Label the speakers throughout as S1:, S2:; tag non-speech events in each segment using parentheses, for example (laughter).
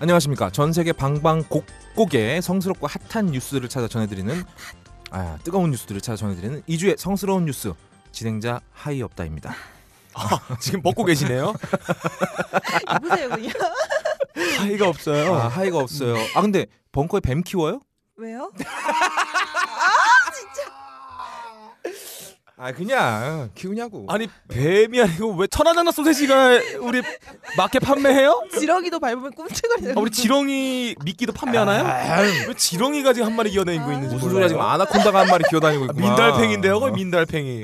S1: 안녕하십니까. 전 세계 방방곡곡의 성스럽고 핫한 뉴스를 찾아 전해드리는 아, 뜨거운 뉴스들을 찾아 전해드리는 2주의 성스러운 뉴스 진행자 하이업다입니다.
S2: 아, (laughs) 지금 먹고 계시네요.
S3: 보세요 그냥.
S2: 아이가 없어요.
S1: (laughs) 아, 하이가 없어요.
S2: 음.
S1: 아 근데 벙커에 뱀 키워요?
S3: (laughs) 왜요?
S1: 아 그냥 키우냐고.
S2: 아니 뱀이 아니고 왜 천하장사 소세지가 우리 마켓 판매해요?
S3: 지렁이도 밟으면 꿈틀거리는.
S2: 아, 우리 지렁이 미끼도 판매하나요? 왜 지렁이가 지금 한 마리 기어다니고 있는지
S1: 무슨
S2: 몰라요.
S1: 소리야 지금 아나콘다가 한 마리 기어다니고
S2: 아,
S1: 있구만.
S2: 민달팽인데요, 거의 민달팽이.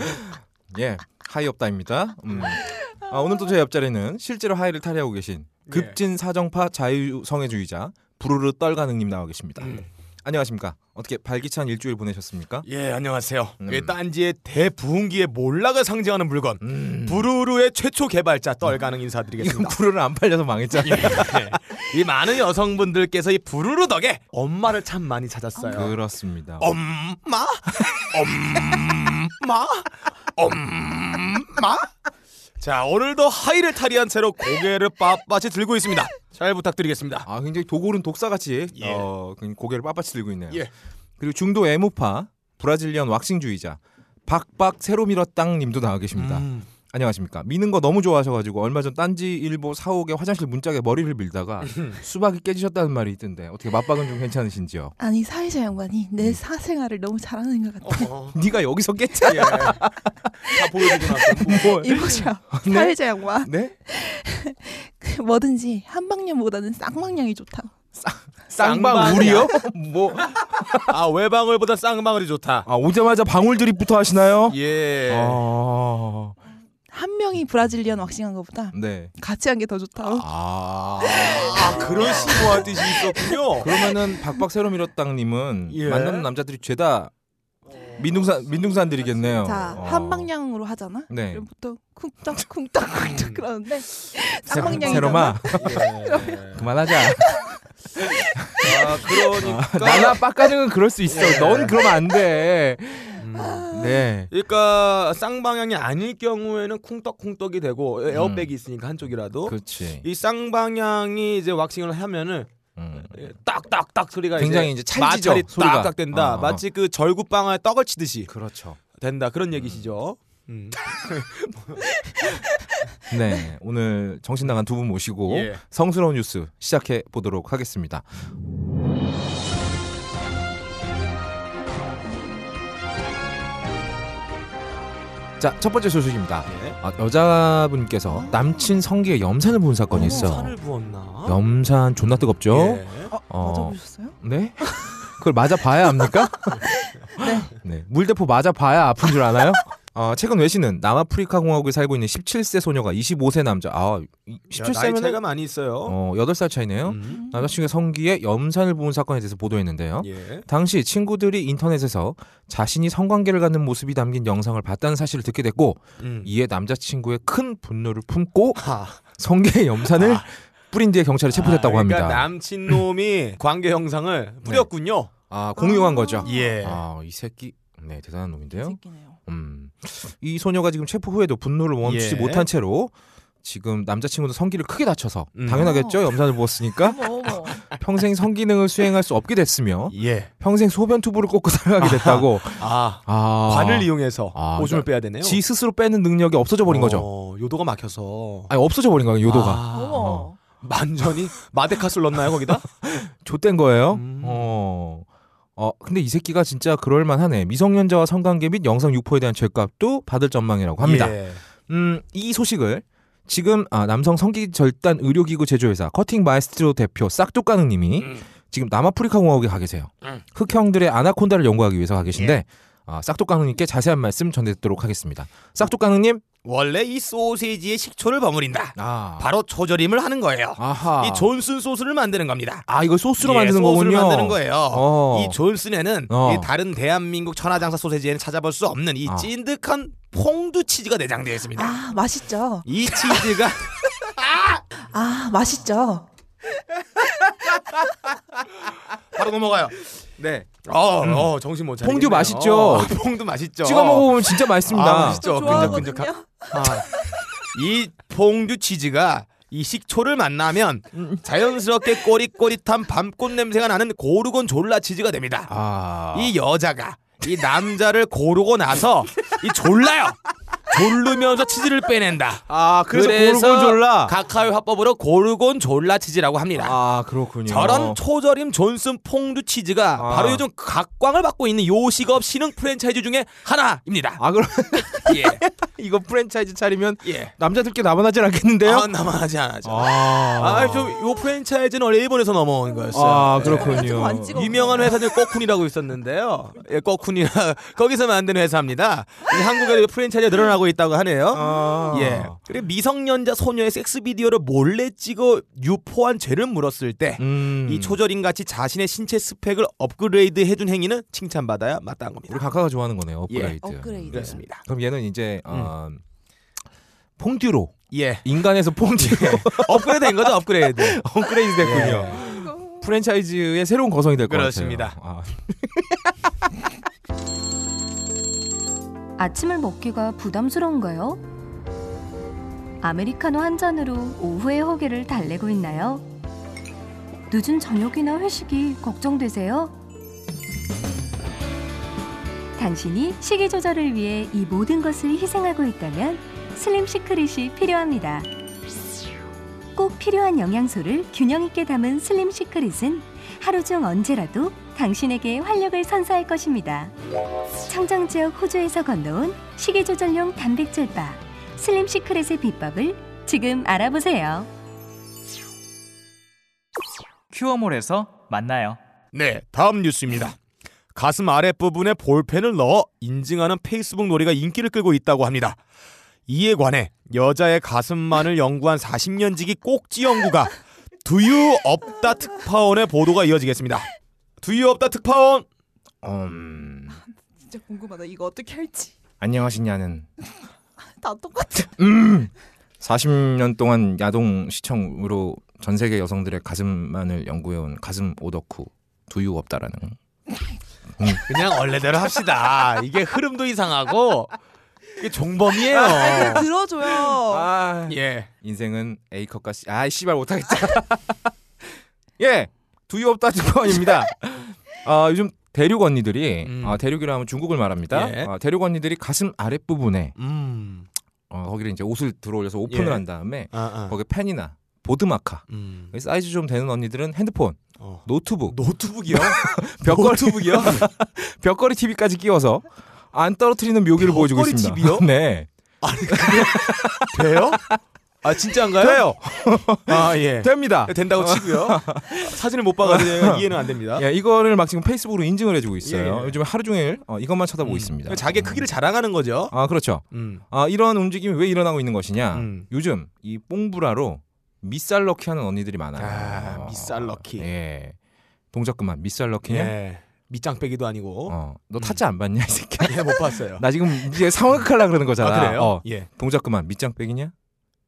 S1: 예, 하이 없다입니다. 음. 아, 오늘 또 제 옆자리는 실제로 하이를 탈애하고 계신
S2: 예.
S1: 급진 사정파 자유성애주의자 부르르 떨가능님 나와 계십니다.
S2: 음.
S1: 안녕하십니까? 어떻게 발기찬 일주일 보내셨습니까?
S2: 예, 안녕하세요.
S1: 음.
S2: 예, 딴지의 대부흥기의 몰락을 상징하는 물건
S1: 음.
S2: 부루루의 최초 개발자 떨 가능
S1: 이건
S2: (laughs) 인사드리겠습니다.
S1: 부르르 안 팔려서 망했잖아요.
S2: 예. 이 많은 여성분들께서 이 부루루 덕에 엄마를 참 많이
S1: 아,
S2: 찾았어요.
S1: 그렇습니다.
S2: 엄마 엄마 엄마 자 오늘도 하이를 탈의한 채로 고개를 빳빳이 들고 있습니다 잘 부탁드리겠습니다
S1: 아, 굉장히 도골은 독사같이
S2: 예.
S1: 어, 그냥 고개를 빳빳이 들고 있네요.
S2: 예.
S1: 그리고 중도 애무파 브라질리언 왁싱주의자 박박 새로 밀었땅 님도 나와
S2: 음.
S1: 계십니다. 안녕하십니까. 미는 거 너무 좋아하셔가지고 얼마 전 딴지 일보 사옥의 화장실 문짝에 머리를
S2: (laughs)
S1: 밀다가 수박이 깨지셨다는 말이 있던데 어떻게 맞박은 좀 괜찮으신지요?
S3: 아니 사회자 양반이 내 사생활을 너무 잘하는 것 같아.
S2: 어,
S1: (laughs) 네가 여기서 깼잖아.
S2: 예.
S1: (laughs)
S2: 다 보여주고 나서 뭐,
S3: 이보자
S1: 네?
S3: 사회자 양반
S1: 네?
S3: 뭐든지 한방년보다는 쌍방년이 좋다.
S1: 쌍방울이요? 뭐?
S2: 아 외방울보다 쌍방울이 좋다
S1: 아 오자마자 방울 드립부터 하시나요?
S2: 예
S1: 아,
S3: 한 명이 브라질리언 왁싱한 것보다
S1: 네.
S3: 같이 한 게 더 좋다.
S1: 아.
S2: 아, 그런 심오한 뜻이 있었군요
S1: 그러면은 박박 새로 밀었땅님은
S2: 예.
S1: 만나는 남자들이 죄다 민둥산 민둥산들이겠네요.
S3: 자
S1: 어.
S3: 한방향으로 하잖아.
S1: 네.
S3: 그럼 보통 쿵떡 쿵떡 쿵떡 그러는데 쌍방향이잖아.
S1: 새로마
S2: 예.
S1: 그만하자.
S2: 아 그러니까 예.
S1: 나나 빡가능은 그럴 수 있어. 넌 그러면 안 돼.
S2: 음.
S1: 네.
S2: 그러니까 쌍방향이 아닐 경우에는 쿵떡쿵떡이 되고 에어백이 있으니까 한쪽이라도
S1: 음. 그렇지.
S2: 이 쌍방향이 이제 왁싱을 하면은
S1: 음.
S2: 예, 딱딱딱 소리가
S1: 굉장히 이제 찰지죠,
S2: 마찰이
S1: 소리가.
S2: 딱딱 된다.
S1: 어, 어.
S2: 마치 그 절구빵에 떡을 치듯이
S1: 그렇죠.
S2: 된다. 그런 얘기시죠. 음.
S1: 네. 오늘 정신 나간 두 분 모시고
S2: 예.
S1: 성스러운 뉴스 시작해 보도록 하겠습니다. 자, 첫 번째 소식입니다.
S2: 예.
S1: 아, 여자분께서 남친 성기에 염산을 본 사건이
S2: 어,
S1: 음. 있어.
S2: 살을 부었나?
S1: 염산 존나 뜨겁죠?
S2: 예.
S3: 어,
S1: 어.
S3: 맞아보셨어요?
S1: 네? 그걸 맞아 봐야 합니까?
S3: 네.
S1: 네. 물대포 맞아 봐야 아픈 줄 아나요? 어, 최근 외신은 남아프리카 공화국에 살고 있는 17세 소녀가 25세 남자 아
S2: 야, 나이
S1: 17세면
S2: 차이가 많이 있어요.
S1: 어, 8살 차이네요.
S2: 음.
S1: 남자친구의 성기에 염산을 부은 사건에 대해서 보도했는데요.
S2: 예.
S1: 당시 친구들이 인터넷에서 자신이 성관계를 갖는 모습이 담긴 영상을 봤다는 사실을 듣게 됐고
S2: 음.
S1: 이에 남자친구의 큰 분노를 품고
S2: 하.
S1: 성기에 염산을 뿌린 뒤에 경찰에 체포됐다고
S2: 아, 그러니까
S1: 합니다.
S2: 남친 놈이 (laughs) 관계
S1: 네.
S2: 영상을 뿌렸군요.
S1: 아 공유한
S3: 아.
S1: 거죠.
S2: 예.
S1: 아 이 새끼 네 대단한 놈인데요.
S3: 새끼네요.
S1: 음. 이 소녀가 지금 체포 후에도 분노를 멈추지
S2: 예.
S1: 못한 채로 지금 남자친구는 성기를 크게 다쳐서
S2: 음.
S1: 당연하겠죠 염산을 부었으니까
S2: (laughs)
S3: 어머 어머.
S1: 평생 성기능을 수행할 수 없게 됐으며
S2: 예.
S1: 평생 소변 투부를 꽂고 살아가게
S2: (laughs)
S1: 됐다고
S2: 아.
S1: 아,
S2: 관을 이용해서
S1: 아,
S2: 오줌을 빼야 되네요.
S1: 지 스스로 빼는 능력이 없어져 버린 거죠
S2: 어, 요도가 막혀서.
S1: 아니 없어져 버린 거예요 요도가
S2: 아,
S3: 어머.
S2: 완전히 마데카스를
S1: (laughs)
S2: 넣나요 거기다?
S1: 좆된 거예요
S2: 음.
S1: 어. 어 근데 이 새끼가 진짜 그럴 만하네 미성년자와 성관계 및 영상 유포에 대한 죄값도 받을 전망이라고 합니다
S2: 예.
S1: 음, 이 소식을 지금 아, 남성 성기 절단 의료기구 제조회사 커팅 마이스트로 대표 싹둑가능님이
S2: 음.
S1: 지금 남아프리카 공화국에 가 계세요.
S2: 음.
S1: 흑형들의 아나콘다를 연구하기 위해서 가 계신데 아, 싹둑가능님께 자세한 말씀 전해드리도록 하겠습니다. 싹둑가능님,
S2: 원래 이 소세지에 식초를 버무린다.
S1: 아,
S2: 바로 초절임을 하는 거예요.
S1: 아하,
S2: 이 존슨 소스를 만드는 겁니다.
S1: 아 이걸 소스로
S2: 예,
S1: 만드는
S2: 소스를
S1: 거군요.
S2: 만드는 거예요.
S1: 어.
S2: 이 존슨에는
S1: 어.
S2: 이 다른 대한민국 천하장사 소세지에는 찾아볼 수 없는 이
S1: 아.
S2: 찐득한 퐁두 치즈가 내장되어 있습니다.
S3: 아 맛있죠.
S2: 이 치즈가
S3: 아 맛있죠.
S2: 바로 넘어가요.
S1: 네,
S2: 어, 어 정신 못 차리네.
S1: 퐁듀 맛있죠?
S2: (laughs) 퐁두 맛있죠.
S1: 찍어 먹어보면 진짜 맛있습니다.
S2: 아, 맛있죠.
S3: 저 좋아하거든요.
S2: 이 퐁듀 치즈가 이 식초를 만나면 자연스럽게 꼬릿꼬릿한 밤꽃 냄새가 나는 고르곤졸라 치즈가 됩니다.
S1: 아.
S2: 이 여자가 이 남자를 고르고 나서 이 졸라요. 졸르면서 치즈를 빼낸다.
S1: 아 그래서, 고르곤졸라.
S2: 카카오 화법으로 고르곤졸라 치즈라고 합니다.
S1: 아 그렇군요.
S2: 저런 초절임 존슨 퐁듀 치즈가
S1: 아.
S2: 바로 요즘 각광을 받고 있는 요식업 신흥 프랜차이즈 중에 하나입니다.
S1: 아 그럼 (laughs)
S2: 예.
S1: 이거 프랜차이즈 차리면
S2: 예.
S1: 남자들께 남아나질 않겠는데요?
S2: 아, 나만 하지 않아죠.
S1: 아,
S2: 아, 좀 요 프랜차이즈는 원래 일본에서 넘어온 거였어요.
S1: 아,
S2: 예.
S1: 그렇군요.
S3: 안 찍어.
S2: 유명한 회사들 꺼쿤이라고 있었는데요. 예, 꺼쿤이라 (laughs) 거기서 만든 회사입니다. 이제 한국에도 프랜차이즈가 늘어나고 있다고 하네요.
S1: 아.
S2: 예. 그리고 미성년자 소녀의 섹스 비디오를 몰래 찍어 유포한 죄를 물었을 때 이
S1: 음.
S2: 초절인 같이 자신의 신체 스펙을 업그레이드 해준 행위는 칭찬받아야 마땅한
S1: 우리
S2: 겁니다.
S1: 각하가 좋아하는 거네요. 업그레이드.
S3: 업그레이드.
S2: 그렇습니다.
S1: 그럼 얘는 이제 어, 퐁듀로
S2: 예.
S1: 인간에서 퐁듀로
S2: 업그레이드 된 거죠, 업그레이드.
S1: (laughs) 업그레이드 됐군요. 프랜차이즈의 새로운 거성이 될 것 같아요.
S2: 그렇습니다.
S1: 아,
S4: 아침을 먹기가 부담스러운가요? 아메리카노 한 잔으로 오후의 허기를 달래고 있나요? 늦은 저녁이나 회식이 걱정되세요? 당신이 식이 조절을 위해 이 모든 것을 희생하고 있다면 슬림 시크릿이 필요합니다. 꼭 필요한 영양소를 균형 있게 담은 슬림 시크릿은 하루 중 언제라도 당신에게 활력을 선사할 것입니다. 청정 지역 호주에서 건너온 식이 조절용 단백질 바 슬림 시크릿의 비법을 지금 알아보세요.
S5: 큐어몰에서 만나요.
S2: 네, 다음 뉴스입니다. 가슴 아랫부분에 볼펜을 넣어 인증하는 페이스북 놀이가 인기를 끌고 있다고 합니다. 이에 관해 여자의 가슴만을 연구한 40년지기 꼭지 연구가 두유 없다 특파원의 보도가 이어지겠습니다. 두유 없다 특파원.
S1: 음,
S3: 진짜 궁금하다. 이거 어떻게 할지
S1: 안녕하시냐는
S3: 다 똑같아.
S1: 40년 동안 야동 시청으로 전 세계 여성들의 가슴만을 연구해온 가슴 오덕후 두유 없다라는
S2: 그냥 원래대로 합시다. 이게 흐름도 이상하고 이게 종범이에요.
S3: (laughs) 아, 들어줘요.
S1: 어. 아,
S2: 예.
S1: 인생은 A컷과 C. 아, 씨발 못하겠다. (laughs) 예, 두유 없다 특파원입니다. 아, 요즘 대륙 언니들이
S2: 음.
S1: 아, 대륙이라 하면 중국을 말합니다.
S2: 예.
S1: 아, 대륙 언니들이 가슴 아랫 부분에
S2: 음.
S1: 어, 거기를 이제 옷을 들어올려서 오픈을
S2: 예.
S1: 한 다음에
S2: 아, 아.
S1: 거기 펜이나 보드마카
S2: 음.
S1: 사이즈 좀 되는 언니들은 핸드폰,
S2: 어.
S1: 노트북,
S2: 노트북이요?
S1: 벽걸이
S2: 노트북이요?
S1: (laughs) 벽걸이 TV까지 끼워서 안 떨어뜨리는 묘기를 보여주고
S2: 벽걸이
S1: 있습니다.
S2: TV 요?
S1: (laughs) 네,
S2: 돼요? 아 진짜인가요?
S1: 돼요,
S2: 아 예.
S1: 됩니다.
S2: 된다고 치고요. 사진을 못 봐가지고 이해는 안 됩니다.
S1: 아. 예, 이거를 막 지금 페이스북으로 인증을 해주고 있어요.
S2: 예, 예.
S1: 요즘 하루 종일 어, 이것만 쳐다보고 있습니다.
S2: 음, 자기 크기를 자랑하는 거죠.
S1: 아 그렇죠.
S2: 음.
S1: 아 이런 움직임이 왜 일어나고 있는 것이냐?
S2: 음.
S1: 요즘 이 뽕브라로 밑살 넣기하는 언니들이 많아요.
S2: 아, 밑살 넣기.
S1: 예. 동작 그만. 밑살 넣기냐?
S2: 예. 음. 밑장 빼기도 아니고.
S1: 어, 너 타짜 안 봤냐 이 새끼.
S2: 예, 못 봤어요.
S1: (laughs) 나 지금 이제 상황극하려 그러는 거잖아.
S2: 아 그래요?
S1: 어,
S2: 예.
S1: 동작 그만. 밑장 빼기냐?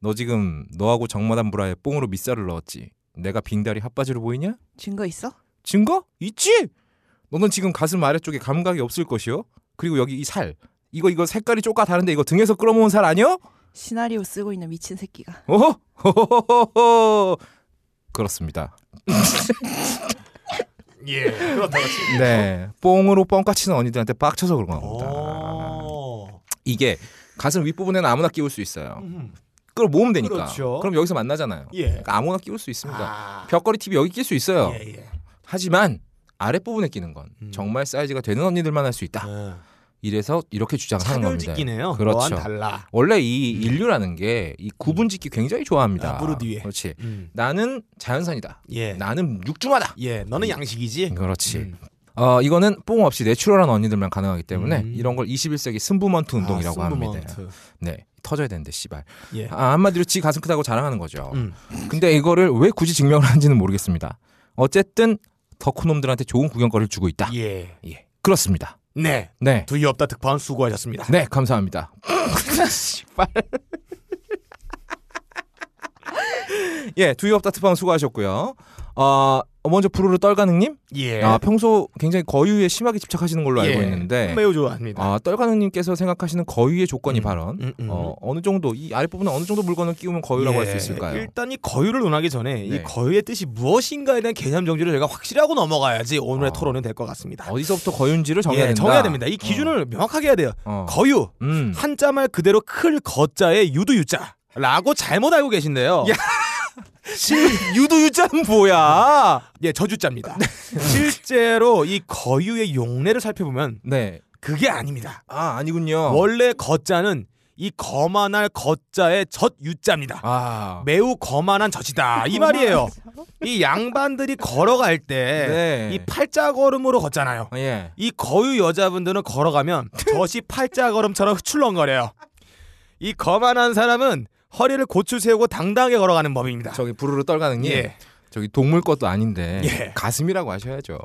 S1: 너 지금 너하고 정마담 브라에 뽕으로 밑살을 넣었지. 내가 빙다리 핫바지로 보이냐?
S3: 증거 있어?
S1: 증거? 있지. 너는 지금 가슴 아래쪽에 감각이 없을 것이요. 그리고 여기 이 살. 이거 이거 색깔이 쪼까 다른데 이거 등에서 끌어모은 살 아니요?
S3: 시나리오 쓰고 있는 미친 새끼가.
S1: 어허? 호호호호호. 그렇습니다.
S2: 예. 그렇다고 치.
S1: 네, 뽕으로 뻥까치는 언니들한테 빡쳐서 그런
S2: 어.
S1: 겁니다.
S2: 오.
S1: 이게 가슴 윗부분에는 아무나 끼울 수 있어요. 그걸 모으면 되니까.
S2: 그렇죠.
S1: 럼 여기서 만나잖아요.
S2: 예.
S1: 그러니까 아무나 끼울 수 있습니다.
S2: 아.
S1: 벽걸이 TV 여기 낄 수 있어요.
S2: 예, 예.
S1: 하지만 아랫부분에 끼는 건
S2: 음.
S1: 정말 사이즈가 되는 언니들만 할 수 있다.
S2: 아.
S1: 이래서 이렇게 주장하는 겁니다.
S2: 차별짓기네요.
S1: 그렇죠.
S2: 너와는 달라. 음.
S1: 원래 이 인류라는 게 이 구분짓기 굉장히 좋아합니다.
S2: 아, 무릎 위에.
S1: 그렇지.
S2: 음.
S1: 나는 자연산이다.
S2: 예.
S1: 나는 육중하다.
S2: 예. 너는 양식이지.
S1: 그렇지.
S2: 음.
S1: 어, 이거는 뽕 없이 내추럴한 언니들만 가능하기 때문에
S2: 음.
S1: 이런 걸 21세기 승부먼트 운동이라고
S2: 아,
S1: 합니다.
S2: 승부먼트.
S1: 네. 터져야 되는데 씨발.
S2: 예.
S1: 아, 한마디로 지 가슴 크다고 자랑하는 거죠.
S2: 음.
S1: 근데 이거를 왜 굳이 증명을 하는지는 모르겠습니다. 어쨌든 덕후놈들한테 좋은 구경거리를 주고 있다.
S2: 예.
S1: 예. 그렇습니다.
S2: 네.
S1: 네.
S2: 두이 없다 특파원 수고하셨습니다.
S1: 네,
S2: (laughs)
S1: 감사합니다. 씨발. 예, 두유 없다 특방 수고하셨고요. 어, 어, 먼저 부르르 떨가능님.
S2: 예.
S1: 아 평소 굉장히 거유에 심하게 집착하시는 걸로 알고
S2: 예.
S1: 있는데
S2: 매우 좋아합니다.
S1: 아, 떨가능님께서 생각하시는 거유의 조건이
S2: 음.
S1: 발언.
S2: 음, 음.
S1: 어, 어느 정도 이 아랫부분은 어느 정도 물건을 끼우면 거유라고 할 수
S2: 예.
S1: 있을까요?
S2: 일단 이 거유를 논하기 전에 이
S1: 네.
S2: 거유의 뜻이 무엇인가에 대한 개념 정리를 저희가 확실히 하고 넘어가야지 오늘의
S1: 아.
S2: 토론이 될 것 같습니다.
S1: 어디서부터 거유인지를 정해야
S2: 예,
S1: 된다.
S2: 정해야 됩니다. 이 기준을 명확하게 해야 돼요.
S1: 어. 어.
S2: 거유
S1: 음.
S2: 한자 말 그대로 클 거자에 유두 유자. 라고 잘못 알고 계신데요. (laughs)
S1: 유두유자는 뭐야?
S2: 예, 저주자입니다.
S1: 네.
S2: 실제로 이 거유의 용례를 살펴보면
S1: 네.
S2: 그게 아닙니다.
S1: 아 아니군요.
S2: 원래 거자는 이 거만할 거자의 젖유자입니다.
S1: 아.
S2: 매우 거만한 젖이다. 이 말이에요. 이 양반들이 걸어갈 때 이
S1: 네.
S2: 팔자 걸음으로 걷잖아요.
S1: 아, 예.
S2: 이 거유 여자분들은 걸어가면 젖이 팔자 걸음처럼 휘출렁거려요. 이 거만한 사람은 허리를 고추 세우고 당당하게 걸어가는 법입니다.
S1: 저기 부르르 떨가능님.
S2: 예.
S1: 저기 동물 것도 아닌데
S2: 예.
S1: 가슴이라고
S2: (laughs)
S1: 하셔야죠.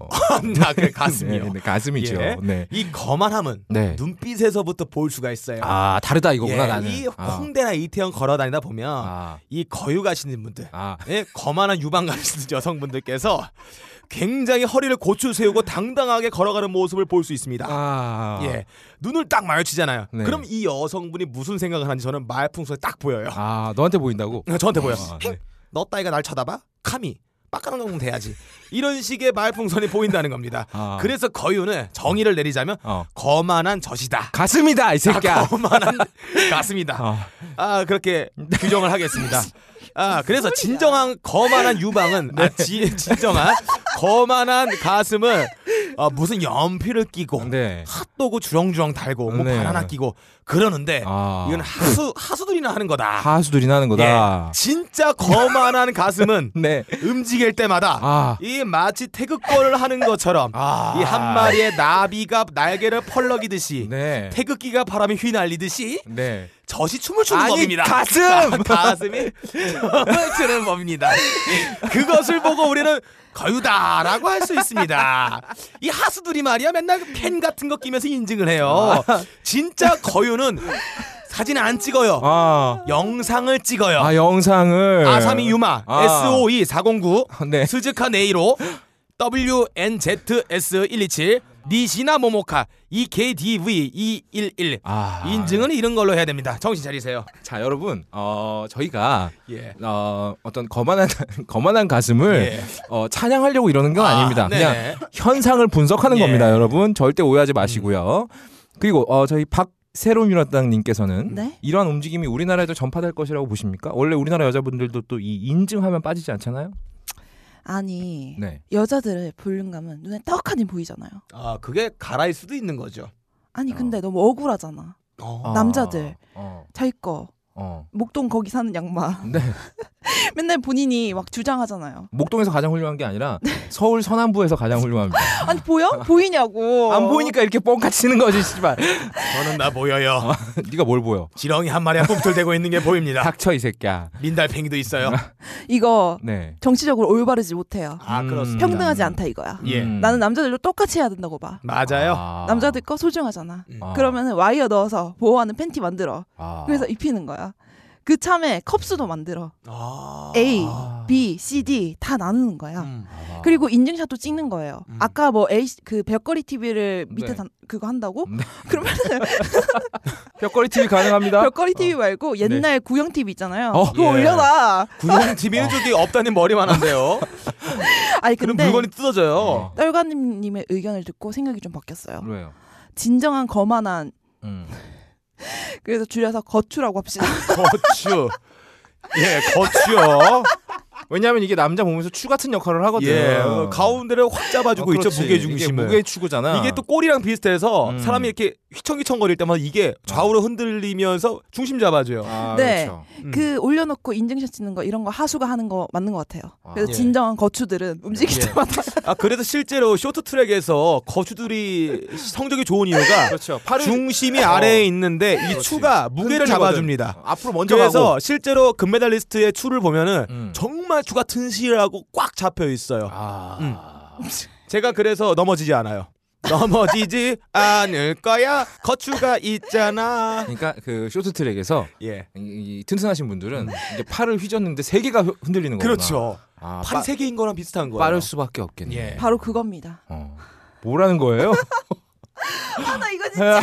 S2: 나 그 가슴이요.
S1: 네, 네, 가슴이죠.
S2: 예.
S1: 네.
S2: 이 거만함은
S1: 네.
S2: 눈빛에서부터 볼 수가 있어요.
S1: 아 다르다 이거구나
S2: 예,
S1: 나는.
S2: 이
S1: 아.
S2: 홍대나 이태원 걸어 다니다 보면
S1: 아.
S2: 이 거유 가시는 분들,
S1: 아.
S2: 예, 거만한 유방 가시는 여성분들께서 굉장히 허리를 고추 세우고 당당하게 걸어가는 모습을 볼 수 있습니다.
S1: 아.
S2: 예, 눈을 딱 마주치잖아요.
S1: 네.
S2: 그럼 이 여성분이 무슨 생각을 하는지 저는 말풍선에 딱 보여요.
S1: 아 너한테 보인다고?
S2: 저한테 보여.
S1: 아,
S2: 네. 너 따위가 날 쳐다봐? 감히 빡가는 정도 돼야지. 이런 식의 말풍선이 보인다는 겁니다.
S1: 아.
S2: 그래서 거유는 정의를 내리자면
S1: 어. 아,
S2: 거만한 젖이다. 그러니까
S1: 가슴이다 이 새끼야.
S2: 거만한 (laughs) 가슴이다.
S1: 아.
S2: 아 그렇게 규정을 하겠습니다. 아 그래서 진정한 거만한 유방은 아, 지, 진정한 거만한 가슴은 어, 무슨 연필을 끼고
S1: 네.
S2: 핫도그 주렁주렁 달고 뭐
S1: 네.
S2: 바나나 끼고 그러는데
S1: 아.
S2: 이건 하수 하수들이나 하는 거다.
S1: 하수들이 나는 거다.
S2: 예, 진짜 거만한 가슴은
S1: 네.
S2: 움직일 때마다
S1: 아.
S2: 이 마치 태극권을 하는 것처럼
S1: 아.
S2: 이 한 마리의 나비가 날개를 펄럭이듯이
S1: 네.
S2: 태극기가 바람에 휘날리듯이
S1: 네.
S2: 젖이 춤을 추는
S1: 아니,
S2: 법입니다. (laughs)
S1: 가슴!
S2: 가슴이 춤을 추는 법입니다. 그것을 보고 우리는 거유다라고 할 수 있습니다. 이 하수들이 말이야 맨날 그 펜 같은 거 끼면서 인증을 해요. 진짜 거유는 사진 안 찍어요.
S1: 아.
S2: 영상을 찍어요.
S1: 아 영상을.
S2: 아사미 유마
S1: 아.
S2: SOE 409
S1: 네.
S2: 스즈카 네이로 WNZS127 니시나 모모카 EKDV211
S1: 아.
S2: 인증은 이런 걸로 해야 됩니다. 정신 차리세요.
S1: 자 여러분 어 저희가
S2: 예.
S1: 어 어떤 거만한 (laughs) 거만한 가슴을
S2: 예.
S1: 어 찬양하려고 이러는 건
S2: 아,
S1: 아닙니다.
S2: 네.
S1: 그냥 현상을 분석하는
S2: 예. 음.
S1: 겁니다, 여러분. 절대 오해하지 마시고요. 그리고 어 저희 박 새로미라당님께서는
S3: 네?
S1: 이러한 움직임이 우리나라에도 전파될 것이라고 보십니까? 원래 우리나라 여자분들도 또 이 인증하면 빠지지 않잖아요.
S3: 아니
S1: 네.
S3: 여자들의 볼륨감은 눈에 떡하니 보이잖아요.
S2: 아 그게 가라일 수도 있는 거죠.
S3: 아니
S1: 어.
S3: 근데 너무 억울하잖아.
S2: 어.
S1: 아,
S3: 어, 남자들.
S1: 어.
S3: 자기 거
S1: 어.
S3: 목동 거기 사는 양마
S1: (laughs) 네.
S3: (laughs) 맨날 본인이 막 주장하잖아요.
S1: 목동에서 가장 훌륭한 게 아니라
S3: 네.
S1: 서울 서남부에서 가장 훌륭합니다.
S3: 아니 보여?
S1: (laughs)
S3: 보이냐고.
S2: 어.
S1: 안 보이니까 이렇게 뻥같이 치는 거지,
S2: (laughs)
S1: 씨발.
S2: 저는 나 보여요.
S1: 네가 뭘 보여?
S2: 지렁이 한 마리가 꿈틀대고 있는 게 보입니다.
S1: 닥쳐 이 새끼야.
S2: 민달팽이도 있어요.
S3: 이거
S1: 네.
S3: 정치적으로 올바르지 못해요.
S2: 아
S1: 음.
S2: 그렇습니다.
S3: 평등하지 않다 이거야.
S2: 예.
S1: 음.
S3: 나는 남자들도 똑같이 해야 된다고 봐.
S2: 맞아요.
S1: 아.
S3: 남자들 거 소중하잖아.
S2: 음.
S1: 아.
S3: 그러면은 와이어 넣어서 보호하는 팬티 만들어.
S1: 아.
S3: 그래서 입히는 거야. 그 참에 컵수도 만들어.
S2: 아.
S3: A,
S1: 아.
S3: B, C, D 다 나누는 거야.
S2: 음.
S1: 아.
S3: 그리고 인증샷도 찍는 거예요.
S2: 음.
S3: 아까 뭐 A 그 벽걸이 TV를 밑에
S1: 네.
S3: 단- 그거 한다고?
S1: 네.
S3: (laughs) 그러면
S1: 벽걸이 TV
S2: 어.
S1: 가능합니다.
S3: 벽걸이 TV 말고 옛날 구형 TV 있잖아요.
S1: 어.
S3: 그거
S2: 네. 예.
S3: 올려놔.
S2: 구형 TV는 저기 업다님 머리만 한데요.
S3: 아니
S2: 그럼
S3: 근데
S2: 물건이 뜯어져요.
S1: 어.
S3: 떨가님님의 의견을 듣고 생각이 좀
S2: 음.
S3: 바뀌었어요.
S1: 왜요?
S3: 진정한 거만한
S1: 음.
S3: 그래서 줄여서 거추라고 합시다.
S2: 네. 거추. 예, 거추요.
S1: 왜냐하면 이게 남자 몸에서 추 같은 역할을 하거든.
S2: 예, 어, 가운데를 확 잡아주고 있죠 무게 중심을.
S1: 무게 추구잖아.
S2: 이게 또 꼬리랑 비슷해서
S1: 음.
S2: 사람이 이렇게 휘청휘청거릴 때마다 이게 좌우로 흔들리면서 중심 잡아줘요.
S1: 아,
S3: 네.
S1: 그렇죠.
S2: 음.
S3: 그 올려놓고 인증샷 찍는 거 이런 거 하수가 하는 거 맞는 것 같아요.
S2: 아,
S3: 그래서
S2: 예.
S3: 진정한 거추들은 움직일
S2: 예.
S3: 때마다
S2: 아 그래서 실제로 쇼트트랙에서 거추들이 성적이 좋은 이유가
S1: 그렇죠. 팔을
S2: 중심이
S1: 어.
S2: 아래에 있는데 이
S1: 그렇지.
S2: 추가 무게를
S1: 흔들거든.
S2: 잡아줍니다.
S1: 앞으로 먼저 가고.
S2: 그래서 실제로 금메달리스트의 추를 보면은
S1: 음.
S2: 정말 추가 튼실하고 꽉 잡혀 있어요.
S1: 아.
S2: 제가 그래서 넘어지지 않아요. (laughs) 넘어지지 않을 거야. 거추가 있잖아.
S1: 그러니까 그 쇼트트랙에서
S2: 예.
S1: 이, 이 튼튼하신 분들은 이제 팔을 휘젓는데 세 개가 흐- 흔들리는 거구나.
S2: 그렇죠.
S1: 아,
S2: 팔이
S1: 빠,
S2: 세 개인 거랑 비슷한 거예요.
S1: 빠를 수밖에 없겠네.
S2: 예.
S3: (laughs) 바로 그겁니다.
S1: 어. 뭐라는 (laughs) 거예요?
S3: 아 나 이거
S1: (laughs)
S3: 진짜.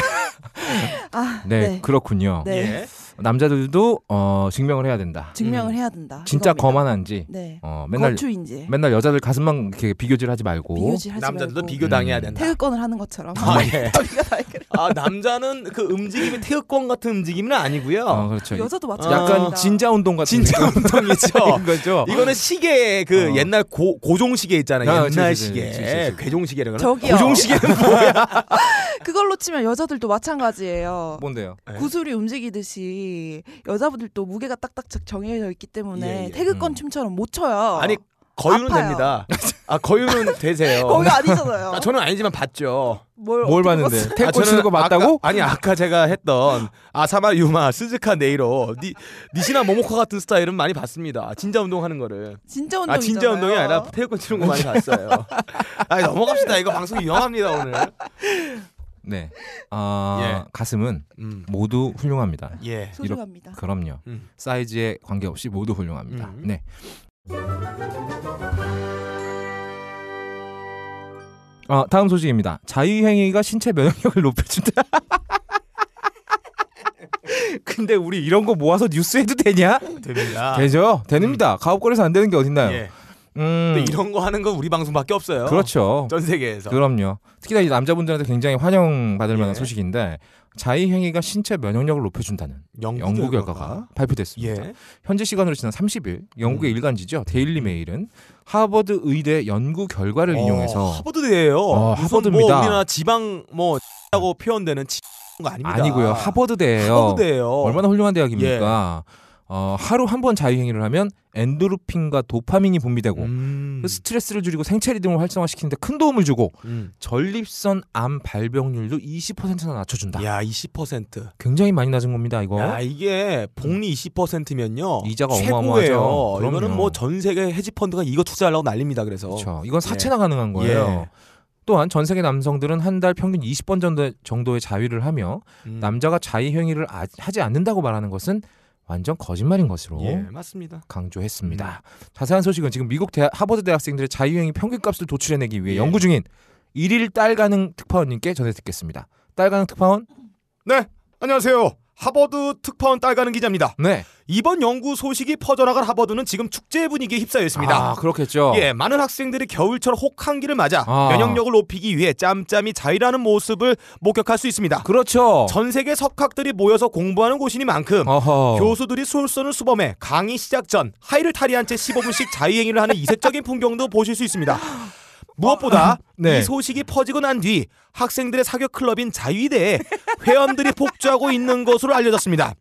S3: 아
S1: 네,
S3: 네.
S1: 그렇군요.
S3: 네.
S2: 예.
S1: 남자들도 어, 증명을 해야 된다.
S3: 증명을
S2: 음.
S3: 해야 된다.
S1: 진짜
S3: 이겁니다.
S1: 거만한지.
S3: 네.
S1: 어, 맨날
S3: 거추인지.
S1: 맨날 뭐? 여자들 가슴만 이렇게 비교질하지 말고.
S3: 비교질 하지
S2: 남자들도
S3: 말고.
S2: 비교 당해야
S1: 음.
S2: 된다.
S3: 태극권을 하는 것처럼.
S2: 아, (laughs) 예.
S3: (laughs) 저희가 다 이렇게.
S2: 아 남자는 그 움직임이 태극권 같은 움직임은 아니고요.
S1: 어, 그렇죠.
S3: 여자도 마찬가지다.
S1: 약간 진자 운동 같은 (laughs)
S2: 진짜 운동이죠.
S1: 느낌인 거죠.
S2: 이거는 시계 그
S1: 어.
S2: 옛날 고, 고종 시계 있잖아요.
S1: 아,
S2: 옛날
S1: 그치, 그치,
S2: 시계,
S1: 그치, 그치, 그치.
S2: 괴종 시계라고.
S3: 저기요.
S2: 고종 시계는 뭐야?
S3: (laughs) 그걸로 치면 여자들도 마찬가지예요.
S1: 뭔데요?
S2: 네.
S3: 구슬이 움직이듯이 여자분들도 무게가 딱딱딱 정해져 있기 때문에
S2: 예, 예.
S3: 태극권
S1: 음.
S3: 춤처럼 못 춰요.
S2: 아니 거유는
S3: 아파요.
S1: (laughs)
S2: 됩니다. 아 거유는 되세요.
S3: (laughs) 거기가 아니잖아요.
S2: (laughs) 아, 저는 아니지만 봤죠.
S3: 뭘,
S1: 뭘
S3: 어떻게
S1: 봤는데?
S3: 봤어요?
S1: 태권
S2: 아,
S1: 치는 거 맞다고? (laughs)
S2: 아까, 아니 아까 제가 했던 아사마 유마 스즈카 네이로 니, 니시나 모모코 같은 스타일은 많이 봤습니다. 아, 진자 운동하는 거를.
S3: 진짜 운동이잖아요.
S2: 아 진짜 운동이 아니라 태극권 치는 거 많이 봤어요.
S3: (laughs)
S2: 아 넘어갑시다. 이거 방송 유용합니다 오늘.
S1: 네. 아, 가슴은
S2: 음.
S1: 모두 훌륭합니다.
S2: 예.
S3: 소중합니다.
S1: 그럼요.
S2: 음.
S1: 사이즈에 관계없이 모두 훌륭합니다.
S2: 음.
S1: 네. 아, 다음 소식입니다. 자유행위가 신체 면역력을 높여준다. (laughs) 근데 우리 이런 거 모아서 뉴스 해도 되냐? 아.
S2: 됩니다.
S1: 되죠? 됩니다. 가업거래에서 안 되는 게 어딨나요?
S2: 예.
S1: 음,
S2: 근데 이런 거 하는 건 우리 방송밖에 없어요.
S1: 그렇죠.
S2: 전 세계에서.
S1: 그럼요. 특히나 이 남자분들한테 굉장히 환영받을
S2: 예.
S1: 만한 소식인데 자위행위가 신체 면역력을 높여준다는 연구 결과가 발표됐습니다.
S2: 예. 음.
S1: 현재 시간으로 지난 30일 영국의 일간지죠 데일리 메일은 하버드 의대 연구 결과를
S2: 어,
S1: 인용해서
S2: 하버드대예요.
S1: 어,
S2: 무슨
S1: 하버드입니다.
S2: 뭐 우리나라 지방 뭐라고 표현되는 치- 거 아닙니다.
S1: 아니고요 하버드대예요.
S2: 하버드예요. 예.
S1: 얼마나 훌륭한 대학입니까? 어, 하루 한 번 자위행위를 하면 엔도르핀과 도파민이 분비되고
S2: 음.
S1: 그 스트레스를 줄이고 생체 리듬을 활성화시키는데 큰 도움을 주고
S2: 음.
S1: 전립선 암 발병률도 20%나 낮춰준다.
S2: 야, 20%.
S1: 굉장히 많이 낮은 겁니다 이거.
S2: 야, 이게 복리 20%면요.
S1: 이자가
S2: 최고예요.
S1: 어마어마하죠.
S2: 이거는
S1: 그럼요.
S2: 뭐 전 세계 헤지 펀드가 이거 투자하려고 난립니다. 그래서.
S1: 그렇죠. 이건 사채나 가능한 거예요.
S2: 예.
S1: 또한 전 세계 남성들은 한 달 평균 20번 정도, 정도의 자위를 하며
S2: 음.
S1: 남자가 자위 행위를 아- 하지 않는다고 말하는 것은 완전 거짓말인 것으로
S2: 예, 음. 맞습니다.
S1: 강조했습니다. 자세한 소식은 지금 미국 대학- 하버드 대학생들의 자위 행위 평균값을 도출해내기 위해
S2: 예.
S1: 연구 중인 일일 딸 가능 특파원님께 전해 듣겠습니다. 딸 가능 특파원?
S2: 네. 안녕하세요. 하버드 특파원 딸가는 기자입니다.
S1: 네.
S2: 이번 연구 소식이 퍼져나갈 하버드는 지금 축제 분위기에 휩싸였습니다.
S1: 아, 그렇겠죠.
S2: 예, 많은 학생들이 겨울철 혹한기를 맞아
S1: 아.
S2: 면역력을 높이기 위해 짬짬이 자위라는 모습을 목격할 수 있습니다.
S1: 그렇죠.
S2: 전 세계 석학들이 모여서 공부하는 곳이니만큼
S1: 어허.
S2: 교수들이 솔선을 수범해 강의 시작 전 하의를 탈의한 채 15분씩 자위행위를 하는 이색적인 풍경도 보실 수 있습니다. 무엇보다
S1: 네.
S2: 이 소식이 퍼지고 난 뒤 학생들의 사교 클럽인 자위대에 회원들이 폭주하고 있는 것으로 알려졌습니다.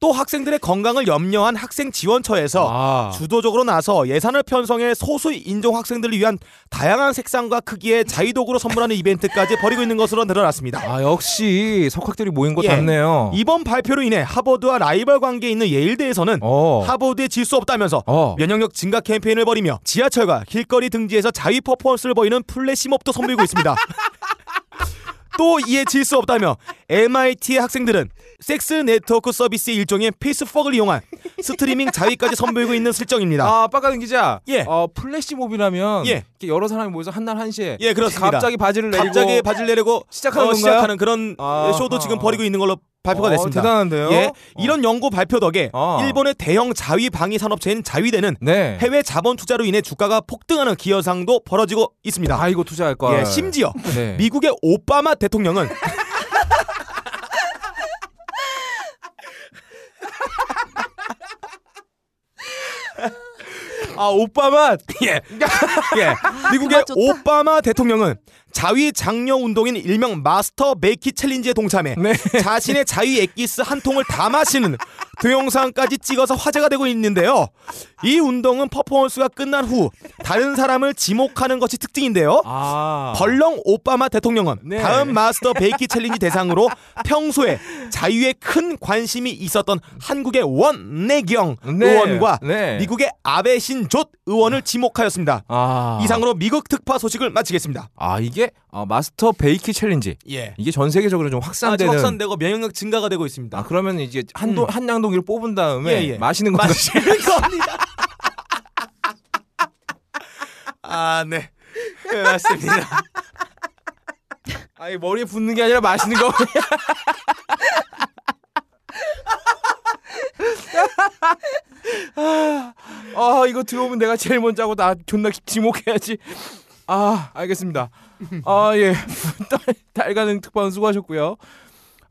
S2: 또 학생들의 건강을 염려한 학생 지원처에서
S1: 아.
S2: 주도적으로 나서 예산을 편성해 소수 인종 학생들을 위한 다양한 색상과 크기의 자위도구로 선물하는 이벤트까지 벌이고 있는 것으로 드러났습니다.
S1: 아, 역시 석학들이 모인 곳
S2: 예.
S1: 같네요.
S2: 이번 발표로 인해 하버드와 라이벌 관계에 있는 예일대에서는
S1: 어.
S2: 하버드에 질 수 없다면서
S1: 어.
S2: 면역력 증가 캠페인을 벌이며 지하철과 길거리 등지에서 자위 퍼포먼스를 벌이는 플래시몹도 선보이고 있습니다. (laughs) 또 이에 질 수 없다며 MIT의 학생들은 섹스 네트워크 서비스의 일종인 페이스퍽을 이용한 스트리밍 자위까지 선보이고 있는 실정입니다.
S1: 아, 빡가는 기자.
S2: 예.
S1: 어, 플래시몹이라면
S2: 예.
S1: 이렇게 여러 사람이 모여서 한 날 한 시에
S2: 예, 그렇습니다.
S1: 갑자기 바지를 내리고
S2: 갑자기 바지를 내리고 어,
S1: 시작하는 건가요?
S2: 시작하는 그런
S1: 아,
S2: 쇼도
S1: 아,
S2: 지금
S1: 아.
S2: 벌이고 있는 걸로 발표가
S1: 어,
S2: 됐습니다.
S1: 대단한데요.
S2: 예, 이런 연구 발표 덕에
S1: 아.
S2: 일본의 대형 자위 방위 산업체인 자위대는
S1: 네.
S2: 해외 자본 투자로 인해 주가가 폭등하는 기여상도 벌어지고 있습니다.
S1: 아 이거 투자할 거.
S2: 예, 심지어
S1: 네.
S2: 미국의 오바마 대통령은 (laughs) 아 오바마 (laughs) 예, 예. 미국의
S3: 그만 줬다.
S2: 오바마 대통령은 자위 장려 운동인 일명 마스터 메이키 챌린지에 동참해
S1: 네.
S2: 자신의 자위 액기스 한 통을 다 마시는 동영상까지 찍어서 화제가 되고 있는데요. 이 운동은 퍼포먼스가 끝난 후 다른 사람을 지목하는 것이 특징인데요.
S1: 아.
S2: 벌렁 오바마 대통령은
S1: 네.
S2: 다음 마스터 베이키 챌린지 (laughs) 대상으로 평소에 자유에 큰 관심이 있었던 한국의 원내경
S1: 네.
S2: 의원과
S1: 네.
S2: 미국의 아베 신존 의원을 지목하였습니다.
S1: 아.
S2: 이상으로 미국 특파 소식을 마치겠습니다.
S1: 아 이게 아, 마스터 베이키 챌린지
S2: 예.
S1: 이게 전 세계적으로 좀
S2: 아직
S1: 확산되는.
S2: 확산되고 면역력 증가가 되고 있습니다.
S1: 아, 그러면 이제 한동
S2: 음.
S1: 한양동이를 뽑은 다음에
S2: 예, 예.
S1: 마시는 거 (laughs)
S2: 마시는 겁니다. 아, 네. 네, 맞습니다.
S1: 아니 머리에 붙는 게 아니라 마시는 거. 아, 아 이거 들어오면 내가 제일 먼저 하고 나 존나 지목해야지. 아 알겠습니다. 아 예. (laughs) 딸, 달가는 특파원 수고하셨고요.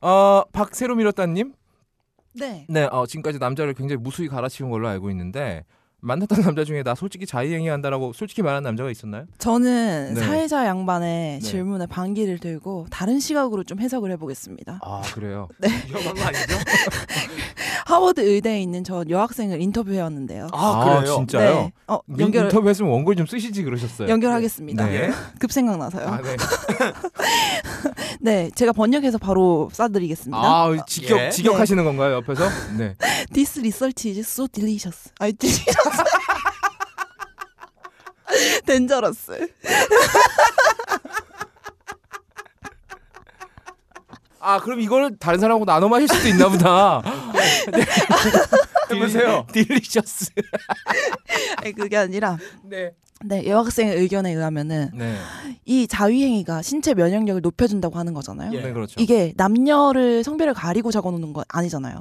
S1: 어 박세롬 이렇다님.
S3: 네.
S1: 네. 어 지금까지 남자를 굉장히 무수히 갈아치운 걸로 알고 있는데 만났던 남자 중에 나 솔직히 자의행위한다라고 솔직히 말한 남자가 있었나요?
S3: 저는
S1: 네.
S3: 사회자
S1: 네.
S3: 양반의 질문에 반기를 들고 다른 시각으로 좀 해석을 해보겠습니다.
S1: 아 그래요.
S2: 위험한 거 아니죠?
S3: 하버드 의대에 있는 저 여학생을 인터뷰해왔는데요.
S2: 아, 그래요?
S1: 진짜요?
S3: 네. 어,
S1: 연결...
S3: 연결
S1: 인터뷰했으면 원고를 좀 쓰시지 그러셨어요.
S3: 연결하겠습니다.
S1: 네.
S3: 급 생각나서요.
S1: 아, 네.
S3: 네, 제가 번역해서 바로 쏴드리겠습니다.
S1: 아, 직격
S2: 예.
S1: 직격하시는 건가요 옆에서? 네.
S3: This research is so delicious. 아, delicious. (laughs) 덴저러스.
S1: 아 그럼 이걸 다른 사람하고 나눠 마실 수도 있나 (laughs) 보다. 네. (laughs)
S2: 해보세요.
S1: 딜리셔스.
S3: 아니, 그게 아니라
S1: 네.
S3: 네, 여학생의 의견에 의하면은
S1: 네.
S3: 이 자위행위가 신체 면역력을 높여준다고 하는 거잖아요.
S1: 네 그렇죠.
S3: 이게 남녀를 성별을 가리고 적어놓는 건 아니잖아요.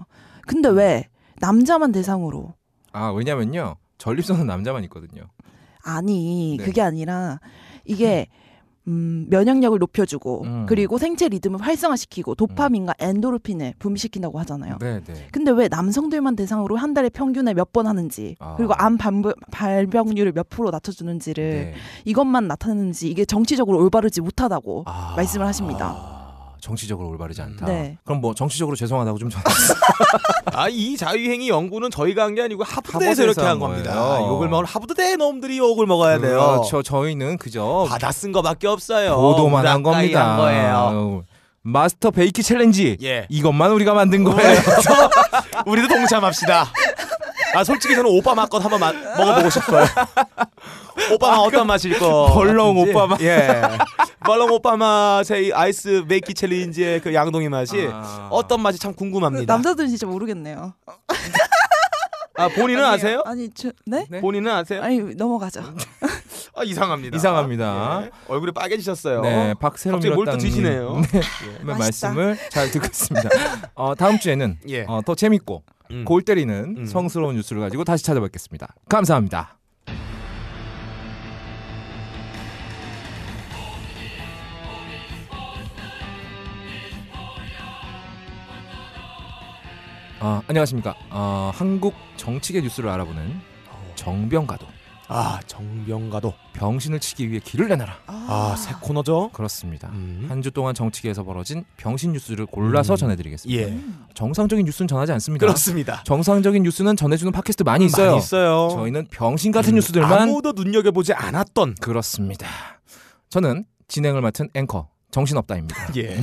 S3: 근데 왜 남자만 대상으로
S1: 아 왜냐면요 전립선은 남자만 있거든요.
S3: 아니
S1: 네.
S3: 그게 아니라 이게 음, 면역력을 높여주고
S1: 음.
S3: 그리고 생체 리듬을 활성화시키고 도파민과 엔도르핀을 분비시킨다고 하잖아요.
S1: 네 네.
S3: 근데 왜 남성들만 대상으로 한 달에 평균에 몇 번 하는지
S1: 아.
S3: 그리고 암 반부- 발병률을 몇 프로 낮춰주는지를
S1: 네.
S3: 이것만 나타내는지 이게 정치적으로 올바르지 못하다고
S1: 아,
S3: 말씀을 하십니다.
S1: 아, 정치적으로 올바르지 않다.
S3: 네.
S1: 그럼 뭐 정치적으로 죄송하다고 좀 전.
S2: 아, 이 자유행위 연구는 저희가 한 게 아니고 하버드에서
S1: 하버드에서
S2: 이렇게
S1: 한
S2: 한 겁니다. 아,
S1: 거예요.
S2: 욕을 먹을 하버드대 놈들이 욕을 먹어야 돼요.
S1: 그렇죠. 저희는 그저
S2: 받아 쓴 거밖에 없어요.
S1: 보도만 한
S2: 무당가이
S1: 겁니다.
S2: 한 거예요.
S1: 아유, 마스터 베이키 챌린지.
S2: 예.
S1: 이것만 우리가 만든 거예요.
S2: 우리도 동참합시다. 아 솔직히 저는 오빠마 것 한번 마- 먹어보고 싶어요. 오빠마 어떤 맛일 거?
S1: 벌렁
S2: 같은지.
S1: 오빠마.
S2: 예. 벌렁 오빠마 의 아이스 베이키 챌린지의 그 양동이 맛이
S1: 아.
S2: 어떤 맛이 참 궁금합니다.
S3: 남자들은 진짜 모르겠네요.
S2: 아 본인은
S3: 아니에요.
S2: 아세요?
S3: 아니, 저, 네?
S1: 네?
S2: 본인은 아세요?
S3: 아니 넘어가죠.
S2: 아 이상합니다.
S1: 이상합니다.
S2: 예. 얼굴이 빨개지셨어요.
S1: 네, 박세롬
S2: 갑자기 뭘또
S1: 일당님.
S2: 드시네요.
S1: (laughs)
S2: 예.
S1: 네,
S3: 맛있다.
S1: 말씀을 잘
S2: (laughs)
S1: 듣겠습니다. 어, 다음 주에는
S2: 예.
S1: 어, 더 재밌고
S2: 음.
S1: 골 때리는
S2: 음.
S1: 성스러운 뉴스를 가지고 다시 찾아뵙겠습니다. 감사합니다. 아, 안녕하십니까. 어, 한국 정치계 뉴스를 알아보는
S2: 어.
S1: 정병가도
S2: 아 정병가도.
S1: 병신을 치기 위해 길을 내놔라.
S2: 아 새 코너죠.
S1: 그렇습니다.
S2: 음.
S1: 한 주 동안 정치계에서 벌어진 병신 뉴스를 골라서
S2: 음.
S1: 전해드리겠습니다.
S2: 예.
S1: 정상적인 뉴스는 전하지 않습니다.
S2: 그렇습니다.
S1: 정상적인 뉴스는 전해주는 팟캐스트 많이 있어요.
S2: 많이 있어요.
S1: 저희는 병신 같은
S2: 음,
S1: 뉴스들만
S2: 아무도 눈여겨보지 않았던
S1: 그렇습니다. 저는 진행을 맡은 앵커 정신없다입니다.
S2: 예.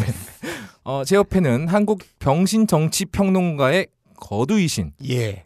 S1: 어, 제 옆에는 한국 병신 정치 평론가의 거두이신
S2: 예.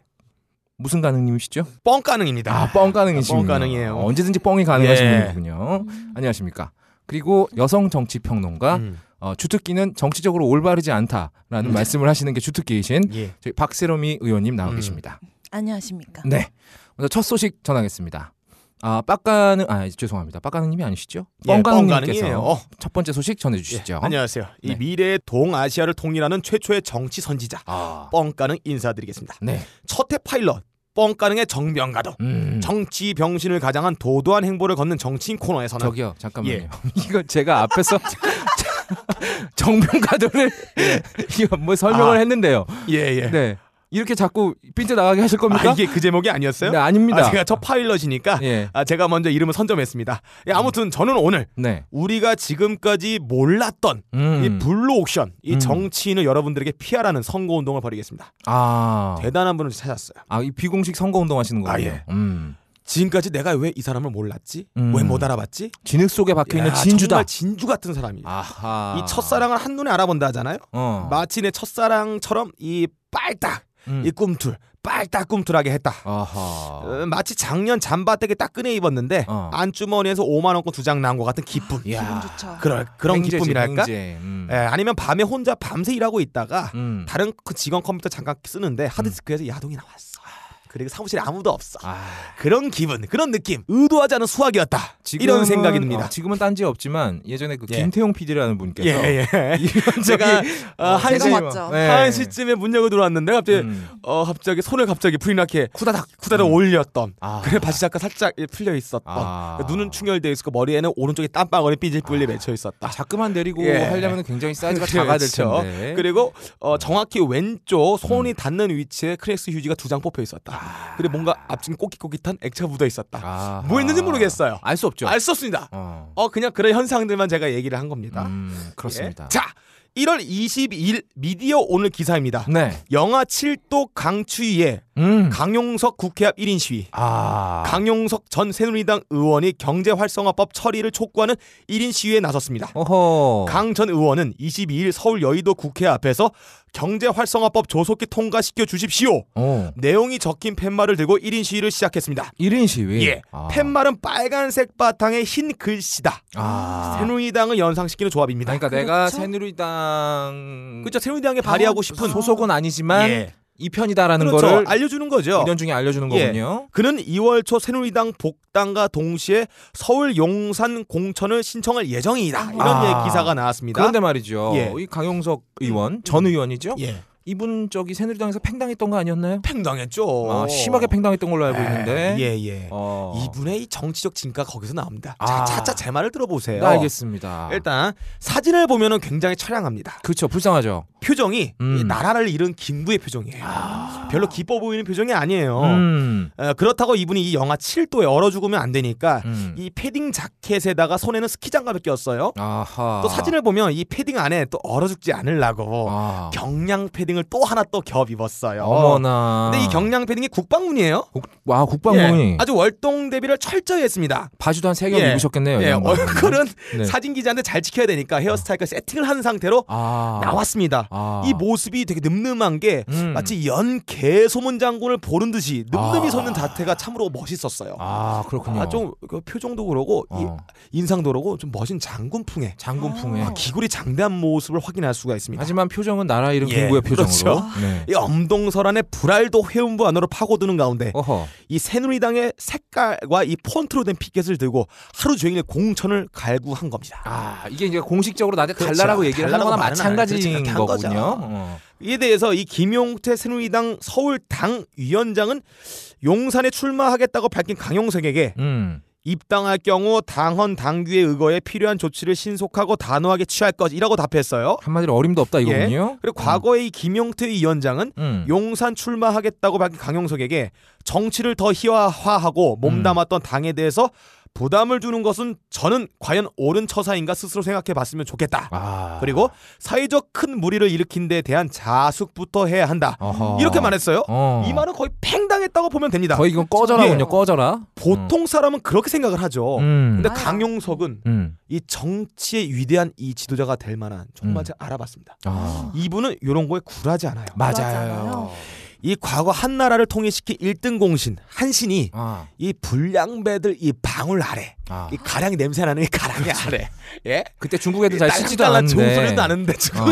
S1: 무슨 가능님이시죠?
S2: 뻥 가능입니다.
S1: 아, 뻥 가능이시군요.
S2: 뻥 가능이에요.
S1: 언제든지 뻥이 가능하신
S2: 예.
S1: 분이군요. 안녕하십니까? 그리고 여성 정치 평론가
S2: 음.
S1: 어, 주특기는 정치적으로 올바르지 않다라는 말씀을 하시는 게 주특기이신
S2: 예.
S1: 저희 박세롬이 의원님 나와
S2: 음.
S1: 계십니다.
S3: 안녕하십니까.
S1: 네. 먼저 첫 소식 전하겠습니다. 아, 빡가는 아 죄송합니다. 빡가는님이 아니시죠?
S2: 예, 뻥 가능이에요.
S1: 뻥가능님께서
S2: 어.
S1: 첫 번째 소식
S2: 예,
S1: 전해주시죠.
S2: 안녕하세요. 이
S1: 네.
S2: 미래의 동아시아를 통일하는 최초의 정치 선지자
S1: 아,
S2: 뻥 가능 인사드리겠습니다.
S1: 네.
S2: 첫해 파일럿 뻥 가능의 정병가도
S1: 음.
S2: 정치 병신을 가장한 도도한 행보를 걷는 정치인 코너에서는
S1: 저기요, 잠깐만요.
S2: 예.
S1: (laughs) 이거 제가 앞에서 (laughs) 정병가도를 (laughs) 이거 뭐 설명을
S2: 아.
S1: 했는데요.
S2: 예 예.
S1: 네. 이렇게 자꾸 빈째 나가게 하실 겁니까?
S2: 아, 이게 그 제목이 아니었어요?
S1: 네, 아닙니다.
S2: 아, 제가 첫 파일럿이니까
S1: 예.
S2: 아, 제가 먼저 이름을 선점했습니다. 예, 아무튼 저는 오늘
S1: 네.
S2: 우리가 지금까지 몰랐던
S1: 음.
S2: 이 블루옥션, 이
S1: 음.
S2: 정치인을 여러분들에게 피하라는 선거 운동을 벌이겠습니다.
S1: 아.
S2: 대단한 분을 찾았어요.
S1: 아, 이 비공식 선거 운동 하시는
S2: 아,
S1: 거예요.
S2: 예.
S1: 음.
S2: 지금까지 내가 왜 이 사람을 몰랐지?
S1: 음.
S2: 왜 못 알아봤지?
S1: 진흙 속에 박혀 있는
S2: 야,
S1: 진주다.
S2: 정말 진주 같은 사람이에요.
S1: 아하.
S2: 이 첫사랑을 한눈에 알아본다 하잖아요.
S1: 어.
S2: 마치 내 첫사랑처럼 이 빨딱
S1: 음.
S2: 이 꿈틀 빨딱 꿈틀하게 했다.
S1: 아하.
S2: 어, 마치 작년 잠바댁에 딱 끈에 입었는데
S1: 어.
S2: 안주머니에서 5만 원권 두 장 나온 것 같은 기쁨.
S1: 야.
S3: 좋죠.
S2: 그럴 그런
S1: 횡재지,
S2: 기쁨이랄까?
S1: 횡재. 음.
S2: 예, 아니면 밤에 혼자 밤새 일하고 있다가
S1: 음.
S2: 다른 그 직원 컴퓨터 잠깐 쓰는데 하드디스크에서 야동이 나왔어. 그리고 사무실에 아무도 없어.
S1: 아,
S2: 그런 기분, 그런 느낌, 의도하지 않은 수학이었다. 이런 생각이 듭니다.
S1: 어, 지금은 딴지 없지만 예전에 그
S2: 예.
S1: 김태용 PD라는 분께서
S2: 예, 예, (laughs) 예.
S1: 이런
S2: 제가
S1: 적이-
S2: 어, 한 시,
S3: 제가 왔죠.
S1: 예.
S2: 한 시쯤에 문 열고 들어왔는데 갑자기
S1: 음.
S2: 어 갑자기 손을 갑자기 부인하게 쿠다닥 음. 쿠다닥 올렸던
S1: 아.
S2: 그래 바지 작가 살짝 풀려 있었던
S1: 아.
S2: 그러니까 눈은 충혈돼 있고 머리에는 오른쪽에 땀방울이 삐질뿔리 맺혀 있었다.
S1: 아, 자꾸만 내리고
S2: 예.
S1: 하려면 굉장히 사이즈가 작아야 될
S2: 그렇죠. 음.
S1: 텐데.
S2: 그리고 어, 정확히 왼쪽 손이 닿는 위치에 크렉스 휴지가 두 장 뽑혀 있었다. 그리고 뭔가 앞진 꼬깃꼬깃한 액체가 묻어 있었다.
S1: 아.
S2: 뭐 했는지 모르겠어요.
S1: 알 수 없죠.
S2: 알 수 없습니다.
S1: 어.
S2: 어 그냥 그런 현상들만 제가 얘기를 한 겁니다.
S1: 음, 그렇습니다.
S2: 아, 예. 자, 1월 22일 미디어 오늘 기사입니다.
S1: 네.
S2: 영하 7도 강추위에
S1: 음.
S2: 강용석 국회 앞 1인 시위.
S1: 아.
S2: 강용석 전 새누리당 의원이 경제활성화법 처리를 촉구하는 1인 시위에 나섰습니다.
S1: 어허.
S2: 강 전 의원은 22일 서울 여의도 국회 앞에서 경제활성화법 조속히 통과시켜 주십시오.
S1: 어.
S2: 내용이 적힌 팻말을 들고 1인 시위를 시작했습니다.
S1: 1인 시위.
S2: 예.
S1: 아.
S2: 팻말은 빨간색 바탕에 흰 글씨다.
S1: 아.
S2: 새누리당을 연상시키는 조합입니다.
S1: 그러니까 내가
S3: 그렇죠.
S1: 새누리당
S2: 그렇죠. 새누리당에 발의하고 싶은
S1: 아, 소속은 아니지만
S2: 예.
S1: 이 편이다라는
S2: 그렇죠.
S1: 거를
S2: 알려주는 거죠.
S1: 이런 중에 알려주는
S2: 예.
S1: 거군요.
S2: 그는 2월 초 새누리당 복당과 동시에 서울 용산 공천을 신청할 예정이다. 이런
S1: 아.
S2: 예, 기사가 나왔습니다.
S1: 그런데 말이죠.
S2: 예.
S1: 이 강용석 의원 전 의원이죠.
S2: 예.
S1: 이분 저기 새누리당에서 팽당했던 거 아니었나요?
S2: 팽당했죠.
S1: 아, 심하게 팽당했던 걸로 알고
S2: 예,
S1: 있는데.
S2: 예, 예.
S1: 어.
S2: 이분의 이 정치적 진가 거기서 나옵니다.
S1: 아.
S2: 자, 차차 제 말을 들어보세요.
S1: 나 알겠습니다.
S2: 일단 사진을 보면은 굉장히 처량합니다.
S1: 그렇죠. 불쌍하죠.
S2: 표정이
S1: 음. 아.
S2: 이 나라를 잃은 김부의 표정이에요. 별로 기뻐 보이는 표정이 아니에요.
S1: 음.
S2: 어, 그렇다고 이분이 이 영하 7도에 얼어 죽으면 안 되니까
S1: 음.
S2: 이 패딩 자켓에다가 손에는 스키장갑을 꼈어요.
S1: 아하.
S2: 또 사진을 보면 이 패딩 안에 또 얼어 죽지 않으려고
S1: 아.
S2: 경량 패딩을 또 하나 또 겹 입었어요.
S1: 어머나.
S2: 근데 이 경량 패딩이 국방문이에요.
S1: 국, 와 국방문이
S2: 예, 아주 월동 대비를 철저히 했습니다.
S1: 바지도 한 세 개
S2: 예.
S1: 입으셨겠네요. 이
S2: 예,
S1: 양반.
S2: 얼굴은
S1: 네.
S2: 사진 기자한테 잘 지켜야 되니까 헤어스타일과 세팅을 한 상태로
S1: 아.
S2: 나왔습니다.
S1: 아.
S2: 이 모습이 되게 늠름한 게
S1: 음.
S2: 마치 연개 소문 장군을 보는 듯이 늠름히
S1: 아.
S2: 서는 자태가 참으로 멋있었어요.
S1: 아 그렇군요.
S2: 아, 좀그 표정도 그러고 이
S1: 어.
S2: 인상도 그러고 좀 멋진 장군풍의
S1: 장군풍에.
S3: 아,
S2: 기골이 장대한 모습을 확인할 수가 있습니다.
S1: 하지만 표정은 나라 이름
S2: 예,
S1: 김구의 표정으로.
S2: 그렇죠.
S1: 네.
S2: (laughs) 이 엄동설안의 불알도 회음부 안으로 파고드는 가운데
S1: 어허.
S2: 이 새누리당의 색깔과 이 폰트로 된 피켓을 들고 하루 종일 공천을 갈구한 겁니다.
S1: 아 이게 이제 공식적으로 나한테
S2: 그렇죠.
S1: 달라라고 얘기를 하는
S2: 달라고
S1: 거나
S2: 말은 안 해요. 그렇지,
S1: 마찬가지인
S2: 그렇게 한 거죠.
S1: 거군요. 어.
S2: 이에 대해서 이 김용태 새누리당 서울 당 위원장은 용산에 출마하겠다고 밝힌 강용석에게
S1: 음.
S2: 입당할 경우 당헌 당규의 의거에 필요한 조치를 신속하고 단호하게 취할 것이라고 답했어요.
S1: 한마디로 어림도
S2: 예.
S1: 없다 이거군요.
S2: 그리고 과거에 이 김용태 위원장은
S1: 음.
S2: 용산 출마하겠다고 밝힌 강용석에게 정치를 더 희화화하고
S1: 음.
S2: 몸담았던 당에 대해서 부담을 주는 것은 저는 과연 옳은 처사인가 스스로 생각해 봤으면 좋겠다.
S1: 아.
S2: 그리고 사회적 큰 무리를 일으킨 데 대한 자숙부터 해야 한다.
S1: 어허.
S2: 이렇게 말했어요.
S1: 어.
S2: 이 말은 거의 팽당했다고 보면 됩니다.
S1: 거의 이건 꺼져라군요.
S2: 예.
S1: 꺼져라.
S2: 보통 사람은 그렇게 생각을 하죠.
S1: 음.
S2: 근데
S3: 아유.
S2: 강용석은
S1: 음.
S2: 이 정치의 위대한 이 지도자가 될 만한 정말
S1: 음.
S2: 제가 알아봤습니다.
S1: 아.
S2: 이분은 이런 거에 굴하지 않아요.
S1: 맞아요.
S3: 맞아요.
S2: 이 과거 한 나라를 통일시킨 1등 공신 한신이
S1: 아.
S2: 이 불량배들 이 방울 아래
S1: 아.
S2: 이 가량 냄새 나는 이 가랑이 아래 예
S1: 그때 중국 애들 잘 씻지도
S2: 딸랑딸랑 좋은 소리도
S1: 않는데
S2: 나는데 지금
S1: 어,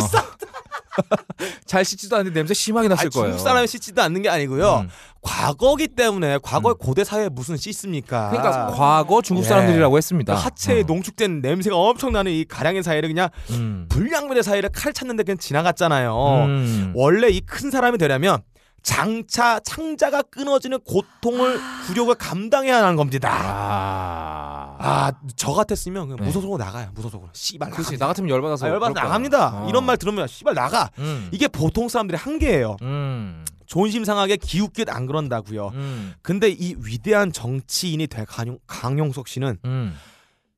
S1: 잘 씻지도 않는데 냄새 심하게 났을
S2: 아니,
S1: 거예요.
S2: 중국 사람이 씻지도 않는 게 아니고요.
S1: 음.
S2: 과거기 때문에 과거의 고대 사회에 무슨 씻습니까?
S1: 그러니까 과거 중국
S2: 예.
S1: 사람들이라고 했습니다.
S2: 하체에
S1: 어.
S2: 농축된 냄새가 엄청나는 이 가량의 사회를 그냥
S1: 음.
S2: 불량배들 사이를 칼 찾는데 그냥 지나갔잖아요.
S1: 음.
S2: 원래 이 큰 사람이 되려면 장차 창자가 끊어지는 고통을 구력을 감당해야 하는 겁니다.
S1: 아.
S2: 아, 저 같았으면 그냥
S1: 네.
S2: 무소속으로 나가요. 무소속으로. 씨발.
S1: 그렇지.
S2: 나갑니다.
S1: 나 같으면 열받아서
S2: 아, 열받아
S1: 그럴 거야.
S2: 나갑니다.
S1: 어.
S2: 이런 말 들으면 씨발 나가.
S1: 음.
S2: 이게 보통 사람들의 한계예요.
S1: 음.
S2: 존심 상하게 기웃기웃 안 그런다고요.
S1: 음.
S2: 근데 이 위대한 정치인이 될 강용, 강용석 씨는
S1: 음.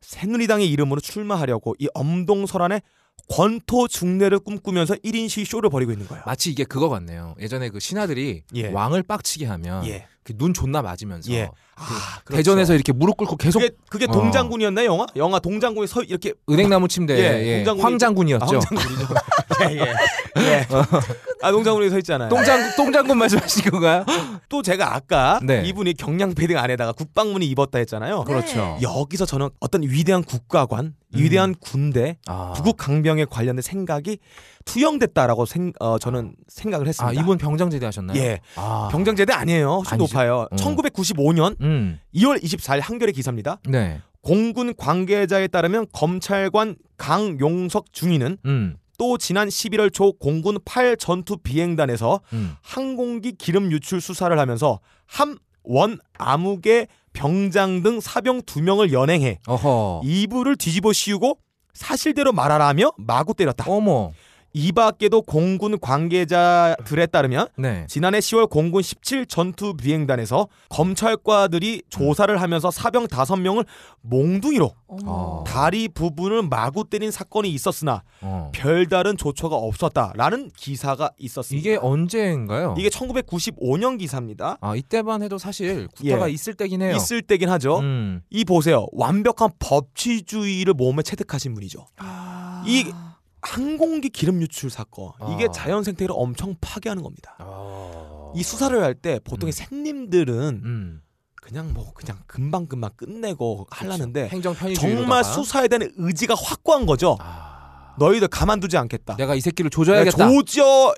S2: 새누리당의 이름으로 출마하려고 이 엄동설안에 권토 중례를 꿈꾸면서 1인시 쇼를 벌이고 있는 거예요.
S1: 마치 이게 그거 같네요. 예전에 그 신하들이
S2: 예.
S1: 왕을 빡치게 하면
S2: 예.
S1: 그 눈 존나 맞으면서
S2: 예. 아, 그렇죠.
S1: 대전에서 이렇게 무릎 꿇고 계속
S2: 그게, 그게
S1: 어.
S2: 동장군이었나요 영화? 영화 동장군이 서 이렇게
S1: 은행나무 침대에
S2: 예,
S1: 예,
S2: 홍장군이-
S1: 황장군이었죠.
S2: 아, 동장군이죠. 예, 예. (laughs) 예. 아 동장군이 서 있잖아요.
S1: (laughs) 똥장 똥장군 말씀하신 건가요?
S2: 또 제가 아까
S1: 네.
S2: 이분이 경량 패딩 안에다가 국방문이 입었다 했잖아요.
S1: 그렇죠.
S2: 여기서 저는 어떤 위대한 국가관, 위대한 군대,
S1: 아,
S2: 부국 강병에 관련된 생각이 투영됐다라고 생, 어, 저는 생각을
S1: 아
S2: 했습니다.
S1: 이분 병장 제대하셨나요?
S2: 예,
S1: 아.
S2: 병장제대 아니에요. 훨씬
S1: 아니죠.
S2: 높아요.
S1: 어.
S2: 1995년
S1: 음.
S2: 2월 24일 한겨레 기사입니다.
S1: 네.
S2: 공군 관계자에 따르면 검찰관 강용석 중위는
S1: 음.
S2: 또 지난 11월 초 공군 8 전투 비행단에서
S1: 음.
S2: 항공기 기름 유출 수사를 하면서 함원 암흑의 병장 등 사병 두 명을 연행해
S1: 어허.
S2: 이불을 뒤집어 씌우고 사실대로 말하라며 마구 때렸다.
S1: 어머.
S2: 이 밖에도 공군 관계자들에 따르면
S1: 네.
S2: 지난해 10월 공군 17 전투 비행단에서 검찰과들이 조사를 하면서 사병 5명을 몽둥이로
S1: 어.
S2: 다리 부분을 마구 때린 사건이 있었으나
S1: 어.
S2: 별다른 조처가 없었다라는 기사가 있었습니다.
S1: 이게 어. 언제인가요?
S2: 이게 1995년 기사입니다.
S1: 아 이때만 해도 사실 국가가
S2: 예.
S1: 있을 때긴 해요.
S2: 있을 때긴 하죠.
S1: 음.
S2: 이 보세요. 완벽한 법치주의를 몸에 체득하신 분이죠. 이 항공기 기름 유출 사건. 이게
S1: 아.
S2: 자연 생태를 엄청 파괴하는 겁니다.
S1: 어.
S2: 이 수사를 할 때 보통의 샘님들은
S1: 음.
S2: 그냥 뭐 그냥 금방 금방 끝내고 하려는데
S1: 그렇죠. 행정 편의주의로다가
S2: 정말 수사에 대한 의지가 확고한 거죠.
S1: 아.
S2: 너희들 가만두지 않겠다.
S1: 내가 이 새끼를 조져야겠다.
S2: 네,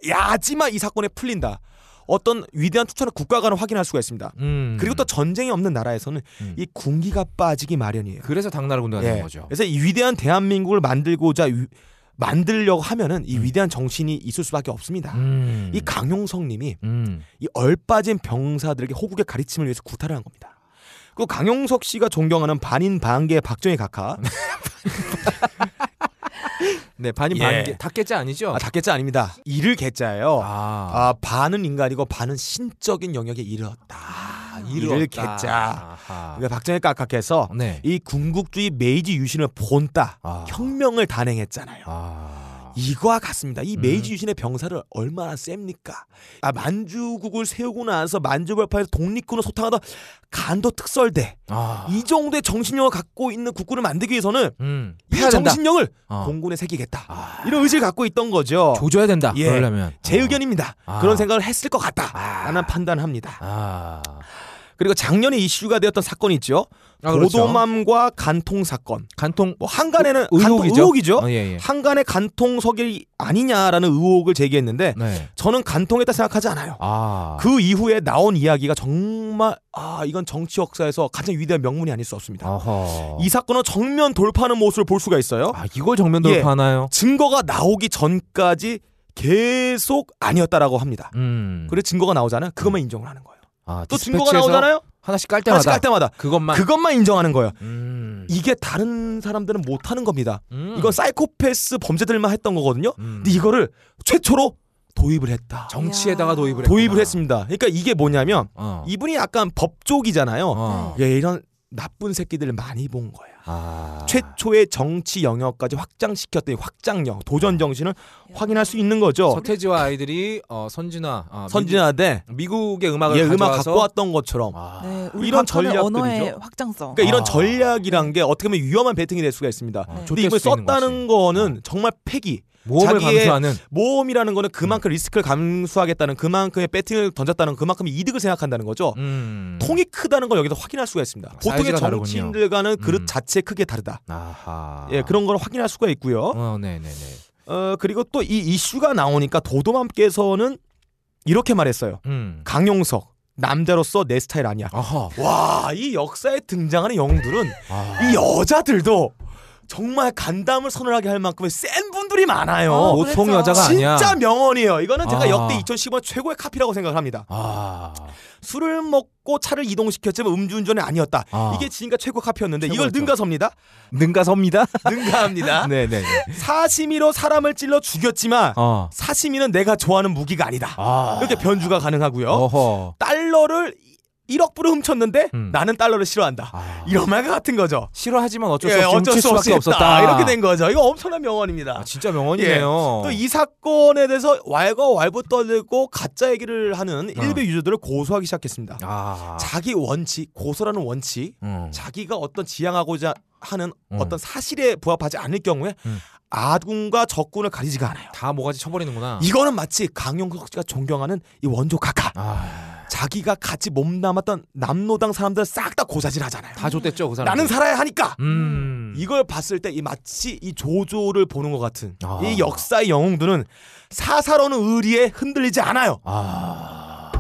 S2: 조져야지만 이 사건에 풀린다. 어떤 위대한 투철한 국가관을 확인할 수가 있습니다.
S1: 음.
S2: 그리고 또 전쟁이 없는 나라에서는
S1: 음.
S2: 이 군기가 빠지기 마련이에요.
S1: 그래서 당나라 군대가
S2: 예.
S1: 되는 거죠.
S2: 그래서 이 위대한 대한민국을 만들고자 위- 만들려고 하면은 이 위대한 정신이 있을 수밖에 없습니다.
S1: 음.
S2: 이 강용석님이
S1: 음.
S2: 이 얼빠진 병사들에게 호국의 가르침을 위해서 구타를 한 겁니다. 그리고 강용석 씨가 존경하는 반인 반계
S1: (laughs)
S2: 박정희 각하.
S1: 네 반인
S2: 예.
S1: 반개 닭개째 아니죠?
S2: 아, 작겠자 아닙니다. 이를 개자예요. 아.
S1: 아,
S2: 반은 인간이고 반은 신적인 영역에 이르렀다. 이를
S1: 아, 이렇다.
S2: 개자.
S1: 아하.
S2: 그러니까 박정희 각하께서
S1: 네.
S2: 이 군국주의 메이지 유신을 본따
S1: 아.
S2: 혁명을 단행했잖아요.
S1: 아.
S2: 이거와 같습니다. 이
S1: 음.
S2: 메이지 유신의 병사를 얼마나 셉니까? 아 만주국을 세우고 나서 만주벌파에서 독립군을 소탕하던 간도 특설대
S1: 아.
S2: 이 정도의 정신력을 갖고 있는 국군을 만들기 위해서는
S1: 음.
S2: 이
S1: 해야 된다.
S2: 정신력을
S1: 어.
S2: 공군에 새기겠다
S1: 아.
S2: 이런 의지를 갖고 있던 거죠.
S1: 조져야 된다.
S2: 예.
S1: 그러려면
S2: 제
S1: 어.
S2: 의견입니다.
S1: 아.
S2: 그런 생각을 했을 것
S1: 아.
S2: 같다라는 판단합니다.
S1: 아.
S2: 그리고 작년에 이슈가 되었던 사건이 있죠.
S1: 아, 그렇죠.
S2: 보도맘과 간통 사건.
S1: 간통
S2: 뭐 한간에는
S1: 의-
S2: 간통
S1: 의혹이죠.
S2: 의혹이죠.
S1: 어, 예, 예.
S2: 한간의 간통석이 아니냐라는 의혹을 제기했는데
S1: 네.
S2: 저는 간통했다 생각하지 않아요.
S1: 아.
S2: 그 이후에 나온 이야기가 정말 아 이건 정치 역사에서 가장 위대한 명문이 아닐 수 없습니다.
S1: 어허.
S2: 그 이 사건은 정면 돌파하는 모습을 볼 수가 있어요.
S1: 아, 이걸 정면
S2: 예.
S1: 돌파하나요?
S2: 증거가 나오기 전까지 계속 아니었다라고 합니다.
S1: 음.
S2: 그래 증거가 나오잖아요. 그것만 인정을 하는 거예요.
S1: 아,
S2: 또 증거가
S1: 디스패치에서
S2: 나오잖아요.
S1: 하나씩 깔 때마다
S2: 하나씩 할 때마다
S1: 그것만
S2: 그것만 인정하는 거예요.
S1: 음.
S2: 이게 다른 사람들은 못하는 겁니다.
S1: 음.
S2: 이건 사이코패스 범죄들만 했던 거거든요.
S1: 음.
S2: 근데 이거를 최초로 도입을 했다.
S1: 정치에다가 도입을
S2: 도입을
S1: 했구나.
S2: 했습니다. 그러니까 이게 뭐냐면
S1: 어.
S2: 이분이 약간 법조기잖아요.
S1: 어.
S2: 예, 이런 나쁜 새끼들을 많이 본 거야.
S1: 아.
S2: 최초의 정치 영역까지 확장시켰더니 확장력, 도전 정신을 확인할 수 있는 거죠.
S1: 서태지와 아이들이 어, 선진화 아,
S2: 어. 선진화 대
S1: 미국, 의 음악을
S2: 예, 음악
S1: 가져와서
S2: 갖고 왔던 것처럼.
S1: 아.
S3: 네, 우리
S2: 이런
S3: 이런 전의
S2: 전략들이죠.
S3: 언어의 확장성.
S2: 그러니까 이런
S1: 아.
S2: 전략이란 게 어떻게 보면 위험한 베팅이 될 수가 있습니다.
S1: 아,
S3: 네.
S1: 좆될
S2: 근데 이걸
S1: 수 있는
S2: 썼다는
S1: 거지.
S2: 거는 정말 폐기.
S1: 모험을 음.
S2: 자기의-
S1: 감수하는
S2: 모험이라는 거는 그만큼 리스크를 감수하겠다는 그만큼의 베팅을 던졌다는 그만큼의 이득을 생각한다는 거죠.
S1: 음.
S2: 통이 크다는 걸 여기서 확인할 수가 있습니다. 보통의
S1: 사이즈가 다르군요.
S2: 정치인들과는 그릇
S1: 음.
S2: 자체 크게 다르다.
S1: 아하.
S2: 예, 그런 걸 확인할 수가 있고요.
S1: 어, 네, 네, 네.
S2: 어, 그리고 또 이 이슈가 나오니까 도도맘께서는 이렇게 말했어요.
S1: 음.
S2: 강용석 남자로서 내 스타일 아니야.
S1: 아하.
S2: 와, 이 역사에 등장하는 영웅들은
S1: 아.
S2: 이 여자들도 정말 간담을 선언하게 할 만큼의 센 분들이 명언들이 많아요.
S3: 어,
S1: 보통
S3: 그랬죠.
S1: 여자가 아니야.
S2: 진짜 명언이에요. 이거는 제가
S1: 아.
S2: 역대 2015년 최고의 카피라고 생각합니다.
S1: 아,
S2: 술을 먹고 차를 이동시켰지만 음주운전이 아니었다.
S1: 아.
S2: 이게 지금까지 최고 카피였는데 이걸
S1: 최고였죠.
S2: 능가섭니다.
S1: (laughs) 능가섭니다.
S2: (laughs) 능가합니다.
S1: 네, 네. 네.
S2: 사시미로 사람을 찔러 죽였지만
S1: 어.
S2: 사시미는 내가 좋아하는 무기가 아니다.
S1: 아.
S2: 이렇게 변주가 가능하고요.
S1: 어허.
S2: 달러를 1억 불로 훔쳤는데
S1: 음.
S2: 나는 달러를 싫어한다.
S1: 아.
S2: 이런 말 같은 거죠.
S1: 싫어하지만 어쩔
S2: 예,
S1: 수 없이 훔칠 수밖에
S2: 없었다.
S1: 없었다.
S2: 이렇게 된 거죠. 이거 엄청난 명언입니다.
S1: 아, 진짜 명언이네요.
S2: 또 이 사건에 대해서 왈가왈부 떠들고 가짜 얘기를 하는
S1: 어.
S2: 일베 유저들을 고소하기 시작했습니다.
S1: 아.
S2: 자기 원칙, 고소라는 원칙,
S1: 음.
S2: 자기가 어떤 지향하고자 하는
S1: 음.
S2: 어떤 사실에 부합하지 않을 경우에
S1: 음.
S2: 아군과 적군을 가리지가 않아요.
S1: 다 모가지 쳐버리는구나.
S2: 이거는 마치 강용석 씨가 존경하는 이 원조 각하
S1: 아,
S2: 자기가 같이 몸담았던 남노당 사람들 싹 다 고사질하잖아요.
S1: 다 줬댔죠 그 사람.
S2: 나는 살아야 하니까
S1: 음.
S2: 이걸 봤을 때 이 마치 이 조조를 보는 것 같은
S1: 아.
S2: 이 역사의 영웅들은 사사로는 의리에 흔들리지 않아요.
S1: 아.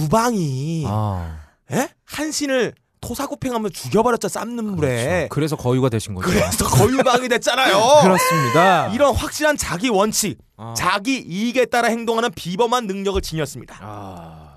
S2: 유방이
S1: 아.
S2: 에? 한신을 토사구팽하면 죽여버렸죠 쌈는 물에.
S1: 그렇죠. 그래서 거유가 되신 거죠.
S2: 예. 그래서 거유방이 됐잖아요.
S1: (laughs) 그렇습니다.
S2: 이런 확실한 자기 원칙,
S1: 아.
S2: 자기 이익에 따라 행동하는 비범한 능력을 지녔습니다.
S1: 아.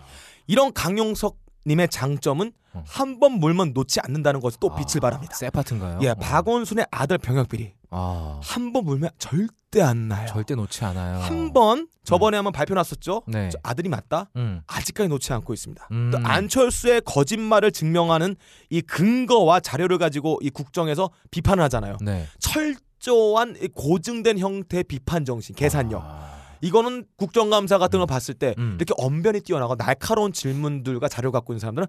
S2: 이런 강용석 님의 장점은
S1: 음.
S2: 한 번 물면 놓지 않는다는 것에 또 빛을
S1: 아,
S2: 발합니다.
S1: 새 파트인가요?
S2: 예,
S1: 어.
S2: 박원순의 아들 병역 비리
S1: 아.
S2: 한 번 물면 절대 안 나요.
S1: 절대 놓지 않아요.
S2: 한 번 저번에 한번 발표 났었죠.
S1: 네.
S2: 저 아들이 맞다.
S1: 음.
S2: 아직까지 놓지 않고 있습니다.
S1: 음.
S2: 또 안철수의 거짓말을 증명하는 이 근거와 자료를 가지고 이 국정에서 비판을 하잖아요.
S1: 네.
S2: 철저한 이 고증된 형태의 비판 정신, 계산력.
S1: 아.
S2: 이거는 국정감사 같은 걸 봤을 때
S1: 음.
S2: 이렇게 언변이 뛰어나고 날카로운 질문들과 자료 갖고 있는 사람들은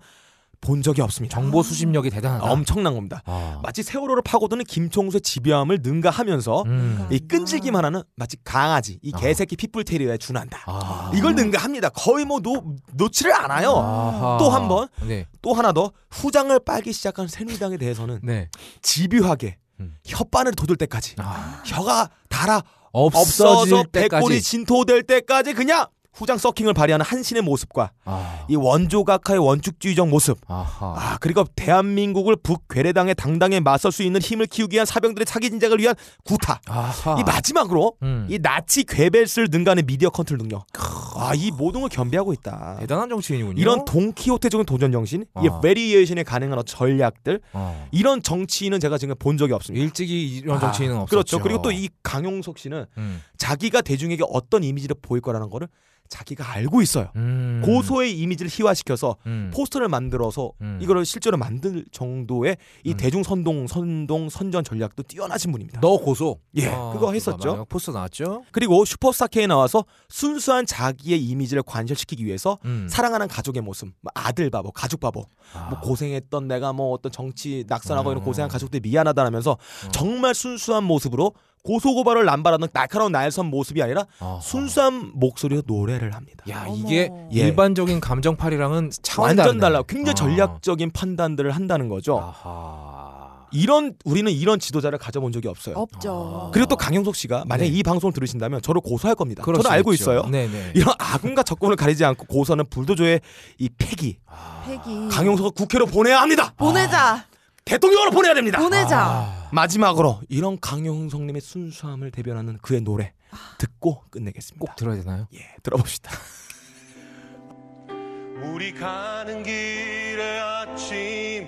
S2: 본 적이 없습니다.
S1: 정보 수집력이 대단하다.
S2: 엄청난 겁니다.
S1: 아.
S2: 마치 세월호를 파고드는 김총수의 지배함을 능가하면서
S1: 음.
S2: 이 끈질기만 하는 마치 강아지 이
S1: 아.
S2: 개새끼 핏불테리어에 준한다.
S1: 아.
S2: 이걸 능가합니다. 거의 뭐 노, 놓지를 않아요.
S1: 아하.
S2: 어, 또한 번.
S1: 네.
S2: 또 하나 더 후장을 빨기 시작한 새누리당에 대해서는
S1: 네.
S2: 집요하게
S1: 음.
S2: 혓바늘 돋을 때까지
S1: 아.
S2: 혀가 달아
S1: 없어질
S2: 없어서 백골이
S1: 때까지.
S2: 진토될 때까지 그냥 후장 서킹을 발휘하는 한신의 모습과
S1: 아.
S2: 이 원조각하의 원축주의적 모습
S1: 아하.
S2: 아 그리고 대한민국을 북괴래당의 당당에 맞설 수 있는 힘을 키우기 위한 사병들의 차기 진작을 위한 구타
S1: 아하.
S2: 이 마지막으로
S1: 음.
S2: 이 나치 괴벨스를 능가하는 미디어 컨트롤 능력 아이 모든 걸 겸비하고 있다
S1: 대단한 아. 정치인이군요.
S2: 이런 동키호테적인 도전 정신 이
S1: 아.
S2: 베리에이션에 가능한 전략들
S1: 어.
S2: 이런 정치인은 제가 지금 본 적이 없습니다.
S1: 일찍이 이런 정치인은
S2: 아,
S1: 없었죠.
S2: 그렇죠. 그리고 또 이 강용석 씨는
S1: 음.
S2: 자기가 대중에게 어떤 이미지를 보일 거라는 거를 자기가 알고 있어요.
S1: 음.
S2: 고소의 이미지를 희화시켜서
S1: 음.
S2: 포스터를 만들어서
S1: 음.
S2: 이거를 실제로 만들 정도의 이
S1: 음.
S2: 대중 선동, 선동, 선전 전략도 뛰어나신 분입니다.
S1: 너 고소.
S2: 예,
S1: 아,
S2: 그거 했었죠.
S1: 많이 포스터 나왔죠.
S2: 그리고 슈퍼스타 K에 나와서 순수한 자기의 이미지를 관철시키기 위해서
S1: 음.
S2: 사랑하는 가족의 모습, 뭐 아들 바보, 가족 바보,
S1: 아.
S2: 뭐 고생했던 내가 뭐 어떤 정치 낙선하고 이런
S1: 음.
S2: 고생한 가족들 미안하다라면서 정말 순수한 모습으로 고소고발을 남발하는 날카로운 나열선 모습이 아니라
S1: 아하.
S2: 순수한 목소리로 노래를 합니다.
S1: 어. 야
S3: 어머.
S1: 이게
S2: 예.
S1: 일반적인 감정팔이랑은 차원이
S2: 완전
S1: 다르네.
S2: 달라. 굉장히
S1: 아.
S2: 전략적인 판단들을 한다는 거죠.
S1: 아하.
S2: 이런 우리는 이런 지도자를 가져본 적이 없어요.
S3: 없죠.
S1: 아.
S2: 그리고 또 강영석 씨가 만약
S1: 네.
S2: 에이 방송을 들으신다면 저를 고소할 겁니다.
S1: 그렇죠, 그럴
S2: 저는
S1: 수
S2: 알고
S1: 있죠.
S2: 있어요.
S1: 네네.
S2: 이런 아군과 적군을 가리지 않고 고소하는 불도저의 이 폐기
S1: 음.
S3: 패기.
S2: 강용석을 국회로 보내야 합니다.
S3: 보내자.
S2: 대통령으로 보내야 됩니다.
S3: 보내자.
S1: 아.
S2: 마지막으로 이런 강용석님의 순수함을 대변하는 그의 노래 듣고 끝내겠습니다.
S1: 아. 꼭 들어야 되나요?
S2: 예, 들어봅시다.
S6: 우리 가는 길에 아침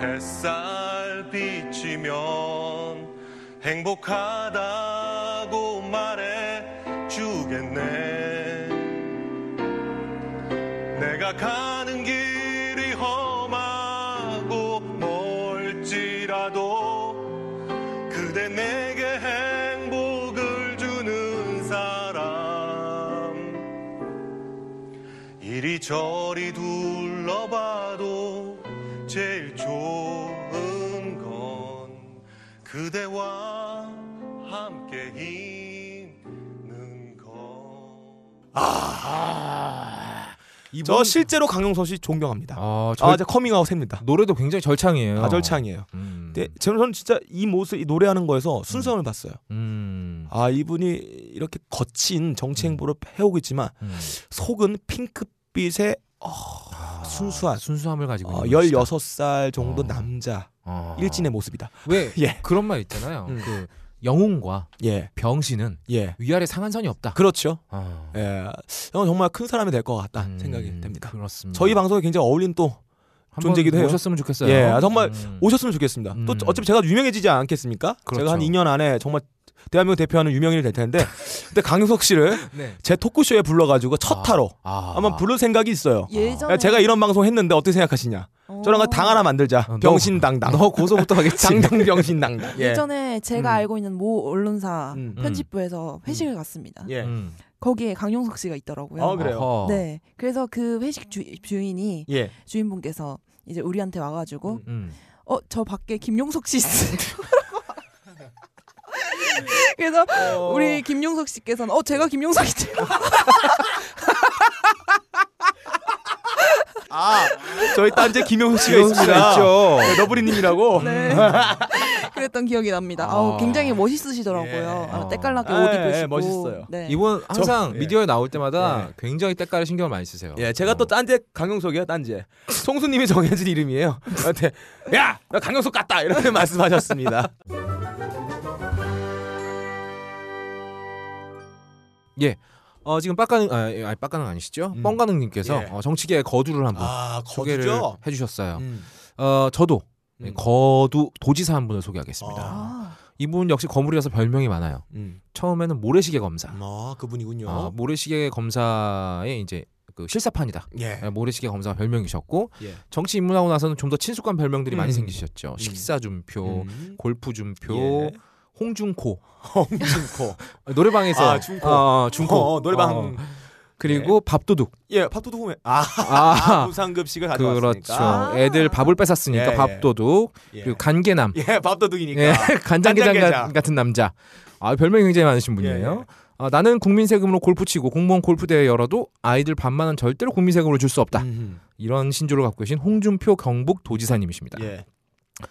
S6: 햇살 비치면 행복하다고 말해 주겠네 내가 가는 길이 험하고 멀지라도 그대 내게 행복을 주는 사람 이리저리 둘러봐도 제일 좋은 건 그대와 함께 있는 것.
S2: 저 실제로 강용석 씨 존경합니다.
S1: 아, 절...
S2: 아, 제 커밍아웃 셉니다.
S1: 노래도 굉장히 절창이에요.
S2: 아, 절창이에요.
S1: 음.
S2: 근데 저는 저는 진짜 이 모습, 이 노래하는 거에서 순수함을 봤어요.
S1: 음.
S2: 아, 이분이 이렇게 거친 정치 행보를 해오고 있지만
S1: 음.
S2: 속은 핑크빛의 어,
S1: 아,
S2: 순수한
S1: 순수함을 가지고
S2: 어,
S1: 있는 것이다.
S2: 16살 정도
S1: 어.
S2: 남자
S1: 어.
S2: 일진의 모습이다.
S1: 왜 (laughs)
S2: 예.
S1: 그런 말 있잖아요.
S2: 음.
S1: 그 영웅과
S2: 예,
S1: 병신은
S2: 예,
S1: 위아래 상한선이 없다.
S2: 그렇죠.
S1: 아.
S2: 예, 형은 정말 큰 사람이 될 것 같다
S1: 음,
S2: 생각이 됩니다.
S1: 그렇습니다.
S2: 저희 방송에 굉장히 어울린 또
S1: 한번
S2: 존재기도 해요.
S1: 오셨으면 좋겠어요.
S2: 예, 아, 정말
S1: 음.
S2: 오셨으면 좋겠습니다. 또
S1: 음.
S2: 어차피 제가 유명해지지 않겠습니까?
S1: 그렇죠.
S2: 제가 한 2년 안에 정말 대한민국 대표하는 유명인이 될 텐데 근데 강용석 씨를
S1: 네.
S2: 제 토크쇼에 불러가지고 첫
S1: 아.
S2: 타로
S1: 아.
S2: 한번 부를 생각이 있어요.
S3: 예전에
S2: 야, 아, 제가 이런 방송 했는데 어떻게 생각하시냐? 저런 거 당 하나 만들자.
S1: 어, 너-
S2: 병신당당.
S1: 너 고소부터 하겠지. (laughs)
S2: 당당병신당당. (laughs) 예.
S3: 예전에 제가
S2: 음.
S3: 알고 있는 모 언론사
S2: 음.
S3: 편집부에서 회식을 갔습니다.
S2: 예.
S1: 음.
S3: 거기에 강용석 씨가 있더라고요.
S2: 아, 그래요?
S1: 어허.
S3: 네. 그래서 그 회식 주, 주인이
S2: 예.
S3: 주인분께서 이제 우리한테 와가지고
S1: 음.
S3: 어 저 밖에 김용석
S2: (laughs)
S3: 씨 있어요. (laughs) 그래서
S2: 어.
S3: 우리 김용석 씨께서는 어 제가 김용석이죠.
S2: 아, 저희 딴지 김용수 씨가
S1: 이런 수가
S2: 있습니다.
S1: 있죠.
S2: 네, 너브리님이라고.
S3: 네. 그랬던 기억이 납니다.
S1: 아.
S3: 아우 굉장히 멋있으시더라고요.
S2: 예.
S3: 아,
S1: 어.
S3: 때깔나게
S2: 아,
S3: 옷
S2: 예,
S3: 입으시고.
S2: 예, 멋있어요.
S3: 네.
S1: 이분 항상
S2: 저- 예.
S1: 미디어에 나올 때마다
S2: 예.
S1: 굉장히 때깔에 신경을 많이 쓰세요. 어.
S2: 예, 제가 또 딴지 강용석이에요, 딴지. 송수님이 정해진 이름이에요. 저한테 야, 나 강용석 같다 이렇게 (laughs) 말씀하셨습니다.
S1: 어, 지금 빡가능 아, 예, 아니, 빡가능 아니시죠?
S2: 음.
S1: 뻥가능님께서
S2: 예.
S1: 어, 정치계의 거두를 한번
S2: 아,
S1: 소개를 해주셨어요.
S2: 음.
S1: 어, 저도
S2: 음.
S1: 거두 도지사 한 분을 소개하겠습니다.
S2: 아.
S3: 아,
S1: 이분 역시 거물이라서 별명이 많아요.
S2: 음.
S1: 처음에는 모래시계 검사.
S2: 아, 그분이군요.
S1: 아, 모래시계 검사의 이제 그 실사판이다.
S2: 예.
S1: 모래시계 검사 가 별명이셨고
S2: 예.
S1: 정치 입문하고 나서는 좀 더 친숙한 별명들이 많이
S2: 음.
S1: 생기셨죠. 식사 준표,
S2: 음.
S1: 골프 준표,
S2: 예.
S1: 홍준코
S2: (laughs) 홍준코.
S1: 노래방에서
S2: 아, 준코.
S1: 어, 준코.
S2: 어,
S1: 어,
S2: 노래방.
S1: 그리고 밥도둑.
S2: 예, 팥도둑 후에. 아,
S1: 아,
S2: 무상급식을
S1: 그렇죠.
S2: 가져왔으니까.
S3: 아.
S1: 애들 밥을 뺏었으니까
S2: 예, 예.
S1: 밥도둑
S2: 예.
S1: 그리고 간계남,
S2: 예, 밥도둑이니까.
S1: 예, (laughs) 간장게장
S2: 간장게장.
S1: 가- 같은 남자. 아 별명이 굉장히 많으신 분이에요.
S2: 예, 예.
S1: 아, 나는 국민 세금으로 골프 치고 공무원 골프 대회 열어도 아이들 밥만은 절대로 국민 세금으로 줄 수 없다.
S2: 음.
S1: 이런 신조를 갖고 계신 홍준표 경북 도지사님이십니다.
S2: 예. 음.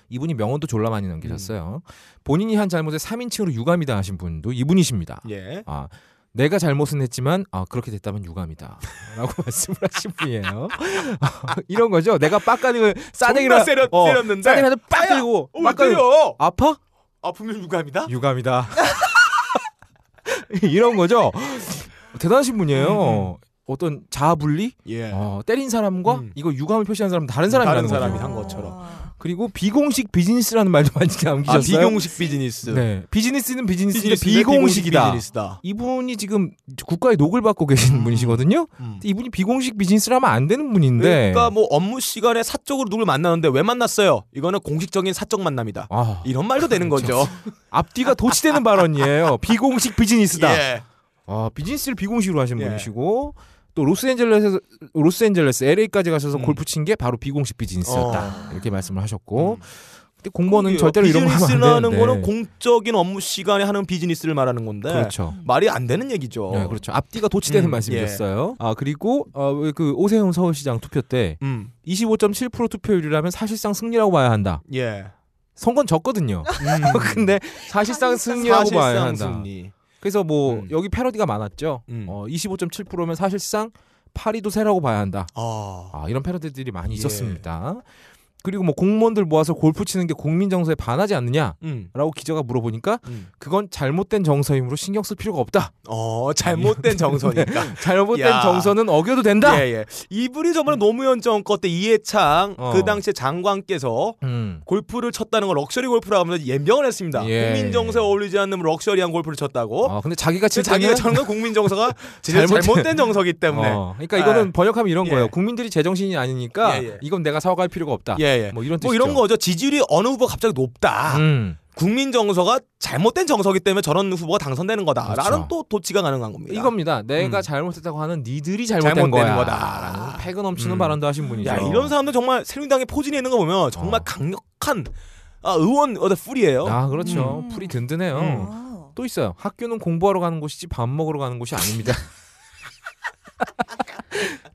S1: 이분이 명언도 졸라 많이 남기셨어요. 본인이 한 잘못에 3인칭으로 유감이 당하신 분도 이분이십니다.
S2: 예.
S1: 아 내가 잘못은 했지만 아 그렇게 됐다면 유감이다라고 (laughs) 말씀을 하신 분이에요. (laughs) 이런 거죠. 내가 빡가능을
S2: 존나
S1: 싸대기라
S2: 세려,
S1: 어,
S2: 세렸는데.
S1: 싸대기라도 빡
S2: 아야!
S1: 들고
S2: 어, 왜
S1: 빡가능
S2: 때려?
S1: 아파?
S2: 아프면 유감이다?
S1: 유감이다. (laughs) 이런 거죠. 대단하신
S2: 음,
S1: 분이에요. 어떤 자아분리,
S2: 예.
S1: 어, 때린 사람과
S2: 음.
S1: 이거 유감을 표시한 사람은 다른 사람이라는
S2: 다른
S1: 거죠. 어.
S2: 사람이 한
S3: 아.
S2: 것처럼.
S1: 그리고 비공식 비즈니스라는 말도 많이 (laughs)
S2: 아,
S1: 남기셨어요.
S2: 비공식 비즈니스.
S1: 네, 비즈니스는 비즈니스인데
S2: 비즈니스인데 비공식
S1: 비공식이다.
S2: 비즈니스다.
S1: 이분이 지금 국가의 녹을 받고 계신
S2: 음.
S1: 분이시거든요.
S2: 음.
S1: 이분이 비공식 비즈니스를 하면 안 되는 분인데.
S2: 그러니까 뭐 업무 시간에 사적으로 누굴 만나는데 왜 만났어요? 이거는 공식적인 사적 만남이다.
S1: 아,
S2: 이런 말도 되는 거죠.
S1: 앞뒤가 도치되는 발언이에요. 비공식 (laughs) 비즈니스다.
S2: 예.
S1: 아, 비즈니스를 비공식으로 하신
S2: 예.
S1: 분이시고 또 로스앤젤레스 로스앤젤레스 LA까지 가셔서
S2: 음.
S1: 골프 친 게 바로 비공식 비즈니스였다. 이렇게 말씀을 하셨고.
S2: 음.
S1: 근데 공무원은
S2: 그러게요.
S1: 절대로 이런 거 하면 안
S2: 비즈니스라는
S1: 되는데.
S2: 거는 공적인 업무 시간에 하는 비즈니스를 말하는 건데
S1: 그렇죠.
S2: 말이 안 되는 얘기죠.
S1: 네, 그렇죠. 앞뒤가 도치되는
S2: 음,
S1: 말씀이셨어요. 아 그리고 어, 왜그 오세훈 서울시장 투표 때
S2: 음.
S1: 25.7% 투표율이라면 사실상 승리라고 봐야 한다.
S2: 예.
S1: 선거는 졌거든요. (laughs)
S2: 음. (laughs)
S1: 근데 음. 사실상 승리라고 봐야
S2: 사실상
S1: 한다.
S2: 승리.
S1: 그래서 뭐
S2: 음.
S1: 여기 패러디가 많았죠.
S2: 음.
S1: 어, 25.7%면 사실상 파리도 세라고 봐야 한다.
S2: 아.
S1: 아, 이런 패러디들이 많이
S2: 예.
S1: 있었습니다. 그리고 뭐 공무원들 모아서 골프 치는 게 국민 정서에 반하지 않느냐라고
S2: 음.
S1: 기자가 물어보니까
S2: 음.
S1: 그건 잘못된 정서임으로 신경 쓸 필요가 없다.
S2: 어, 잘못된 정서니까.
S1: 잘못된
S2: 야.
S1: 정서는 어겨도 된다.
S2: 예, 예. 이분이 정말 노무현 정권 때 이해창
S1: 음. 어.
S2: 그 당시에 장관께서
S1: 음.
S2: 골프를 쳤다는 걸 럭셔리 골프라고 하면서 연병을 했습니다.
S1: 예.
S2: 국민 정서에 어울리지 않는 럭셔리한 골프를 쳤다고.
S1: 아, 근데 자기가 칠
S2: 어? 근데 자기가
S1: 때는
S2: 저는 건 국민 정서가
S1: (laughs)
S2: 진짜
S1: 잘못된-
S2: 잘못된 정서기 때문에.
S1: 어, 그러니까 이거는
S2: 아.
S1: 번역하면 이런
S2: 예.
S1: 거예요. 국민들이 제정신이 아니니까
S2: 예, 예.
S1: 이건 내가 사과할 필요가 없다.
S2: 예, 예.
S1: 뭐 이런 뜻이죠.
S2: 뭐 이런 거죠. 지지율이 어느 후보 가 갑자기 높다.
S1: 음.
S2: 국민 정서가 잘못된 정서기 때문에 저런 후보가 당선되는 거다라는
S1: 그렇죠.
S2: 또 도치가 가능한 겁니다.
S1: 이겁니다. 내가
S2: 음.
S1: 잘못했다고 하는 니들이 잘못된,
S2: 잘못된
S1: 거야.
S2: 거다.
S1: 라는 패근 넘치는
S2: 음.
S1: 발언도 하신 분이죠.
S2: 야 이런 사람들 정말 새누리당에 포진해 있는 거 보면 정말
S1: 어.
S2: 강력한 아, 의원 어떤 풀이에요.
S1: 아 그렇죠.
S3: 음.
S1: 풀이 든든해요.
S2: 음.
S3: 아.
S1: 또 있어요. 학교는 공부하러 가는 곳이지 밥 먹으러 가는 곳이
S2: (laughs)
S1: 아닙니다.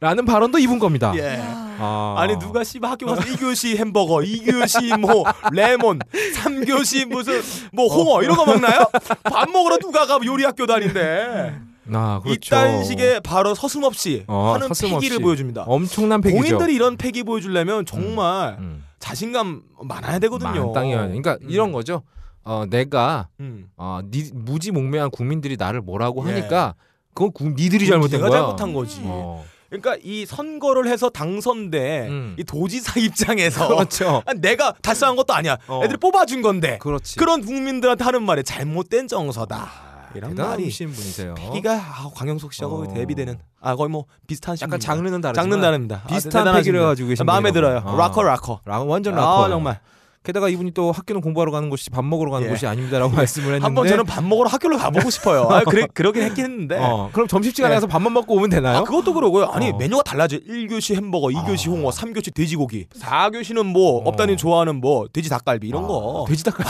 S1: 라는 발언도 이분 겁니다.
S2: 예.
S1: 아.
S2: 아니 누가 씨발 뭐 학교 가서 2교시 햄버거, 2교시 뭐 레몬, 3교시 무슨 뭐 홍어 이런 거 먹나요? 밥 먹으러 누가 가 요리 학교 다닌데
S1: 아, 그렇죠.
S2: 이딴 식의 바로 서슴없이
S1: 어,
S2: 하는
S1: 서슴없이.
S2: 패기를 보여줍니다.
S1: 엄청난 패기죠.
S2: 공인들이 이런 패기 보여주려면 정말
S1: 음.
S2: 자신감 많아야 되거든요.
S1: 마땅해요. 그러니까
S2: 음.
S1: 이런 거죠. 어, 내가
S2: 음.
S1: 어, 니- 무지몽매한 국민들이 나를 뭐라고
S2: 예.
S1: 하니까 그건 구- 니들이 잘못된
S2: 내가
S1: 거야.
S2: 잘못한 거지.
S1: 어.
S2: 그러니까 이 선거를 해서 당선돼
S1: 음.
S2: 이 도지사 (laughs) 입장에서
S1: 그렇죠.
S2: 아, 내가 달성한 것도 아니야.
S1: 어.
S2: 애들이 뽑아준 건데
S1: 그렇지. 아,
S2: 그런 국민들한테 하는 말에 잘못된 정서다. 이런 말이
S1: 대단하신 분이세요. 음.
S2: 패기가 아, 광영석 씨하고
S1: 어.
S2: 대비되는 아 거의 뭐 비슷한
S1: 약간
S2: 식입니다.
S1: 장르는 다르지만
S2: 장르 다릅니다. 아,
S1: 비슷한
S2: 대단하십니다.
S1: 패기를 가지고 계신
S2: 마음에
S1: 분이라고.
S2: 들어요.
S1: 아.
S2: 락커 락커.
S1: 라- 완전
S2: 아,
S1: 락커.
S2: 정말
S1: 게다가 이분이 또 학교는 공부하러 가는 곳이 밥 먹으러 가는
S2: (laughs) 예.
S1: 곳이 아닙니다라고 말씀을 했는데
S2: 한번 저는 밥 먹으러 학교를 가보고 싶어요. 아,
S1: (laughs)
S2: 그래 그러긴 했긴 했는데.
S1: 어, 그럼 점심시간에
S2: 예.
S1: 가서 밥만 먹고 오면 되나요?
S2: 아, 그것도 그러고요. 아니
S1: 어.
S2: 메뉴가 달라져. 1교시 햄버거, 2교시
S1: 아.
S2: 홍어, 3교시 돼지고기, 4교시는 뭐
S1: 어.
S2: 업다님 좋아하는 뭐 돼지 닭갈비 이런
S1: 아,
S2: 거.
S1: 돼지닭갈비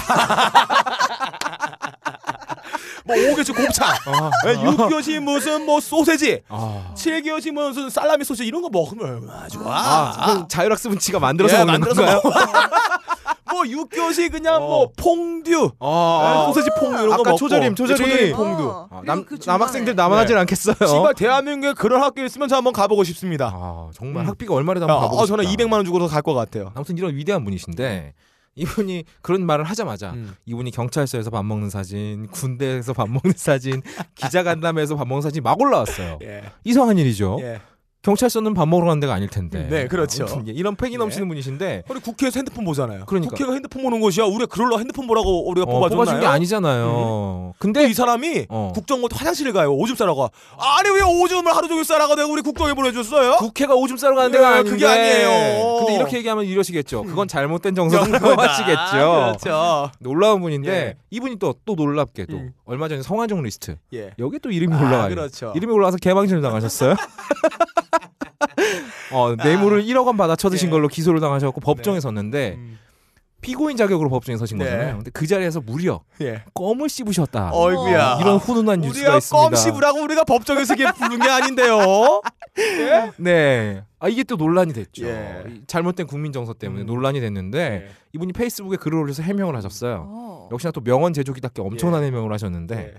S2: 뭐 5교시 곱창,
S1: 아,
S2: 예, 6교시 무슨 뭐 소세지,
S1: 아.
S2: 7교시 무슨 살라미 소시지 이런 거 먹으면 얼마나 좋아.
S1: 아, 그럼 자율학습은 지가 만들어서
S2: 예,
S1: 먹는 건가요?
S2: 먹어. (laughs) 뭐 6교시 그냥
S1: 어.
S2: 뭐 퐁듀, 예, 소세지 퐁 이런 거
S1: 아, 아까
S2: 먹고.
S1: 초절임, 초절임.
S2: 예, 초절임 예. 퐁듀.
S3: 어,
S1: 아,
S3: 그리고
S1: 남,
S3: 그 중간에-
S1: 남학생들 남아나질 않겠어요.
S2: 씨발 대한민국에 그런 학교 있으면 저 한번 가보고 싶습니다.
S1: 아, 정말
S2: 음.
S1: 학비가 얼마나
S2: 아,
S1: 담아 가보고
S2: 어, 저는
S1: 싶다.
S2: 200만 원 주고서 갈 것 같아요.
S1: 아무튼 이런 위대한 분이신데 이분이 그런 말을 하자마자
S2: 음.
S1: 이분이 경찰서에서 밥 먹는 사진, 군대에서 밥 먹는 사진, 기자간담회에서 밥 먹는 사진 막 올라왔어요.
S2: 예.
S1: 이상한 일이죠.
S2: 예.
S1: 경찰서는 밥 먹으러 가는 데가 아닐 텐데.
S2: 네, 그렇죠.
S1: 아무튼 예, 이런 팽이 넘치는 분이신데
S2: 우리 국회에서 핸드폰 보잖아요.
S1: 그러니까.
S2: 국회가 핸드폰 보는 곳이야. 우리가 그럴라 핸드폰 보라고 우리가
S1: 어,
S2: 뽑아줬나요? 음.
S1: 뽑아준 게 아니잖아요.
S2: 근데
S1: 근데
S2: 이 사람이
S1: 어.
S2: 국정원 화장실을 가요. 오줌 싸러 가. 아니 왜 오줌을 하루 종일 싸라고 내가 우리 국정에 보내줬어요?
S1: 국회가 오줌 싸러 가는
S2: 예,
S1: 데가 아닌데
S2: 그게 아니에요.
S1: 근데 이렇게 얘기하면 이러시겠죠. 그건 잘못된
S2: (laughs)
S1: 정서라고
S2: 명분이다.
S1: 하시겠죠.
S2: 그렇죠.
S1: 놀라운 분인데
S2: 예.
S1: 이분이 또 또 놀랍게 또
S2: 음.
S1: 얼마 전에 성한종 리스트
S2: 예.
S1: 여기 또 이름이
S2: 아,
S1: 올라가요.
S2: 그렇죠.
S1: 이름이 올라와서 개방신을
S2: (laughs)
S1: 당하셨어요. 어, 뇌물을 1억 원 받아 쳐드신
S2: 예.
S1: 걸로 기소를 당하셨고 법정에
S2: 네.
S1: 섰는데
S2: 음,
S1: 피고인 자격으로 법정에 서신
S2: 네.
S1: 거잖아요. 근데 그 자리에서 무려
S2: 예.
S1: 껌을 씹으셨다.
S2: 어이구야.
S1: 이런 훈훈한 뉴스가
S2: 우리가
S1: 있습니다.
S2: 껌씹으라고 우리가 법정에서 이게 부른 게
S1: (laughs)
S2: 아닌데요.
S1: 네. 아 이게 또 논란이 됐죠.
S2: 예.
S1: 이 잘못된 국민 정서 때문에
S2: 음.
S1: 논란이 됐는데
S2: 예.
S1: 이분이 페이스북에 글을 올려서 해명을
S2: 아.
S1: 하셨어요.
S3: 어.
S1: 역시나 또 명언 제조기답게 엄청난 해명을 하셨는데
S2: 예.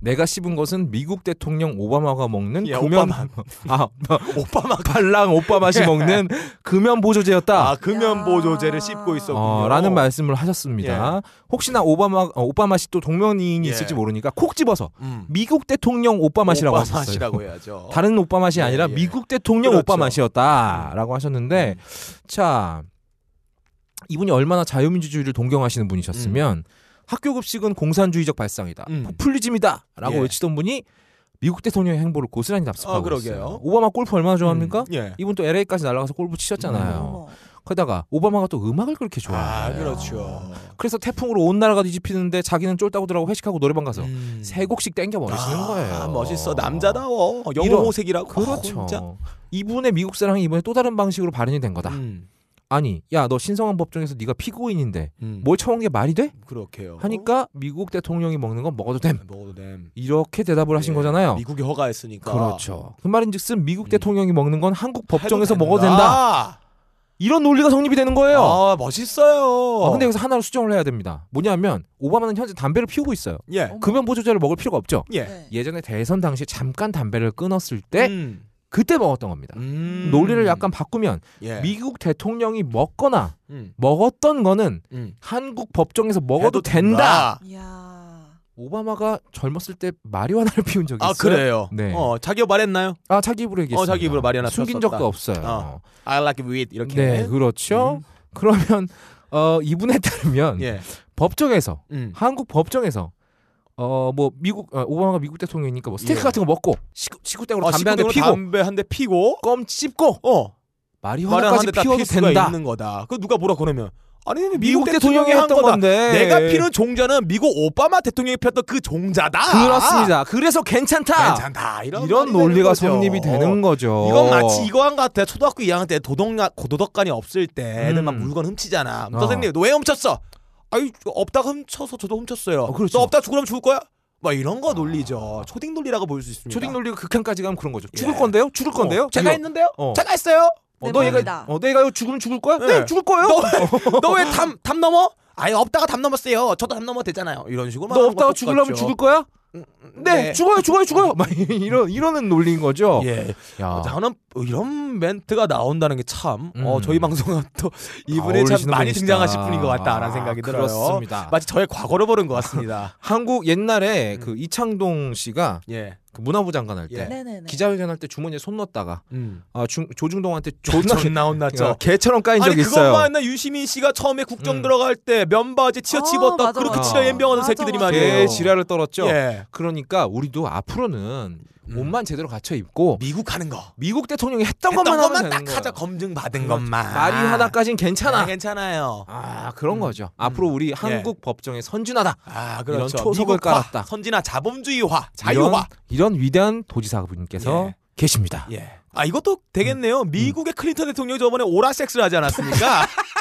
S1: 내가 씹은 것은 미국 대통령 오바마가 먹는
S2: 예,
S1: 금연
S2: 오바마.
S1: (laughs) 아
S2: 오빠만
S1: 발랑 오빠 맛이 먹는 금연 보조제였다.
S2: 아 금연 보조제를 씹고 있었군요.
S1: 어, 라는 말씀을 하셨습니다. 혹시나 오바마 어, 오빠 맛이 또 동명이인이
S2: 예.
S1: 있을지 모르니까 콕 집어서
S2: 음.
S1: 미국 대통령 오빠 맛이라고
S2: 오빠
S1: 하셨어요.
S2: 맛이라고
S1: (laughs)
S2: 해야죠.
S1: 다른 오빠 맛이
S2: 예,
S1: 아니라
S2: 예.
S1: 미국 대통령
S2: 그렇죠. 음.
S1: 오빠 맛이었다라고 하셨는데 자 이분이 얼마나 자유민주주의를 동경하시는 분이셨으면 학교 급식은 공산주의적 발상이다,
S2: 음.
S1: 포퓰리즘이다라고
S2: 예.
S1: 외치던 분이 미국 대통령의 행보를 고스란히 답습하고
S2: 아, 그러게요.
S1: 있어요. 오바마 골프 얼마나 좋아합니까?
S2: 음, 예. 음.
S1: 이분 또 LA까지 날아가서 골프 치셨잖아요.
S3: 어머.
S1: 그러다가 오바마가 또 음악을 그렇게
S2: 아
S1: 좋아해요.
S2: 그렇죠.
S1: 그래서 태풍으로 온 나라가 뒤집히는데 자기는 쫄따구들하고 회식하고 노래방 가서
S2: 음.
S1: 세 곡씩 땡겨 버리시는
S2: 아,
S1: 거예요.
S2: 멋있어 남자다워
S1: 이런-
S2: 영호색이라고
S1: 그렇죠.
S2: 아, 진짜.
S1: 이분의 미국 사랑이 이번에 또 다른 방식으로 발현이 된 거다.
S2: 음,
S1: 아니, 야 너 신성한 법정에서 네가 피고인인데
S2: 음. 뭐?
S1: 뭘 처먹은 게 말이 돼?
S2: 그렇게요.
S1: 뭐
S2: 아,
S1: 하니까 미국 대통령이 먹는 건 먹어도 됨.
S2: 먹어도 됨.
S1: 이렇게 대답을 하신
S2: 예,
S1: 거잖아요.
S2: 미국이 허가했으니까.
S1: 어. 그렇죠. 그 말인즉슨 미국
S2: 음.
S1: 대통령이 먹는 건 한국
S2: 해도
S1: 법정에서 먹어도 된다. 이런 논리가 성립이 되는 거예요.
S2: 아 멋있어요.
S1: 아, 근데 여기서 하나를 수정을 해야 됩니다. 뭐냐면 오바마는 현재 담배를 피우고 있어요.
S2: 예.
S1: 금연 보조제를 먹을 필요가 없죠.
S2: 예.
S3: 네.
S1: 예전에 대선 당시 잠깐 담배를 끊었을 때
S2: 음.
S1: 그때 먹었던 겁니다. 네.
S2: 음.
S1: 논리를 약간 바꾸면
S2: 예.
S1: 미국 대통령이 먹거나
S2: 음.
S1: 먹었던 거는
S2: 음.
S1: 한국 법정에서 먹어도
S2: 해도
S1: 된다.
S3: 이야.
S1: 오바마가 젊었을 때 마리화나를 (laughs) 피운 적이 있어요.
S2: 아 그래요.
S1: 네.
S2: 어 자기가 말했나요?
S1: 아, 자기 입으로 얘기했어요.
S2: 자기 입으로 마리화나
S1: 숨긴
S2: 폈었다.
S1: 적도 없어요.
S2: 어, I like it with 이렇게.
S1: 네, 그렇죠.
S2: 음.
S1: 그러면 어, 이분에 따르면
S2: 예.
S1: 법정에서
S2: 음.
S1: 한국 법정에서 어 뭐 미국 어, 오바마가 미국 대통령이니까 뭐 스테이크
S2: 예.
S1: 같은 거 먹고 시구, 시구땡으로
S2: 어,
S1: 담배 한 대
S2: 식구들은
S1: 피고
S2: 담배 한 대 피고
S1: 껌 씹고
S2: 어 마련
S1: 마리화나까지
S2: 한대다
S1: 피워도
S2: 피울 수가
S1: 된다.
S2: 있는 거다. 그 누가 뭐라 그러면 아니 미국,
S1: 미국
S2: 대통령이
S1: 대통령이
S2: 한
S1: 했던
S2: 거다.
S1: 건데
S2: 내가 피는 종자는 미국 오바마 대통령이 폈던 그 종자다.
S1: 아, 그렇습니다. 그래서 괜찮다.
S2: 괜찮다. 이런,
S1: 이런
S2: 말이 되는
S1: 논리가
S2: 거죠.
S1: 성립이 되는 거죠.
S2: 이건
S1: 어.
S2: 마치 이거한 것 같아. 초등학교 2학년 때 도덕가 도덕관이 없을 때 애들 막
S1: 음.
S2: 물건 훔치잖아.
S1: 어.
S2: 선생님 너왜 훔쳤어? 아유 없다가 훔쳐서 저도 훔쳤어요.
S1: 어, 그렇죠. 아.
S2: 너 없다 죽으면 죽을 거야? 막 이런 거 논리죠. 초딩 논리라고 볼 수 있습니다.
S1: 초딩 논리가 극한까지 가면 그런 거죠.
S2: 예.
S1: 죽을 건데요? 죽을 건데요?
S2: 어, 제가
S1: 이거.
S2: 했는데요.
S1: 어.
S2: 제가 했어요.
S1: 어,
S3: 네,
S1: 너 얘가
S3: 맞다.
S1: 어, 내가 이거 죽으면 죽을 거야?
S2: 네.
S1: 네, 죽을 거예요. (laughs)
S2: 너 너 왜 담 담 넘어? 아예 없다가 담 넘었어요. 저도 담 넘어 되잖아요. 이런 식으로
S1: 너 없다가 죽으려면 죽을 거야? 네,
S2: 네.
S1: 죽어요 죽어요 죽어요 (laughs) 어, 막 이런 이러는 논리인 거죠.
S2: 예.
S1: 야.
S2: 나는 이런 멘트가 나온다는 게 참
S1: 음. 아,
S2: 어, 저희 방송은 또 이분이 참
S1: 어울리시는
S2: 많이
S1: 분이시다.
S2: 등장하실 분인 것 같다라는 생각이
S1: 아,
S2: 들어요.
S1: 그렇습니다.
S2: 마치 저의 과거를 보는
S1: (laughs)
S2: 것 같습니다.
S1: 한국 옛날에 그 이창동 씨가
S2: 예.
S1: 그 문화부 장관 할 때
S2: 예.
S3: 네네네.
S1: 기자회견 할 때 주머니에 손 넣었다가
S2: 음.
S1: 아, 중, 조중동한테 존나
S2: 존나
S1: 어,
S2: 혼났죠.
S1: 개처럼 까인
S2: 아니
S1: 적이 있어요.
S2: 그것만 나 유시민 씨가 처음에 국정
S1: 음.
S2: 들어갈 때 면바지 치어
S3: 아,
S2: 집었던
S3: 맞아,
S2: 그렇게
S1: 맞아.
S2: 치어 옌병하는
S3: 맞아,
S2: 새끼들이
S3: 맞아.
S2: 말이에요.
S1: 개 지랄을 떨었죠.
S2: 예.
S1: 그러니까 우리도 앞으로는
S2: 음.
S1: 옷만 제대로 갖춰 입고
S2: 미국 하는 거.
S1: 미국 대통령이 했던,
S2: 했던
S1: 것만,
S2: 것만
S1: 하면 되는
S2: 딱
S1: 거예요.
S2: 하자 검증 받은
S1: 그렇죠.
S2: 것만.
S1: 말이 하나까진
S2: 아,
S1: 괜찮아.
S2: 괜찮아요.
S1: 아 그런 거죠. 앞으로 우리 한국 법정에 선진하다.
S2: 아 그렇죠.
S1: 이런 초석을
S2: 미국화,
S1: 깔았다.
S2: 선진화 자본주의화 자유화.
S1: 이런, 이런 위대한 도지사분께서
S2: 예.
S1: 계십니다.
S2: 예. 아 이것도 되겠네요.
S1: 음.
S2: 미국의 클린턴 대통령이 저번에 오라 섹스를 하지 않았습니까? (laughs)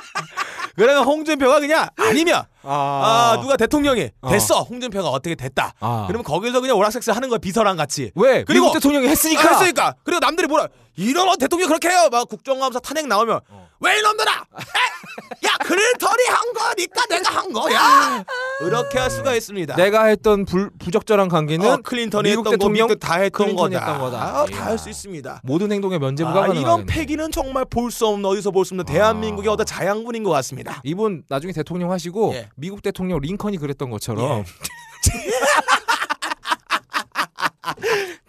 S2: 그러면 홍준표가 그냥 아니면 아, 누가 대통령이
S1: 어.
S2: 됐어 홍준표가 어떻게 됐다.
S1: 아.
S2: 그러면 거기서 그냥 오락 섹스 하는 거야 비서랑 같이.
S1: 왜?
S2: 그리고-
S1: 그리고 미국 대통령이 했으니까.
S2: 아, 했으니까. 그리고 남들이 뭐라 이런 어, 대통령 이 그렇게 해요. 막 국정감사 탄핵 나오면
S1: 어.
S2: 왜 이놈들아? 에? 야 클린턴이 한 거니까 내가 한 거야. 이렇게 할 수가 있습니다.
S1: 아. 내가 했던 불, 부적절한 관계는
S2: 어, 클린턴이
S1: 미국
S2: 했던
S1: 대통령
S2: 거, 미국 다 했던
S1: 클린턴이
S2: 거다.
S1: 했던 거다. 예.
S2: 아, 다할 수
S1: 이야.
S2: 있습니다.
S1: 모든 행동의 면제부가 아.
S2: 아,
S1: 가능하겠네.
S2: 이런 패기는 정말 볼 수 없는 어디서 볼 수 없는 대한민국의 어떤 자양분인 것 같습니다.
S1: 이분 나중에 대통령 하시고
S2: 예.
S1: 미국 대통령 링컨이 그랬던 것처럼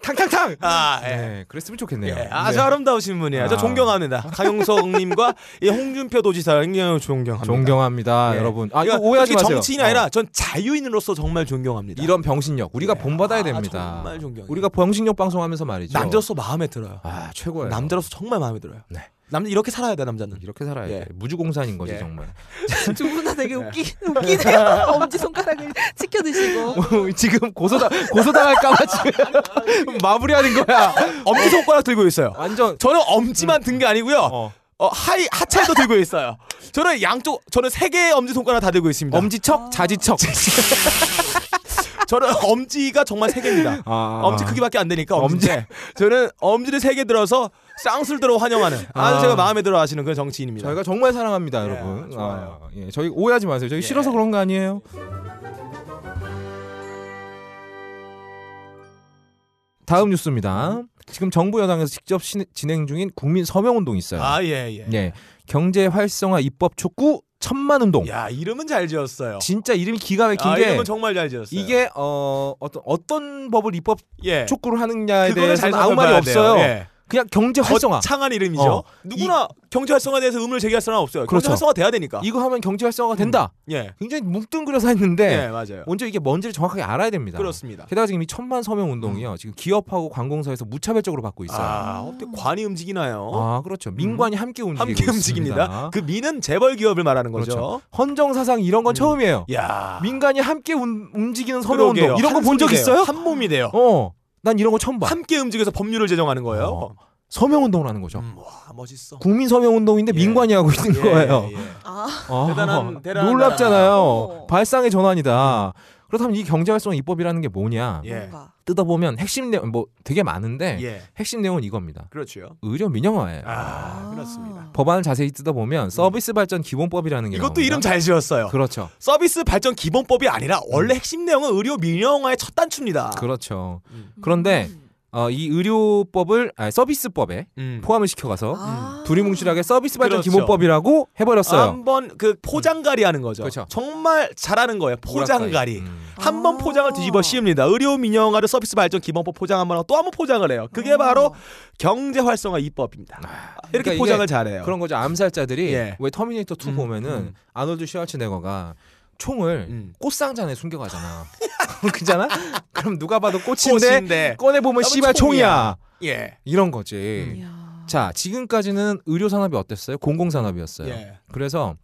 S1: 탕탕탕.
S2: 아, 예.
S1: 네, 그랬으면 좋겠네요.
S2: 예, 아주
S1: 네.
S2: 아름다우신 분이에요. 저
S1: 아.
S2: 존경합니다.
S1: (laughs)
S2: 강용석님과 이 홍준표 도지사 굉장히 존경합니다.
S1: 존경합니다,
S2: 예.
S1: 여러분. 아, 이거
S2: 그러니까
S1: 오해하지
S2: 특히
S1: 마세요.
S2: 정치인이
S1: 어.
S2: 아니라 전 자유인으로서 정말 존경합니다.
S1: 이런 병신력 우리가
S2: 예.
S1: 본받아야
S2: 아,
S1: 됩니다.
S2: 정말 존경해요.
S1: 우리가 병신력 방송하면서 말이죠.
S2: 남자로서 마음에 들어요.
S1: 아 최고예요.
S2: 남자로서 정말 마음에 들어요.
S1: 네. 음.
S2: 남자 이렇게 살아야 돼 남자는.
S1: 이렇게 살아야
S2: 예.
S1: 돼. 무주공산인 거지
S2: 예.
S1: 정말. (laughs)
S3: 두 분 다 되게 웃기
S2: (laughs)
S3: 웃기네요. 엄지 손가락을 치켜
S2: 어.
S3: 드시고.
S1: 지금 고소다
S2: (laughs)
S1: 고소당할까봐 지금 마무리하는 거야.
S2: 엄지 손가락 들고 있어요.
S1: 완전
S2: 저는 엄지만 든 게 아니고요.
S1: 아. 어.
S2: 어, 하이 하차에도 들고 있어요. 저는 양쪽 저는 세 개의 엄지 손가락 다 들고 있습니다.
S1: 엄지척
S2: (laughs)
S1: 자지척.
S2: 저는 엄지가 정말 세 개입니다.
S1: 아.
S2: 엄지 크기밖에 안 되니까 엄지.
S1: 엄지.
S2: (laughs) 저는 엄지를 세 개 들어서 쌍술대로 환영하는 아주
S1: 아.
S2: 제가 마음에 들어하시는 그런 정치인입니다.
S1: 저희가 정말 사랑합니다,
S2: 예,
S1: 여러분.
S2: 좋아요.
S1: 아, 예, 저희 오해하지 마세요. 저희 싫어서 그런 거 아니에요. 다음 뉴스입니다. 지금 정부 여당에서 직접 시- 진행 중인 국민 서명 운동이 있어요.
S2: 아 예예.
S1: 예, 경제 활성화 입법 촉구 천만 운동.
S2: 야 이름은 잘 지었어요.
S1: 진짜 이름이 기가 막힌
S2: 아,
S1: 게
S2: 이름은 정말 잘 지었어요.
S1: 이게 어, 어떤 어떤 법을 입법
S2: 예.
S1: 촉구를 하느냐에
S2: 그거는
S1: 대해서
S2: 잘
S1: 는 아무 말이
S2: 살펴봐야
S1: 없어요.
S2: 돼요. 예.
S1: 그냥 경제 활성화.
S2: 창한 이름이죠.
S1: 어.
S2: 누구나 경제 활성화에 대해서 의문을 제기할 사람 없어요. 경제
S1: 그렇죠.
S2: 활성화 돼야 되니까.
S1: 이거 네. 하면 경제 활성화 된다.
S2: 예.
S1: 굉장히 뭉뚱그려서 했는데
S2: 예 맞아요.
S1: 먼저 이게 뭔지를 정확하게 알아야 됩니다.
S2: 그렇습니다. 음.
S1: 게다가 지금 이 천만 서명 운동이요. 지금 기업하고 관공서에서 무차별적으로 받고 있어요. 아,
S2: 아 어때 관이 움직이나요?
S1: 그렇죠. 민관이 함께 움직이고
S2: 함께 움직입니다.
S1: 있습니다.
S2: 그 미는 재벌 기업을 말하는 거죠.
S1: 그렇죠. 헌정 사상 이런 건 처음이에요.
S2: 야
S1: 민간이 함께 운- 움직이는 서명 운동
S2: 그러게요.
S1: 이런
S2: 한
S1: 거 본 적
S2: 손이 돼요.
S1: 있어요?
S2: 한 몸이 돼요.
S1: 어, 난 이런 거 처음 봐.
S2: 뭐 함께 움직여서 법률을 제정하는 거예요.
S1: 어. 서명 운동을 하는 거죠.
S2: 음, 와
S1: (laughs)
S2: 멋있어.
S1: 국민 서명 운동인데
S2: 예.
S1: 민관이 하고 있는 거예요.
S2: 예, 예.
S3: 아,
S1: 아, (laughs)
S2: 대단한- 대단한
S1: 놀랍잖아요.
S3: 어.
S1: 발상의 전환이다. 그렇다면 이 경제활성 입법이라는 게 뭐냐?
S2: 예.
S3: 뭔가.
S1: 뜯어보면 핵심 내용 뭐 되게 많은데
S2: 예.
S1: 핵심 내용은 이겁니다.
S2: 그렇죠.
S1: 의료 민영화예요.
S2: 아, 그렇습니다.
S1: 법안을 자세히 뜯어보면 서비스 발전 기본법이라는 게
S2: 이것도
S1: 나옵니다.
S2: 이름 잘 지었어요.
S1: 예, 그렇죠. 음.
S2: 서비스 발전 기본법이 아니라 원래 핵심 내용은 의료 민영화의 첫 단추입니다.
S1: 그렇죠.
S2: 음.
S1: 그런데 어, 이 의료법을 아니, 서비스법에
S2: 음.
S1: 포함을 시켜가서
S3: 아.
S1: 두리뭉실하게 서비스 발전
S2: 그렇죠.
S1: 기본법이라고 해버렸어요. 음.
S2: 한번 그 포장갈이 하는 거죠.
S1: 그렇죠.
S2: 정말 잘하는 거예요. 포장갈이.
S1: 음.
S2: 한 번
S3: 아.
S2: 포장을 뒤집어 씌웁니다. 의료 민영화를 서비스 발전 기본법 포장 한 번 하고 또 한 번 포장을 해요. 그게
S3: 어.
S2: 바로 경제 활성화 입법입니다. 이렇게
S1: 그러니까
S2: 포장을
S1: 이게
S2: 잘해요.
S1: 그런 거죠. 암살자들이
S2: 음. 예.
S1: 왜 터미네이터 2
S2: 음,
S1: 보면은
S2: 음.
S1: 아놀드 슈왈츠네거가 총을
S2: 음.
S1: 꽃상자 안에
S2: (laughs)
S1: 숨겨가잖아. 그잖아? 그럼 누가 봐도 꽃인데,
S2: 꽃인데
S1: 꺼내 보면
S2: 나도
S1: 씨발 총이야.
S2: 총이야. 예.
S1: 이런 거지.
S3: 이야.
S1: 자, 지금까지는 의료 산업이 어땠어요? 공공 산업이었어요.
S2: 예.
S1: 그래서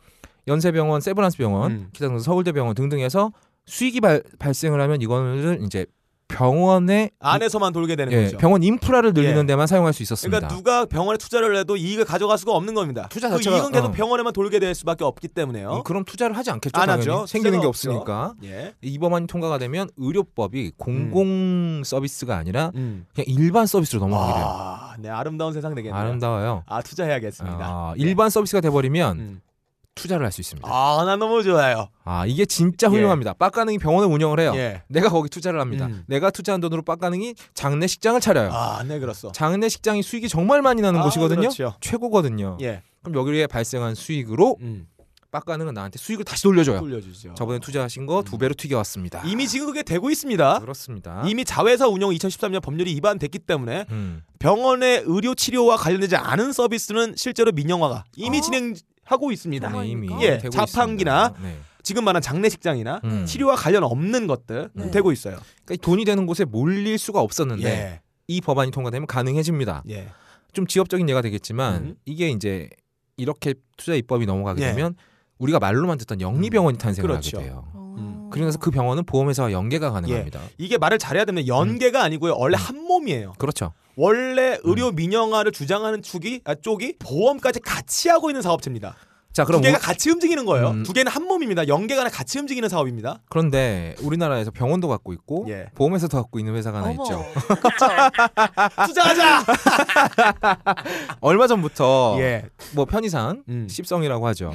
S1: 연세병원, 세브란스병원,
S2: 음.
S1: 기타 등 서울대병원 등등에서 수익이 발, 발생을 하면 이거는 이제 병원의
S2: 안에서만 돌게 되는
S1: 예,
S2: 거죠.
S1: 병원 인프라를 늘리는
S2: 네, 그렇죠. 예.
S1: 데만 사용할 수 있었습니다.
S2: 그러니까 누가 병원에 투자를 해도 이익을 가져갈 수가 없는 겁니다.
S1: 투자
S2: 그
S1: 자체가-
S2: 이익은 계속
S1: 어.
S2: 병원에만 돌게 될 수밖에 없기 때문에요.
S1: 음, 그 그럼 투자를 하지 않겠죠.
S2: 안
S1: 당연히.
S2: 하죠.
S1: 생기는 게
S2: 투자가 없죠.
S1: 없으니까.
S2: 예.
S1: 이 법안이 통과가 되면 의료법이 공공 서비스가 아니라
S2: 음.
S1: 그냥 일반 서비스로 넘어가게 돼요.
S2: 아, 네 아름다운 세상 되겠네요.
S1: 아름다워요.
S2: 아 투자해야겠습니다.
S1: 아,
S2: 예.
S1: 일반 서비스가 돼버리면
S2: 음.
S1: 투자를 할 수 있습니다. 아,
S2: 아, 나 너무 좋아요.
S1: 이게 진짜
S2: 예.
S1: 훌륭합니다. 빡가능이 병원을 운영을 해요.
S2: 예.
S1: 내가 거기 투자를 합니다.
S2: 음.
S1: 내가 투자한 돈으로 빡가능이 장례식장을 차려요.
S2: 아, 네, 그렇소.
S1: 장례식장이 수익이 정말 많이 나는
S2: 아,
S1: 곳이거든요.
S2: 그렇지요.
S1: 최고거든요.
S2: 예.
S1: 그럼 여기에 발생한 수익으로
S2: 음.
S1: 빡가능은 나한테 수익을 다시 돌려줘요.
S2: 돌려주죠.
S1: 어. 예. 저번에 투자하신 거 두 배로 튀겨왔습니다.
S2: 음. 이미 지금 그게 되고 있습니다.
S1: 그렇습니다.
S2: 이미 자회사 운영 2013년 법률이 위반됐기 때문에
S1: 음.
S2: 병원의 의료 치료와 관련되지 않은 서비스는 실제로 민영화가 이미
S1: 아?
S3: 어?
S2: 진행하고 있습니다.
S1: 네, 이미
S2: 예,
S1: 되고
S2: 자판기나
S1: 있습니다. 네.
S2: 지금 말한 장례식장이나
S1: 음.
S2: 치료와 관련 없는 것들 음,
S3: 네.
S2: 되고 있어요.
S1: 그러니까 이 돈이 되는 곳에 몰릴 수가 없었는데 이 법안이 통과되면 가능해집니다.
S2: 예. 예.
S1: 좀 지엽적인 예가 되겠지만
S2: 음.
S1: 이게 이제 이렇게 투자 입법이 넘어가게
S2: 예.
S1: 되면 우리가 말로만 듣던 영리병원이 탄생을
S2: 그렇죠.
S1: 하게 돼요.
S3: 어.
S2: 음.
S1: 그러면서 그 병원은 보험회사와 연계가 가능합니다.
S2: 이게 말을 잘해야 됩니다. 연계가 아니고요. 원래
S1: 음.
S2: 한 몸이에요.
S1: 그렇죠.
S2: 원래 의료 민영화를 주장하는 축이 아, 쪽이 보험까지 같이 하고 있는 사업체입니다.
S1: 자
S2: 두
S1: 그럼
S2: 개가
S1: 우-
S2: 같이 움직이는 거예요.
S1: 음.
S2: 두 개는 한 몸입니다. 연계가 아니라 같이 움직이는 사업입니다.
S1: 그런데 우리나라에서 병원도 갖고 있고
S2: 예.
S1: 보험회사도 갖고 있는 회사가 하나 있죠. 아.
S2: 투자하자.
S1: (laughs) 얼마 전부터
S2: 예.
S1: 뭐 편의상
S2: 음.
S1: 씹성이라고 하죠.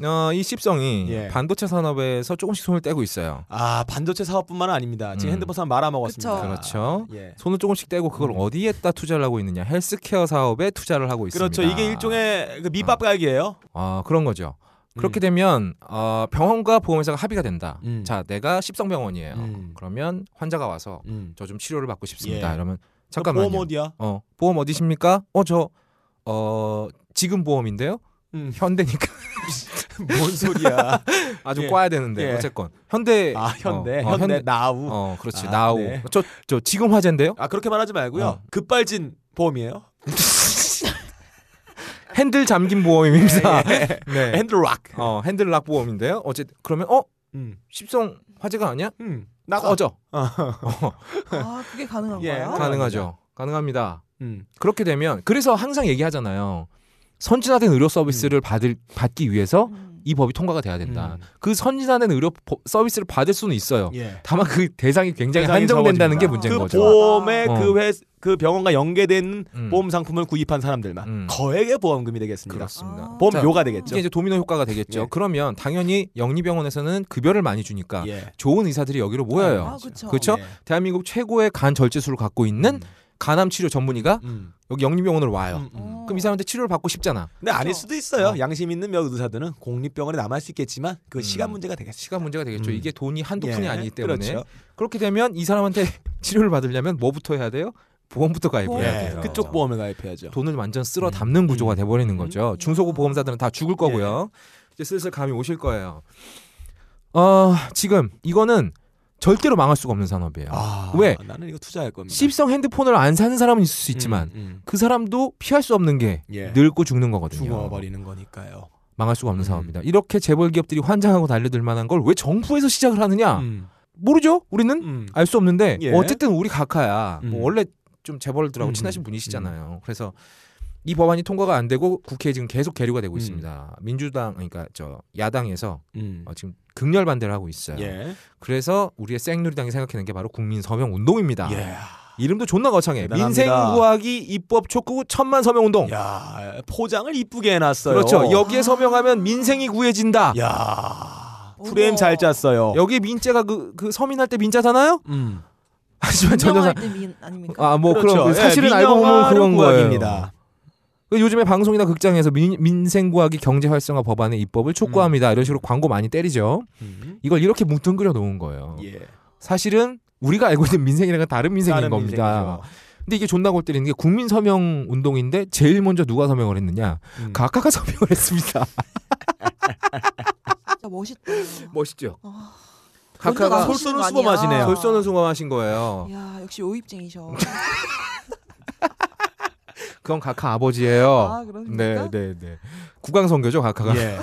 S2: 예.
S1: 어, 이 씹성이
S2: 예.
S1: 반도체 산업에서 조금씩 손을 떼고 있어요.
S2: 아 반도체 사업뿐만은 아닙니다.
S1: 음.
S2: 지금 핸드폰 사업 말아먹었습니다.
S3: 그쵸.
S1: 그렇죠.
S2: 예. 음.
S1: 손을 조금씩 떼고 그걸 어디에다 투자를 하고 있느냐? 헬스케어 사업에 투자를 하고 있습니다. 어.
S2: 그렇죠. 이게 일종의 그 밑밥 갈기예요.
S1: 아 그런 거죠. 그렇게
S2: 음.
S1: 되면 어, 병원과 보험회사가 합의가 된다.
S2: 음.
S1: 자, 내가 십성병원이에요.
S2: 음.
S1: 네. 어, 그러면 환자가 와서
S2: 음.
S1: 저 좀 치료를 받고 싶습니다.
S2: 예.
S1: 이러면
S2: 보험
S1: 잠깐만요. (laughs)
S2: 어디야?
S1: 어, 보험 어디십니까? 어, 저 어, 지금 보험인데요.
S2: 음.
S1: 현대니까
S2: (laughs) 뭔 소리야?
S1: 아주
S2: 예.
S1: 꽈야 되는데
S2: 예.
S1: 어쨌건 현대
S2: 아 현대,
S1: 어, 어,
S2: 현대 나우.
S1: 어, 그렇지.
S2: 아,
S1: 나우.
S2: 네.
S1: 저, 저 지금 화제인데요.
S2: 아 그렇게 말하지 말고요.
S1: 어.
S2: 급발진 보험이에요.
S1: 핸들 잠긴
S2: 예,
S1: 보험입니다. 네.
S2: 핸들락.
S1: 어, 핸들 락 보험인데요. 어째 그러면 어,
S2: 음.
S1: 십성 화제가 아니야?
S2: 음. 나가.
S1: 꺼져.
S3: 아 그게 가능한
S2: 예.
S3: 거예요?
S2: 가-
S1: 가능하죠. 가능합니다.
S2: 음.
S1: 그렇게 되면 그래서 항상 얘기하잖아요. 선진화된 의료 서비스를 받을 받기 위해서
S3: 음.
S1: 이 법이 통과가 돼야 된다.
S2: 음.
S1: 그 선진화된 의료 보- 서비스를 받을 수는 있어요.
S2: 예.
S1: 다만 그 대상이 굉장히
S2: 대상이
S1: 한정된다는
S2: 적어집니다.
S1: 게 문제인
S2: 그
S1: 거죠.
S3: 보-
S2: 보험에
S1: 어.
S2: 그 회, 그 병원과 연계된
S1: 음.
S2: 보험 상품을 구입한 사람들만
S1: 음.
S2: 거액의 보험금이 되겠습니다.
S1: 그렇습니다.
S3: 아.
S2: 보험료가
S1: 이게
S2: 되겠죠.
S1: 이제 도미노 효과가 되겠죠.
S2: 예.
S1: 그러면 당연히 영리병원에서는 급여를 많이 주니까
S2: 예.
S1: 좋은 의사들이 여기로 모여요.
S3: 아 그렇죠.
S1: 그렇죠?
S2: 예.
S1: 대한민국 최고의 간 절제술을 갖고 있는 간암 치료 전문의가
S2: 음.
S1: 여기 영리병원으로 와요.
S2: 음, 음.
S1: 그럼 이 사람한테 치료를 받고 싶잖아.
S2: 근데 아닐
S3: 그렇죠.
S2: 수도 있어요.
S1: 어.
S2: 양심 있는 몇 의사들은 공립병원에 남을 수 있겠지만 그
S1: 음.
S2: 시간 문제가 되겠죠.
S1: 시간 문제가 되겠죠.
S2: 음.
S1: 이게 돈이 한두
S2: 예,
S1: 푼이 아니기 때문에
S2: 그렇죠.
S1: 그렇게 되면 이 사람한테 (laughs) 치료를 받으려면 뭐부터 해야 돼요? 보험부터 가입해야
S3: 예,
S1: 돼요.
S2: 그렇죠. 그쪽 보험을 가입해야죠.
S1: 돈을 완전 쓸어 담는 구조가
S2: 음. 예.
S1: 돼버리는 거죠.
S3: 음.
S1: 중소고 보험사들은 다 죽을 거고요. 이제 슬슬 감이 오실 거예요. 어, 지금 이거는 절대로 망할 수가 없는 산업이에요.
S2: 아,
S1: 왜?
S2: 나는 이거 투자할 겁니다.
S1: 십성 핸드폰을 안 사는 사람은 있을 수 있지만
S2: 음,
S1: 그 사람도 피할 수 없는 게
S2: 음. 예.
S1: 늙고 죽는 거거든요.
S2: 죽어버리는 거니까요.
S1: 망할 수가 없는
S2: 음.
S1: 사업입니다. 이렇게 재벌 기업들이 환장하고 달려들 만한 걸 왜 정부에서 시작을 하느냐?
S2: 음,
S1: 모르죠. 우리는
S2: 음.
S1: 알 수 없는데
S2: 예.
S1: 어쨌든 우리 각하야.
S2: 음.
S1: 뭐 원래 좀 재벌들하고
S2: 음.
S1: 친하신 분이시잖아요. 그래서 이 법안이 통과가 안 되고 국회에 지금 계속 계류가 되고
S2: 음.
S1: 있습니다. 민주당 그러니까 저 야당에서
S2: 음.
S1: 어, 지금 극렬 반대를 하고 있어요.
S2: 예.
S1: 그래서 우리의 생누리당이 생각하는 게 바로 국민 서명 운동입니다.
S2: 예.
S1: 이름도 존나 거창해.
S2: 대단합니다. 예.
S1: 민생 구하기 입법 촉구 천만 서명 운동.
S2: 야, 포장을 이쁘게 해놨어요.
S1: 그렇죠. 여기에 서명하면 민생이 구해진다.
S2: 야,
S1: 아.
S3: 우와.
S2: 프레임 잘 짰어요.
S1: 여기 민자가 그, 그 서민할 때 민자잖아요. (laughs)
S2: 음.
S1: 하지만 전혀
S3: 운영할
S1: 사...
S3: 때 미인 아닙니까?
S1: 아뭐
S2: 그렇죠.
S1: 그런
S2: 예,
S1: 사실은 알고 보면
S2: 민영화를
S1: 그런 거예요.
S2: 구하기입니다.
S1: 그 요즘에 방송이나 극장에서 민, 민생구하기 경제활성화 법안의 입법을 촉구합니다. 이런 식으로 광고 많이 때리죠.
S2: 음.
S1: 이걸 이렇게 뭉뚱그려 놓은 거예요.
S2: 예.
S1: 사실은 우리가 알고 있는 민생이랑은 다른 민생인
S2: 다른
S1: 겁니다.
S2: 민생이죠.
S1: 근데 이게 존나 골 때리는 게 국민 서명 운동인데 제일 먼저 누가 서명을 했느냐?
S2: 음.
S1: 각하가 (laughs) 서명을 했습니다.
S3: 진짜 멋있다.
S1: 멋있죠.
S3: 아,
S1: 각하가
S3: 먼저
S1: 솔-
S2: 솔선은
S3: 나서시는 거
S2: 수범하시네요.
S3: 아니야.
S1: 솔선은 송함하신 거예요.
S3: 이야 역시 오입쟁이셔.
S1: 그건 각하 아버지예요.
S3: 아, 그렇습니까?
S1: 네, 네, 네. 구강선교죠, 각하가.
S2: 예.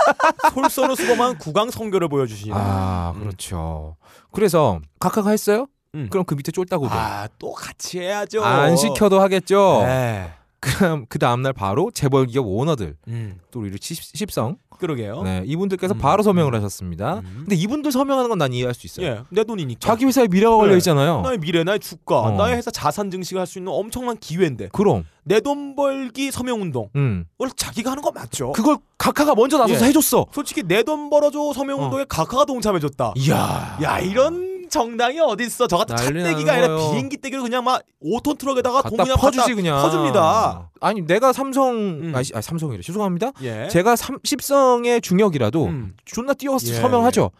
S2: (laughs) 솔선우 수범한 구강 성교를 보여주시는.
S1: 아,
S2: 음.
S1: 그렇죠. 그래서 각하가 했어요?
S2: 음.
S1: 그럼 그 밑에 쫄다고도
S2: 아, 또 같이 아, 해야죠.
S1: 안 시켜도 하겠죠.
S2: 네.
S1: 그다음 그 다음 날 바로 재벌 기업 오너들
S2: 음.
S1: 또 우리 십, 성
S2: 그러게요.
S1: 네, 이분들께서
S2: 음.
S1: 바로 서명을 하셨습니다.
S2: 음.
S1: 근데 이분들 서명하는 건 난 이해할 수 있어요.
S2: 예, 내 돈이니까.
S1: 자기 회사에 미래가 걸려
S2: 네.
S1: 있잖아요.
S2: 나의 미래, 나의 주가,
S1: 어.
S2: 나의 회사 자산 증식할 수 있는 엄청난 기회인데
S1: 그럼,
S2: 내 돈 벌기 서명운동
S1: 음,
S2: 원래 자기가 하는 거 맞죠?
S1: 그걸 각하가 먼저 나서서
S2: 어. 예.
S1: 해줬어.
S2: 솔직히 내 돈 벌어줘 서명운동에 각하가 동참해줬다.
S1: 이야,
S2: 야 이런 정당이 어딨어? 저 같은 차
S1: 난리
S2: 떼기가
S1: 나는
S2: 아니라
S1: 거예요.
S2: 비행기 떼기를 그냥 막 5톤 트럭에다가 돈
S1: 갖다
S2: 그냥
S1: 퍼주지
S2: 갖다
S1: 그냥.
S2: 퍼줍니다.
S1: 아니 내가 삼성,
S2: 음.
S1: 아니, 시- 아니, 삼성이래. 죄송합니다.
S2: 예.
S1: 제가 삼, 십성의 중역이라도
S2: 음.
S1: 존나 띄워서
S2: 예,
S1: 서명하죠.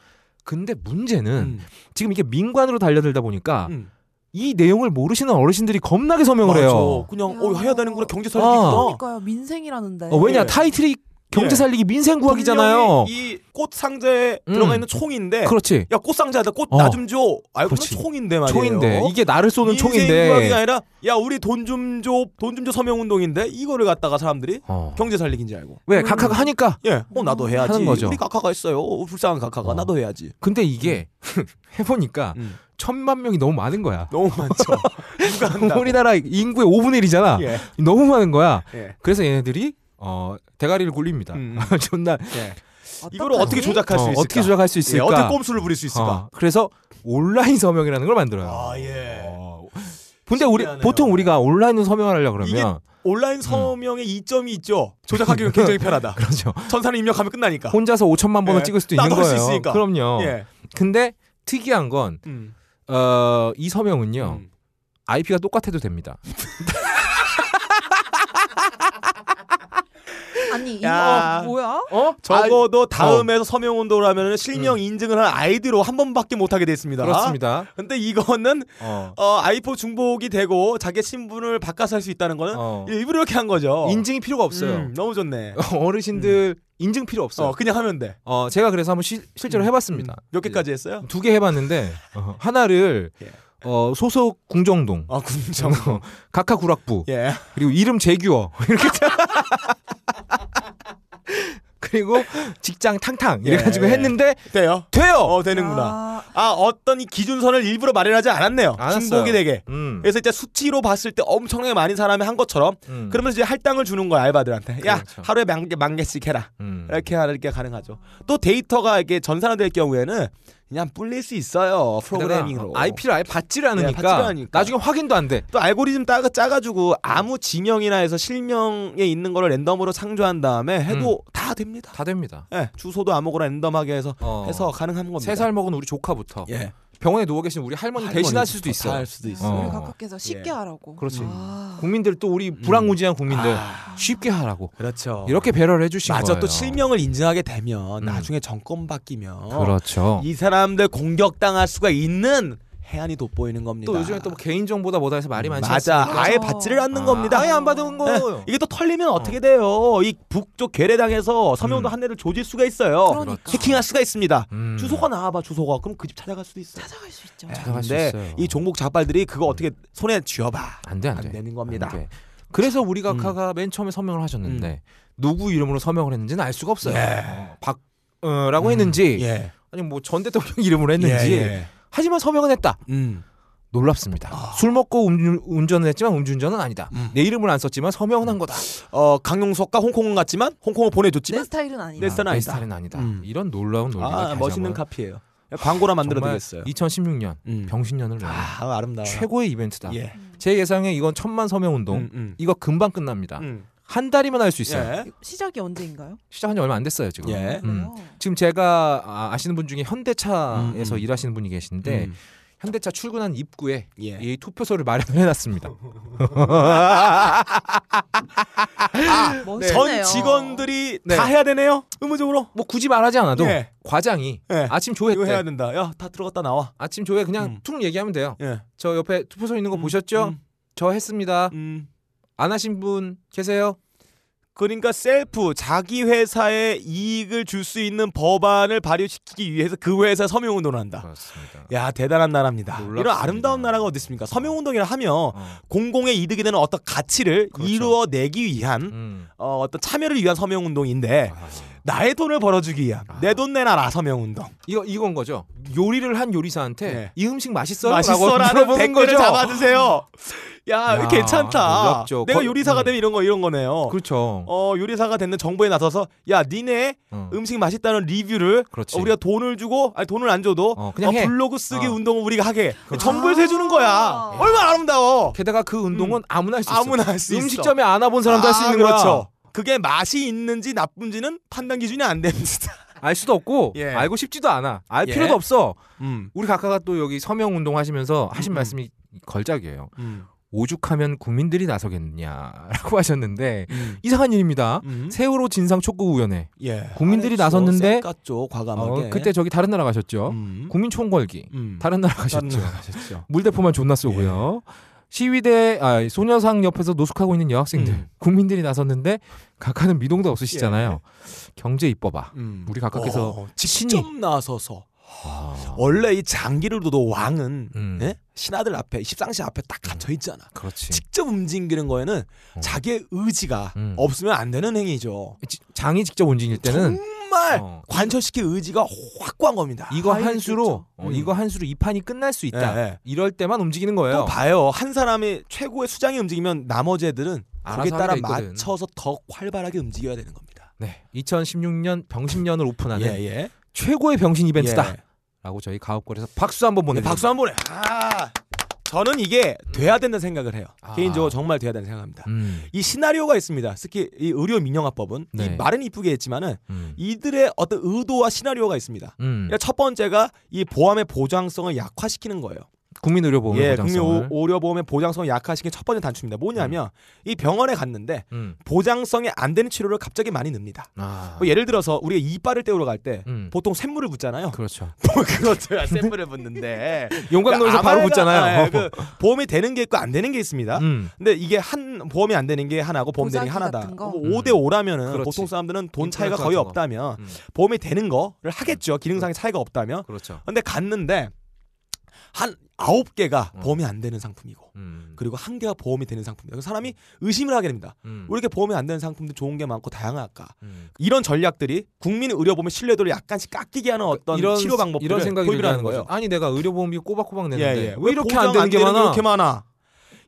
S1: 근데 문제는
S2: 음.
S1: 지금 이게 민관으로 달려들다 보니까
S2: 음.
S1: 이 내용을 모르시는 어르신들이 겁나게 서명을 해요.
S2: 맞아. 그냥 어 해야 되는구나 경제
S1: 아.
S2: 살리기구나.
S3: 그러니까요 민생이라는데.
S1: 어, 왜냐
S2: 예.
S1: 타이틀이 경제
S2: 예.
S1: 살리기 민생 구하기잖아요.
S2: 이꽃 상자에
S1: 음.
S2: 들어가 있는 총인데
S1: 그렇지.
S2: 야 꽃상자다 꽃
S1: 어.
S2: 나 좀 줘. 알고 보면
S1: 그렇지.
S2: 총인데 말이에요.
S1: 총인데 이게 나를 쏘는
S2: 인생구하기가
S1: 총인데.
S2: 아니라 야 우리 돈 좀 줘 돈 좀 줘 서명 운동인데 이거를 갖다가 사람들이
S1: 어.
S2: 경제 음. 살리기인지 알고
S1: 왜 각하가 하니까?
S2: 예, 어 나도 해야지.
S1: 하는 거죠.
S2: 우리 각하가 있어요. 어, 불쌍한 각하가
S1: 어. 아.
S2: 나도 해야지.
S1: 근데 이게 (laughs) 해보니까
S2: 음.
S1: 천만 명이 너무 많은 거야.
S2: 너무 많죠.
S1: (laughs)
S2: 누가 한다.
S1: 우리나라 인구의 5분의 1이잖아.
S2: 예,
S1: 너무 많은 거야.
S2: 예,
S1: 그래서 얘네들이 어, 대가리를 굴립니다.
S2: 음.
S1: (laughs) 존나
S2: 예.
S3: 어떡하지?
S2: 이거를 어떻게 조작할 수
S1: 어,
S2: 있을까?
S1: 어떻게 조작할 수
S2: 예,
S1: 있을까?
S2: 어떻게 꼼수를 부릴 수 있을까?
S1: 어, 그래서 온라인 서명이라는 걸 만들어요.
S2: 아 예.
S1: 어. 근데 우리
S2: 신기하네요.
S1: 보통 우리가 온라인으로 서명을 하려 그러면
S2: 이게- (laughs) 온라인 서명에 이점이 있죠. 조작하기가 굉장히
S1: (laughs)
S2: 편하다.
S1: 그렇죠.
S2: 전산을 입력하면 끝나니까.
S1: 혼자서 5천만 번을
S2: 그러니까. 예.
S1: 찍을 수도
S2: 나도
S1: 있는
S2: 할수
S1: 거예요.
S2: 있으니까.
S1: 그럼요.
S2: 예.
S1: 근데 특이한 건 이
S2: 음.
S1: 서명은요.
S2: 음.
S1: IP가 똑같아도 됩니다.
S3: 아니 이거
S2: 야.
S3: 뭐야?
S1: 어?
S2: 적어도 다음에서 서명 운동을 하면 실명
S1: 음.
S2: 인증을 한 아이디로 한 번밖에 못 하게 돼 있습니다.
S1: 그렇습니다.
S2: 근데 이거는
S1: 어.
S2: 어, 아이폰 중복이 되고 자기 신분을 바꿔서 할 수 있다는 거는
S1: 어.
S2: 일부러 이렇게 한 거죠.
S1: 인증이 필요가 없어요.
S2: 음, 너무 좋네.
S1: (laughs) 어르신들 인증 필요 없어요.
S2: 어, 그냥 음. 하면 돼.
S1: 어, 제가 그래서 한번 시- 실제로 해봤습니다. 예.
S2: 몇 개까지 했어요?
S1: 두 개 해봤는데 어, 하나를
S2: 예.
S1: 어, 소속 궁정동, (laughs)
S2: 아, 군정.
S1: 어, 각하구락부,
S2: 예.
S1: 그리고 이름 재규어 (laughs) 이렇게 다- (laughs) 그리고 직장 탕탕
S2: 예,
S1: 이래가지고
S2: 예.
S1: 했는데
S2: 돼요.
S1: 돼요.
S2: 어, 되는구나. 아, 어떤 이 기준선을 일부러 마련하지 않았네요.
S1: 알았어요.
S2: 중복이 되게.
S1: 음,
S2: 그래서 이제 수치로 봤을 때 엄청나게 많은 사람이 한 것처럼
S1: 음,
S2: 그러면서 이제 할당을 주는 거야 알바들한테 야
S1: 그렇죠.
S2: 하루에 만, 개, 만 개씩 해라
S1: 음.
S2: 이렇게 하는 게 가능하죠 또 데이터가 이게 전산화될 경우에는 그냥 뿔릴 수 있어요 프로그래밍으로
S1: IP를 아예 받지를
S2: 네,
S1: 않으니까,
S2: 받지를 않으니까.
S1: 나중에 확인도 안 돼.
S2: 또 알고리즘 따, 짜가지고 아무 지명이나 해서 실명에 있는 거를 랜덤으로 창조한 다음에 해도 다 됩니다.
S1: 다 됩니다.
S2: 예, 주소도 아무거나 랜덤하게 해서
S1: 어.
S2: 해서 가능한 겁니다.
S1: 세 살 먹은 우리 조카부터
S2: 예.
S1: 병원에 누워 계신 우리 할머니 대신할 수도 있어요.
S2: 할 수도 있어.
S1: 어.
S3: 우리 각각께서 쉽게
S2: 예.
S3: 하라고.
S1: 그렇지.
S3: 아.
S1: 국민들 또 우리 불황무지한 국민들
S2: 아,
S1: 쉽게 하라고
S2: 그렇죠.
S1: 이렇게 배려를 해주신
S2: 맞아
S1: 거예요.
S2: 또 실명을 인증하게 되면
S1: 음.
S2: 나중에 정권 바뀌면
S1: 그렇죠.
S2: 이 사람들 공격당할 수가 있는 해안이 돋보이는 겁니다.
S1: 또 요즘에 또 개인 정보다 뭐다 해서 말이 많지
S2: 맞아.
S1: 않습니까?
S2: 아예 받지를 않는
S1: 아,
S2: 겁니다.
S1: 아예 안 받은
S2: 네,
S1: 거예요.
S2: 이게 또 털리면 어떻게 돼요? 이 북쪽 괴뢰당에서 서명도
S1: 음.
S2: 한 대를 조질 수가 있어요.
S3: 그러니까
S2: 해킹할 수가 있습니다.
S1: 음.
S2: 주소가 나와봐 주소가 그럼 그 집 찾아갈 수도 있어.
S3: 찾아갈 수 있죠.
S1: 찾아갈 수
S2: 근데
S1: 있어요.
S2: 이 종북 자발들이 그거 어떻게 손에 쥐어봐
S1: 안돼
S2: 안
S1: 안돼
S2: 되는 겁니다.
S1: 그래서 우리 각하가 맨 처음에 서명을 하셨는데 누구 이름으로 서명을 했는지는 알 수가 없어요. 어, 박 어, 라고 했는지
S2: 예.
S1: 아니 뭐 전 대통령 (laughs) 이름으로 했는지
S2: 예, 예.
S1: 하지만 서명은 했다.
S2: 음.
S1: 놀랍습니다. 술 먹고 음주, 운전을 했지만 음주운전은 아니다.
S2: 아. 음.
S1: 내 이름을 안 썼지만 서명은 한 거다.
S2: 어 강용석과 홍콩은 갔지만 홍콩을
S3: 내
S2: 보내줬지만
S3: 스타일은 아니다.
S2: 내 스타일은
S1: 아, 내
S2: 아니다.
S1: 스타일은 아니다.
S2: 음.
S1: 이런 놀라운 논리가
S2: 아
S1: 네. 다시
S2: 멋있는
S1: 한번
S2: 카피예요. 광고라 만들어드리겠어요.
S1: 2016년
S2: 음.
S1: 병신년을 넘어
S2: 아 아름다워.
S1: 최고의 이벤트다.
S2: 예.
S1: 제 예상에 이건 천만 서명 운동.
S2: 음, 음.
S1: 이거 금방 끝납니다.
S2: 음.
S1: 한 달이면 할 수 있어요.
S2: 예.
S3: 시작이 언제인가요?
S1: 시작한 지 얼마 안 됐어요 지금.
S2: 예.
S1: 음.
S3: 그래요?
S1: 지금 제가 아- 아시는 분 중에 현대차에서
S2: 음, 음.
S1: 일하시는 분이 계신데
S2: 음.
S1: 현대차 출근한 입구에
S2: 예.
S1: 이 투표소를 마련을
S2: (laughs)
S1: 해놨습니다.
S2: 전 아,
S3: 멋있네요.
S2: 직원들이
S1: 네.
S2: 다 해야 되네요. 의무적으로.
S1: 뭐 굳이 말하지 않아도
S2: 예.
S1: 과장이
S2: 예.
S1: 아침 조회
S2: 이거
S1: 때
S2: 해야 된다. 야, 다 들어갔다 나와.
S1: 아침 조회 그냥
S2: 음.
S1: 툭 얘기하면 돼요.
S2: 예.
S1: 저 옆에 투표소 있는 거
S2: 음,
S1: 보셨죠?
S2: 음,
S1: 저 했습니다.
S2: 음.
S1: 안 하신 분 계세요?
S2: 그러니까 셀프 자기 회사에 이익을 줄 수 있는 법안을 발효시키기 위해서 그 회사 서명 운동을 한다.
S1: 그렇습니다.
S2: 야 대단한 나라입니다. 이런
S1: 놀랍습니다.
S2: 아름다운 나라가 어디 있습니까? 서명 운동이라 하면
S1: 어.
S2: 공공의 이득이 되는 어떤 가치를
S1: 그렇죠.
S2: 이루어내기 위한
S1: 음.
S2: 어, 어떤 참여를 위한 서명 운동인데
S1: 아.
S2: 나의 돈을 벌어주기야. 내 돈 내놔 라서명 운동.
S1: 이거 이건 거죠. 요리를 한 요리사한테
S2: 네.
S1: 이 음식 맛있어라고
S2: 맛있어라는
S1: 물어보는
S2: 댓글을
S1: 거죠.
S2: 잡아주세요. 야,
S1: 야,
S2: 괜찮다.
S1: 놀랍죠.
S2: 내가
S1: 거-
S2: 요리사가
S1: 음.
S2: 되면 이런 거 이런 거네요.
S1: 그렇죠.
S2: 어 요리사가 되는 정부에 나서서 야 니네
S1: 어.
S2: 음식 맛있다는 리뷰를
S1: 그렇지.
S2: 어, 우리가 돈을 주고 아니 돈을 안 줘도
S1: 어, 그냥 해.
S2: 블로그 쓰기
S1: 어.
S2: 운동을 우리가 하게
S1: 그렇지.
S2: 정부에서 해주는 거야
S3: 아.
S2: 얼마나 아름다워
S1: 게다가 그 운동은 아무나 할 수 있어.
S2: 음. 아무나 할 수 있어
S1: 음식점에 안 와본 사람도 할 수
S2: 아,
S1: 있는 거야.
S2: 그렇죠. 그게 맛이 있는지 나쁜지는 판단 기준이 안 됩니다
S1: 알 수도 없고
S2: 예.
S1: 알고 싶지도 않아. 알
S2: 예.
S1: 필요도 없어.
S2: 음,
S1: 우리 각하가 또 여기 서명 운동 하시면서 하신
S2: 음, 음.
S1: 말씀이 걸작이에요.
S2: 음,
S1: 오죽하면 국민들이 나서겠냐라고 (laughs) 하셨는데
S2: 음,
S1: 이상한 일입니다.
S2: 음.
S1: 세월호 진상 촉구 위원회
S2: 예.
S1: 국민들이
S2: 알았어.
S1: 나섰는데
S2: 쌩깠죠,
S1: 어,
S2: 과감하게
S1: 그때 저기 다른 나라 가셨죠.
S2: 아, 네. 음.
S1: 국민 총궐기
S2: 음.
S1: 다른 나라
S2: 다른 예.
S1: 가셨죠.
S2: 나라 (laughs) 예. 가셨죠.
S1: 물대포만 존나 쏘고요. 시위대 아, 소녀상 옆에서 노숙하고 있는 여학생들
S2: 음.
S1: 국민들이 나섰는데 각하는 미동도 없으시잖아요.
S2: 예.
S1: 경제 입법아
S2: 음.
S1: 우리 각하께서
S2: 어,
S1: 신이
S2: 직접 나서서
S1: 아,
S2: 원래 이 장기를 둬도 왕은
S1: 음.
S2: 예? 신하들 앞에 십상시 앞에 딱 갇혀 있잖아.
S1: 그렇지.
S2: 직접 움직이는 거에는
S1: 어.
S2: 자기의 의지가
S1: 음.
S2: 없으면 안 되는 행위죠.
S1: 지- 장이 직접 움직일 때는
S2: 정말
S1: 어.
S2: 관철시킬 의지가 확고한 겁니다.
S1: 이거
S2: 아유,
S1: 한수로 어,
S2: 음.
S1: 이거 한수로 이 판이 끝날 수 있다.
S2: 예, 예.
S1: 이럴 때만 움직이는
S2: 또
S1: 거예요.
S2: 봐요. 한 사람이 최고의 수장이 움직이면 나머지 애들은 거기에
S1: 알아서
S2: 따라
S1: 하는 게 있거든.
S2: 맞춰서 더 활발하게 움직여야 되는 겁니다.
S1: 네, 2016년 병신년을 오픈하는
S2: 예, 예.
S1: 최고의 병신 이벤트다.
S2: 예.
S1: 라고 저희 가업거리에서 박수 한번
S2: 네,
S1: 보내.
S2: 박수 한번 해. 아, 저는 이게 돼야 된다는 생각을 해요.
S1: 아.
S2: 개인적으로 정말 돼야 된다는 생각합니다.
S1: 음,
S2: 이 시나리오가 있습니다. 특히 이 의료 민영화법은 이
S1: 네.
S2: 말은 이쁘게 했지만은
S1: 음,
S2: 이들의 어떤 의도와 시나리오가 있습니다.
S1: 음.
S2: 그러니까 첫 번째가 이 보험의 보장성을 약화시키는 거예요.
S1: 국민 의료보험
S2: 예,
S1: 예,
S2: 국민
S1: 보장성을.
S2: 오- 의료보험의 보장성을 약화시키는 첫 번째 단추입니다. 뭐냐면 이 병원에 갔는데
S1: 음.
S2: 보장성이 안 되는 치료를 갑자기 많이 넣습니다.
S1: 아,
S2: 뭐 예를 들어서 우리가 이빨을 때우러 갈 때
S1: 음.
S2: 보통 샘물을
S1: (laughs)
S2: 붓잖아요.
S1: 그렇죠.
S2: (laughs) 그렇죠. 샘물을 붓는데
S1: 용광로에서 바로
S2: 그 아마가-
S1: 붙잖아요.
S2: 예, 그 (laughs) 보험이 되는 게 있고 안 되는 게 있습니다.
S1: (laughs) 음.
S2: 근데 이게 한 보험이 안 되는 게 하나고 보험 되는 게
S3: 보자기
S2: 하나다.
S3: 같은 거?
S2: 뭐 5대 5라면은
S1: 음. 그렇지.
S2: 보통 사람들은 돈
S1: 인터넷
S2: 차이가
S1: 같은
S2: 거의
S1: 거.
S2: 없다면
S1: 음.
S2: 보험이 되는 거를 하겠죠. 기능상의 차이가 없다면.
S1: 그렇죠.
S2: 근데 갔는데 한 아홉 개가
S1: 음.
S2: 보험이 안 되는 상품이고
S1: 음.
S2: 그리고 한 개가 보험이 되는 상품이다. 그래서 사람이 의심을 하게 됩니다.
S1: 음.
S2: 왜 이렇게 보험이 안 되는 상품들 좋은 게 많고 다양할까?
S1: 음.
S2: 이런 전략들이 국민 의료보험의 신뢰도를 약간씩 깎이게 하는 어떤 치료 방법들을
S1: 그러니까 이런 생각이
S2: 도입을 하는
S1: 들다는
S2: 거예요.
S1: 아니 내가 의료보험비 꼬박꼬박
S2: 예,
S1: 내는데
S2: 예.
S1: 왜 이렇게 안 되는 게 많아?
S2: 이렇게 많아?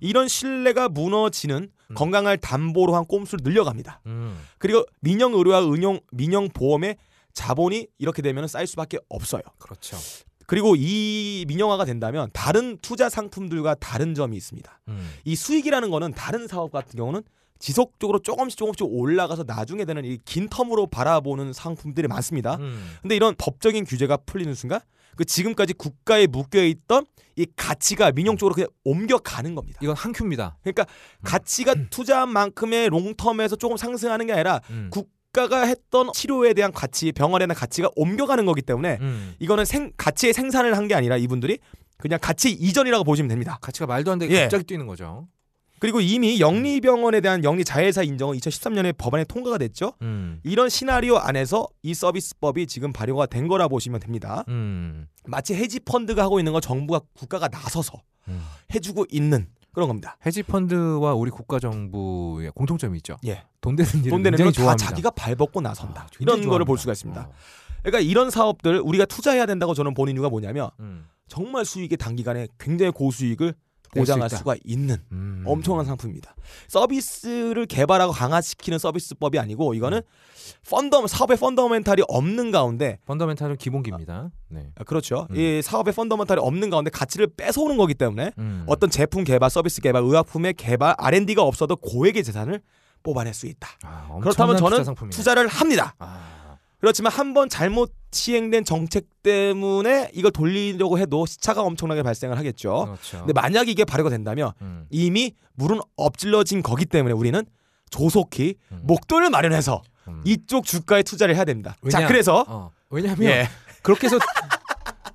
S2: 이런 신뢰가 무너지는
S1: 음.
S2: 건강을 담보로 한 꼼수를 늘려갑니다.
S1: 음.
S2: 그리고 민영 의료와 은용 민영 보험의 자본이 이렇게 되면 쌓일 수밖에 없어요.
S1: 그렇죠.
S2: 그리고 이 민영화가 된다면 다른 투자 상품들과 다른 점이 있습니다.
S1: 음.
S2: 이 수익이라는 거는 다른 사업 같은 경우는 지속적으로 조금씩 조금씩 올라가서 나중에 되는 이 긴 텀으로 바라보는 상품들이 많습니다.
S1: 음.
S2: 근데 이런 법적인 규제가 풀리는 순간 그 지금까지 국가에 묶여 있던 이 가치가 민영 쪽으로 그냥 옮겨가는 겁니다.
S1: 이건 한 큐입니다.
S2: 그러니까 가치가 투자한 만큼의 롱텀에서 조금 상승하는 게 아니라
S1: 음.
S2: 국가가 했던 치료에 대한 가치, 병원에 대한 가치가 옮겨가는 거기 때문에
S1: 음.
S2: 이거는 생, 가치의 생산을 한 게 아니라 이분들이 그냥 가치 이전이라고 보시면 됩니다.
S1: 가치가 말도 안 되게
S2: 예.
S1: 갑자기 뛰는 거죠.
S2: 그리고 이미 영리병원에 대한 영리 자회사 인정은 2013년에 법안에 통과가 됐죠.
S1: 음.
S2: 이런 시나리오 안에서 이 서비스법이 지금 발효가 된 거라 보시면 됩니다.
S1: 음.
S2: 마치 헤지 펀드가 하고 있는 거 정부가 국가가 나서서
S1: 음.
S2: 해주고 있는 그런 겁니다.
S1: 헤지펀드와 우리 국가 정부의 공통점이 있죠.
S2: 예,
S1: 돈 되는 일을
S2: 돈 되는
S1: 굉장히
S2: 건 다
S1: 좋아합니다.
S2: 자기가 발벗고 나선다.
S1: 아, 굉장히
S2: 이런
S1: 좋아합니다.
S2: 거를 볼 수가 있습니다.
S1: 어.
S2: 그러니까 이런 사업들 우리가 투자해야 된다고 저는 보는 이유가 뭐냐면
S1: 음.
S2: 정말 수익이 단기간에 굉장히 고수익을
S1: 낼수
S2: 보장할
S1: 있다.
S2: 수가 있는
S1: 음.
S2: 엄청난 상품입니다. 서비스를 개발하고 강화시키는 서비스법이 아니고 이거는 펀더 사업의 펀더멘탈이 없는 가운데
S1: 펀더멘탈은 기본기입니다. 네.
S2: 아, 그렇죠.
S1: 음.
S2: 이 사업의 펀더멘탈이 없는 가운데 가치를 뺏어오는 거기 때문에
S1: 음.
S2: 어떤 제품 개발, 서비스 개발, 의약품의 개발, R&D가 없어도 고액의 재산을 뽑아낼 수 있다.
S1: 아, 엄청난
S2: 그렇다면
S1: 투자
S2: 저는
S1: 상품이네요.
S2: 투자를 합니다.
S1: 아,
S2: 그렇지만 한 번 잘못 시행된 정책 때문에 이걸 돌리려고 해도 시차가 엄청나게 발생을 하겠죠.
S1: 그렇죠.
S2: 근데 만약 이게 발효가 된다면
S1: 음.
S2: 이미 물은 엎질러진 거기 때문에 우리는 조속히
S1: 음.
S2: 목돈을 마련해서
S1: 음.
S2: 이쪽 주가에 투자를 해야 됩니다. 자,
S1: 왜냐?
S2: 그래서
S1: 어. 왜냐하면
S2: 예.
S1: 그렇게 해서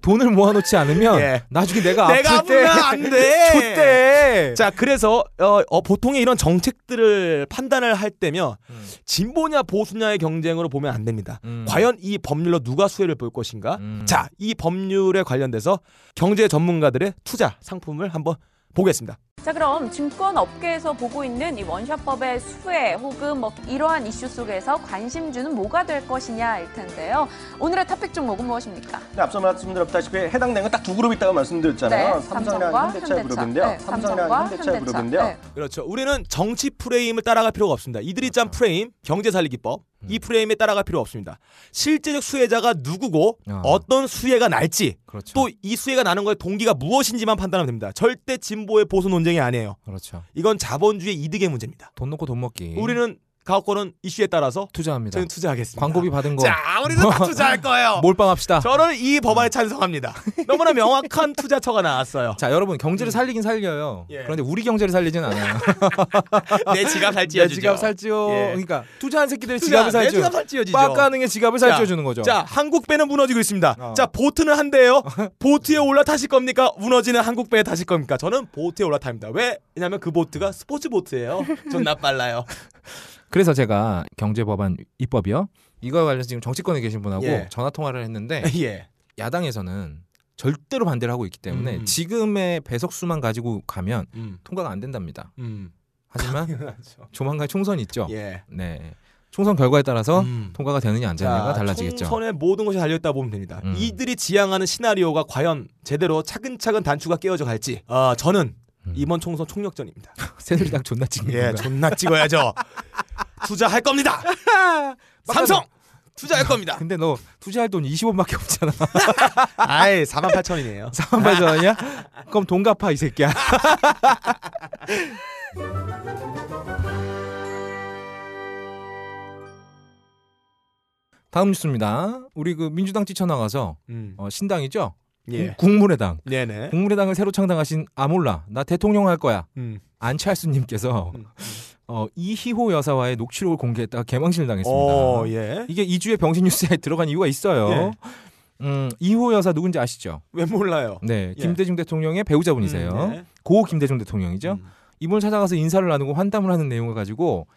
S1: 돈을 모아놓지 않으면
S2: (laughs) 예.
S1: 나중에 내가,
S2: 내가
S1: 아플 때
S2: 아프면
S1: (laughs)
S2: 안 돼.
S1: 좆대.
S2: 자, 그래서 어, 어, 보통의 이런 정책들을 판단을 할 때면
S1: 음.
S2: 진보냐 보수냐의 경쟁으로 보면 안 됩니다.
S1: 음.
S2: 과연 이 법률로 누가 수혜를 볼 것인가?
S1: 음.
S2: 자, 이 법률에 관련돼서 경제 전문가들의 투자 상품을 한번 보겠습니다.
S7: 자 그럼 증권업계에서 보고 있는 이 원샷법의 수혜 혹은 뭐 이러한 이슈 속에서 관심주는 뭐가 될 것이냐일 텐데요. 오늘의 탑픽 종목은 무엇입니까?
S8: 근데 네, 앞서 말씀드렸다시피 해당되는 건 딱 두 그룹 있다고 말씀드렸잖아요. 삼성이랑 현대차 그룹인데요.
S7: 네,
S8: 삼성이랑 현대차 그룹인데요.
S7: 네.
S2: 그렇죠. 우리는 정치 프레임을 따라갈 필요가 없습니다. 이들이 짠 프레임, 경제 살리기법
S1: 음.
S2: 이 프레임에 따라갈 필요 없습니다. 실제적 수혜자가 누구고
S1: 아.
S2: 어떤 수혜가 날지
S1: 그렇죠.
S2: 또 이 수혜가 나는 거의 동기가 무엇인지만 판단하면 됩니다. 절대 진보의 보수 논쟁이 아니에요.
S1: 그렇죠.
S2: 이건 자본주의 이득의 문제입니다.
S1: 돈 놓고 돈 먹기.
S2: 우리는 가업권은 이슈에 따라서
S1: 투자합니다.
S2: 저희는 예. 투자하겠습니다.
S1: 광고비 받은 거
S2: 자, 우리는 (laughs) 다 투자할 거예요.
S1: 몰빵합시다.
S2: 저는 이 법안에 찬성합니다. 음. (laughs) 너무나 명확한 투자처가 나왔어요.
S1: 자, 여러분 경제를 살리긴 살려요.
S2: 음. 예.
S1: 그런데 우리 경제를 살리진
S2: (laughs)
S1: 않아요.
S2: 내 지갑
S1: 내
S2: 살찌어주죠.
S1: 지갑 살찌요.
S2: 예.
S1: 그러니까 투자한 새끼들
S2: 투자,
S1: 지갑을
S2: 내
S1: 살찌요.
S2: 지갑 살찌어지죠.
S1: 빡가능의 지갑을
S2: 자,
S1: 살찌워 주는 거죠.
S2: 자, 한국 배는 무너지고 있습니다.
S1: 어.
S2: 자, 보트는 한 대예요.
S1: (laughs)
S2: 보트에 올라 타실 겁니까? 무너지는 한국 배에 타실 겁니까? 저는 보트에 올라 탑니다. 왜? 왜냐면 그 보트가
S1: (laughs)
S2: 스포츠 보트예요. 존나 빨라요.
S1: 그래서 제가 경제 법안 입법이요. 이거와 관련해서 지금 정치권에 계신 분하고
S2: 예.
S1: 전화 통화를 했는데
S2: 예.
S1: 야당에서는 절대로 반대를 하고 있기 때문에
S2: 음.
S1: 지금의 배석수만 가지고 가면
S2: 음.
S1: 통과가 안 된답니다.
S2: 음.
S1: 하지만 조만간 총선이 있죠.
S2: 예.
S1: 네. 총선 결과에 따라서
S2: 음.
S1: 통과가 되느냐 안 되느냐가
S2: 자,
S1: 어? 달라지겠죠.
S2: 총선의 모든 것이 달려 있다 보면 됩니다.
S1: 음.
S2: 이들이 지향하는 시나리오가 과연 제대로 차근차근 단추가 깨어져 갈지. 아, 저는
S1: 음.
S2: 이번 총선 총력전입니다.
S1: 새누리당 존나 찍는
S2: 예, (laughs)
S1: 거야.
S2: 존나 찍어야죠. 투자할 겁니다.
S1: (laughs)
S2: 삼성 투자할 겁니다.
S1: 근데 너 투자할 돈 20원밖에 없잖아. (laughs)
S2: 아이, 4만 8천이네요.
S1: 4만 8천 원이야? 그럼 돈 갚아 이 새끼야. (laughs) 다음 뉴스입니다. 우리 그 민주당 뛰쳐나가서
S2: 음.
S1: 어, 신당이죠?
S2: 예.
S1: 국- 국물의당.
S2: 네네.
S1: 국물의당을 새로 창당하신 아몰라 나 대통령 할 거야
S2: 음.
S1: 안철수님께서
S2: 음.
S1: 어, 이희호 여사와의 녹취록을 공개했다가 개망신을 당했습니다.
S2: 어, 예.
S1: 이게 이주의 병신 뉴스에 (laughs) 들어간 이유가 있어요.
S2: 예.
S1: 음, 이호 여사 누군지 아시죠?
S2: 왜 몰라요?
S1: 네,
S2: 예.
S1: 김대중 대통령의 배우자분이세요.
S2: 음, 네.
S1: 고 김대중 대통령이죠.
S2: 음.
S1: 이분을 찾아가서 인사를 나누고 환담을 하는 내용을 가지고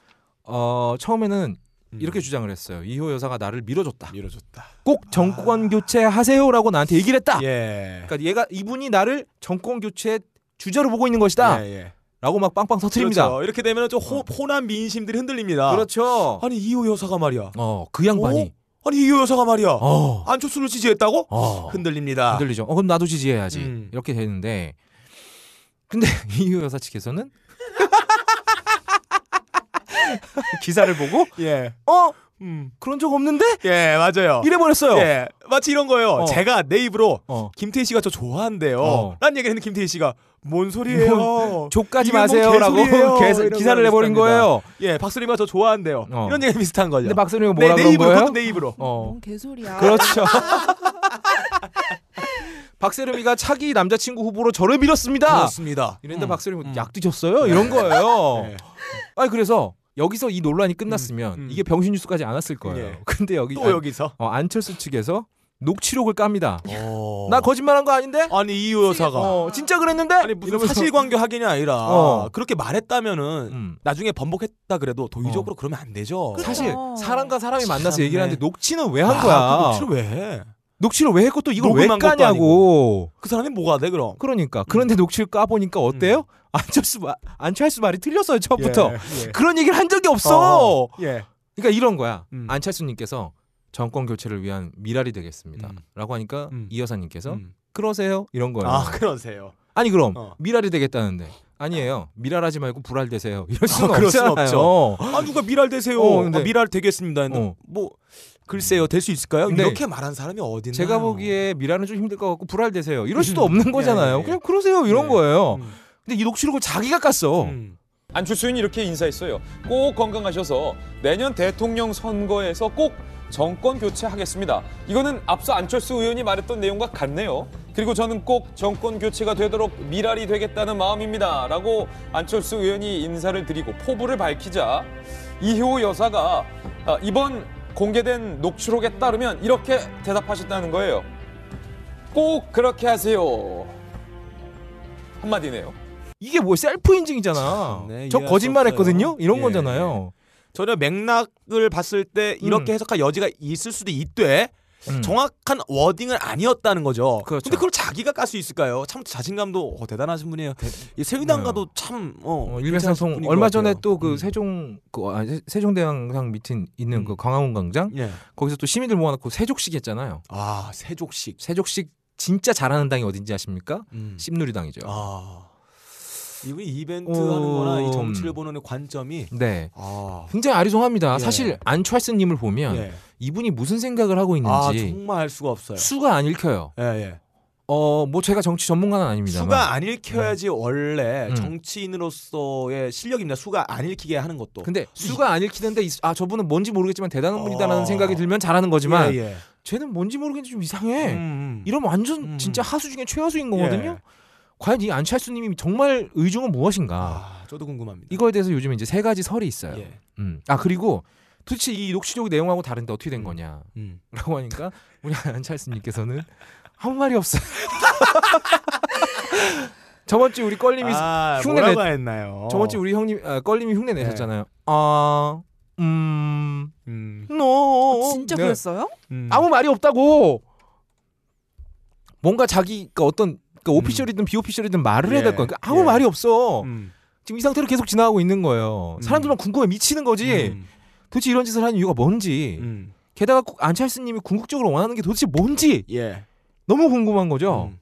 S1: 어, 처음에는
S2: 음. 예.
S1: 이렇게 주장을 했어요. 이호 여사가 나를 밀어줬다.
S2: 밀어줬다.
S1: 꼭 정권 교체하세요라고 나한테 얘기를 했다.
S2: 아. 예.
S1: 그러니까 얘가 이분이 나를 정권 교체 주자로 보고 있는 것이다라고
S2: 예, 예.
S1: 막 빵빵 터트립니다. 어.
S2: 그렇죠. 이렇게 되면 좀 호, 호남 민심들이 흔들립니다.
S1: 그렇죠.
S2: 아니 이호 여사가 말이야.
S1: 어, 그 양반이
S2: 어? 아니 이호 여사가 말이야.
S1: 어.
S2: 안철수를 지지했다고?
S1: 어.
S2: 흔들립니다.
S1: 흔들리죠. 어, 그럼 나도 지지해야지.
S2: 아. 음.
S1: 이렇게 되는데. 근데 (laughs) 이유 여사
S2: (laughs)
S1: 측에서는 기사를 보고
S2: 예.
S1: 어
S2: 음.
S1: 그런 적 없는데
S2: 예, 맞아요.
S1: 이래 버렸어요.
S2: 예. 마치 이런 거예요.
S1: 어.
S2: 제가 내 입으로
S1: 어
S2: 김태희 씨가 저 좋아한대요.
S1: 어.
S2: 라는 얘기를 했는데 김태희 씨가 뭔 소리예요?
S1: 족까지
S2: 이게 뭐
S1: 마세요라고 (laughs)
S2: 개소리예요.
S1: 개사-
S2: 이런
S1: 기사를
S2: 거랑
S1: 내버린
S2: 비슷합니다.
S1: 거예요.
S2: 예, 박수림이가 저 좋아한대요.
S1: 어.
S2: 이런 얘기 비슷한 거죠.
S1: 근데 박선영이
S2: 내,
S1: 뭐라
S2: 내
S1: 그런
S2: 입으로
S1: 거예요?
S2: 그것도 내 입으로.
S1: 어
S3: 뭔 개소리야.
S1: 그렇죠. (laughs) 박세롬이가 차기 남자친구 후보로 저를 밀었습니다.
S2: 그렇습니다.
S1: 이랬는데
S2: 음.
S1: 박세롬이
S2: 음.
S1: 약 드셨어요 이런 거예요.
S2: 예.
S1: 아니 그래서 여기서 이 논란이 끝났으면
S2: 음, 음.
S1: 이게 병신 뉴스까지 안 왔을 거예요.
S2: 예.
S1: 근데 여기
S2: 또
S1: 안-
S2: 여기서.
S1: 어, 안철수 측에서 녹취록을 깝니다.
S2: 나
S1: 나 거짓말한 거 아닌데?
S2: 어. 아니 이호 여사가
S1: 어, 진짜 그랬는데?
S2: 아니 무슨
S1: 이러면서-
S2: 사실관계 확인이 아니라
S1: 어.
S2: 그렇게 말했다면은
S1: 음. 어. 그렇죠.
S2: 나중에 번복했다 그래도 도의적으로 그러면 안 되죠.
S3: 그렇죠.
S1: 사실 사람과 사람이
S2: 참네.
S1: 만나서 얘기를 하는데 녹취는 왜
S2: 아,
S1: 한 거야?
S2: 그 녹취를 왜? 해?
S1: 녹취를 왜 했고 또 이걸 왜
S2: 녹음한 것도 음.
S1: 까냐고.
S2: 그 사람이 뭐가 돼 그럼?
S1: 그러니까 그런데 녹취를 까 보니까 어때요? 안철수 마, 안철수 말이 틀렸어요 처음부터.
S2: 음. 예.
S1: 그런 얘기를 한 적이 없어.
S2: 어, 예.
S1: 그러니까 이런 거야.
S2: 음.
S1: 안철수님께서 정권 교체를 위한 미랄이 되겠습니다.라고
S2: 음.
S1: 하니까
S2: 음.
S1: 이 여사님께서 어.
S2: 음.
S1: 그러세요 이런 거예요.
S2: 아 그러세요.
S1: 아니 그럼
S2: 어.
S1: 미랄이 되겠다는데 아니에요 미랄하지 말고 불알 되세요 이럴 수는
S2: 그럴 순
S1: 없잖아요.
S2: 아 누가 미랄 되세요?
S1: 어, 근데-
S2: 아, 미랄 되겠습니다. 근데
S1: 어.
S2: 뭐 글쎄요 될 수 있을까요?
S1: 근데
S2: 이렇게 말한 사람이 어디 있나?
S1: 제가 보기에 미랄은 좀 힘들 것 같고 불알 되세요 이럴 수도
S2: 음.
S1: 없는 거잖아요.
S2: 예, 예, 예.
S1: 그냥 그러세요 이런
S2: 네.
S1: 거예요.
S2: 음.
S1: 근데 이 녹취록을 자기가 깠어.
S2: 음.
S9: 안철수는 이렇게 인사했어요. 꼭 건강하셔서 내년 대통령 선거에서 꼭 정권 교체하겠습니다. 이거는 앞서 안철수 의원이 말했던 내용과 같네요. 그리고 저는 꼭 정권 교체가 되도록 미랄이 되겠다는 마음입니다. 라고 안철수 의원이 인사를 드리고 포부를 밝히자 이효 여사가 아, 이번 공개된 녹취록에 따르면 이렇게 대답하셨다는 거예요. 꼭 그렇게 하세요. 한마디네요.
S1: 이게 뭐 셀프 인증이잖아.
S2: 참, 네,
S1: 저
S2: 이해할 수
S1: 거짓말했거든요. 이런
S2: 예,
S1: 거잖아요.
S2: 전혀 맥락을 봤을 때 이렇게 해석할 여지가 있을 수도 있되
S1: 음.
S2: 정확한 워딩은 아니었다는 거죠. 그
S1: 그렇죠.
S2: 근데 그걸 자기가 깔 수 있을까요? 참 자신감도 어, 대단하신 분이에요. 이 새누리당과도 참 어,
S1: 어,
S2: 괜찮으신
S1: 일맥상통
S2: 분인
S1: 얼마
S2: 것 같아요.
S1: 전에 또 그
S2: 음.
S1: 세종 그 아, 세- 세종대왕상 밑인 있는
S2: 음.
S1: 그 광화문 광장
S2: 예.
S1: 거기서 또 시민들 모아놓고 세족식 했잖아요.
S2: 아 세족식.
S1: 세족식 진짜 잘하는 당이 어딘지 아십니까?
S2: 음.
S1: 씹누리당이죠.
S2: 아 이분이 이벤트
S1: 어,
S2: 하는거나 이 정치를
S1: 음.
S2: 보는 관점이
S1: 네.
S2: 아
S1: 굉장히 아리송합니다.
S2: 예.
S1: 사실 안철스님을 보면
S2: 예.
S1: 이분이 무슨 생각을 하고
S2: 아
S1: 있는지
S2: 정말 알 수가 없어요.
S1: 수가 안 읽혀요.
S2: 예, 예.
S1: 어 뭐 제가 정치 전문가는 아닙니다만
S2: 수가 안 읽혀야지 원래
S1: 음.
S2: 정치인으로서의 실력입니다. 수가 안 읽히게 하는 것도.
S1: 근데 수가 안 읽히는데 이- 아 저분은 뭔지 모르겠지만 대단한 분이다라는
S2: 어.
S1: 생각이 들면 잘하는 거지만
S2: 예, 예.
S1: 쟤는 뭔지 모르겠는데 좀 이상해.
S2: 음, 음.
S1: 이러면 완전
S2: 음.
S1: 진짜 하수 중에 최하수인 거거든요.
S2: 예.
S1: 과연 이 안철수님이 정말 의중은 무엇인가?
S2: 아, 저도 궁금합니다.
S1: 이거에 대해서 요즘 이제 세 가지 설이 있어요.
S2: 예.
S1: 음. 아 그리고 도대체 이 녹취록 내용하고 다른데 어떻게 된
S2: 음.
S1: 거냐라고
S2: 음.
S1: 하니까 우리 (laughs) 안철수님께서는 아무 말이 없어요. (laughs) 저번 주 우리 껄림이
S2: 아, 어.
S1: 흉내
S2: 뭐라고 했나요?
S1: 저번 주 우리 형님 아, 껄림이 흉내
S2: 네.
S1: 내셨잖아요. 아, 음,
S2: 음,
S1: 너
S3: 아, 진짜
S1: 네.
S3: 그랬어요?
S2: 음.
S1: 아무 말이 없다고. 뭔가 자기가 어떤 그러니까 오피셜이든 비오피셜이든 말을 해야 될
S2: 음. 예,
S1: 거야. 그러니까 아무
S2: 예.
S1: 말이 없어.
S2: 음,
S1: 지금 이 상태로 계속 지나가고 있는 거예요.
S2: 음.
S1: 사람들만 궁금해 미치는 거지.
S2: 음,
S1: 도대체 이런 짓을 하는 이유가 뭔지.
S2: 음.
S1: 게다가 꼭 안철수님이 궁극적으로 원하는 게 도대체 뭔지
S2: 예.
S1: 너무 궁금한 거죠.
S2: 음.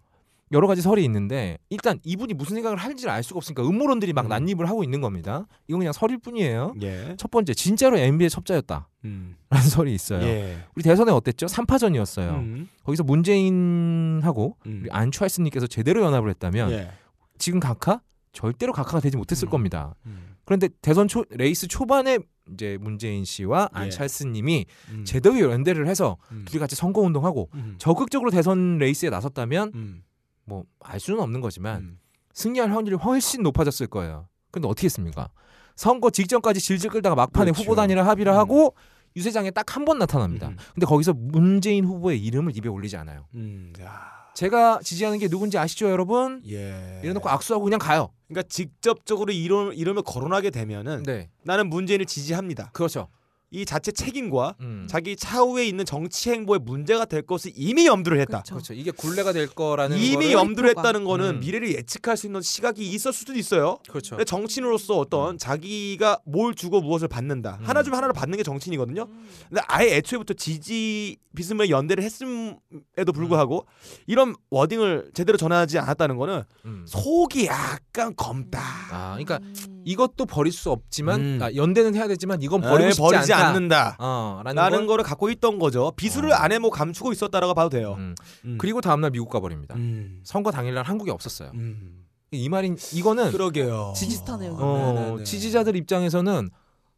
S1: 여러 가지 설이 있는데 일단 이분이 무슨 생각을 하는지를 알 수가 없으니까 음모론들이 막
S2: 음.
S1: 난입을 하고 있는 겁니다. 이건 그냥 설일 뿐이에요.
S2: 예.
S1: 첫 번째 진짜로 NBA 첩자였다라는 (laughs)
S2: 음.
S1: 설이 있어요.
S2: 예.
S1: 우리 대선에 어땠죠? 3파전이었어요.
S2: 음.
S1: 거기서 문재인하고
S2: 음.
S1: 우리 안철수님께서 제대로 연합을 했다면
S2: 예.
S1: 지금 각하 절대로 각하가 되지 못했을
S2: 음.
S1: 겁니다.
S2: 음.
S1: 그런데 대선 초, 레이스 초반에 이제 문재인 씨와
S2: 예.
S1: 안철수님이
S2: 음.
S1: 제대로 연대를 해서
S2: 음.
S1: 둘이 같이 선거 운동하고
S2: 음.
S1: 적극적으로 대선 레이스에 나섰다면
S2: 음.
S1: 뭐 알 수는 없는 거지만
S2: 음.
S1: 승리할 확률이 훨씬 높아졌을 거예요. 근데 어떻게 했습니까? 선거 직전까지 질질 끌다가 막판에
S2: 그렇죠.
S1: 후보 단일화 합의를
S2: 음.
S1: 하고 유세장에 딱 한 번 나타납니다.
S2: 음.
S1: 근데 거기서 문재인 후보의 이름을 입에 올리지 않아요.
S2: 음. 야.
S1: 제가 지지하는 게 누군지 아시죠, 여러분?
S2: 예.
S1: 이래놓고 아- 악수하고 그냥 가요.
S2: 그러니까 직접적으로 이름 이름을 거론하게 되면은
S1: 네,
S2: 나는 문재인을 지지합니다.
S1: 그렇죠.
S2: 이 자체 책임과
S1: 음.
S2: 자기 차후에 있는 정치 행보에 문제가 될 것을 이미 염두를 했다.
S3: 그렇죠.
S1: 그렇죠. 이게 굴레가 될 거라는
S2: 이미
S1: 거를-
S2: 염두를
S3: 목표가.
S2: 했다는 거는
S1: 음.
S2: 미래를 예측할 수 있는 시각이 있을 수도 있어요.
S1: 그렇죠.
S2: 근데 정치인으로서 어떤 자기가 뭘 주고 무엇을 받는다
S1: 음.
S2: 하나 좀 하나를 받는 게 정치인이거든요. 근데 아예 애초에부터 지지 비스무의 연대를 했음에도 불구하고 이런 워딩을 제대로 전하지 않았다는 거는
S1: 음.
S2: 속이 약간 검다.
S1: 아, 그러니까 이것도 버릴 수 없지만
S2: 음.
S1: 아, 연대는 해야 되지만 이건 버리고
S2: 아예
S1: 싶지
S2: 네, 버리지
S1: 않다.
S2: 않는다.
S1: 어, 라는
S2: 라는
S1: 걸-
S2: 거를 갖고 있던 거죠. 비수를
S1: 어.
S2: 안에 뭐 감추고 있었다라고 봐도 돼요.
S1: 음.
S2: 음.
S1: 그리고 다음 날 미국 가버립니다.
S2: 음.
S1: 선거 당일날 한국에 없었어요.
S2: 음.
S1: 이 말인 이거는
S2: 그러게요.
S3: 비슷하네요.
S1: 어,
S2: 네네네.
S1: 지지자들 입장에서는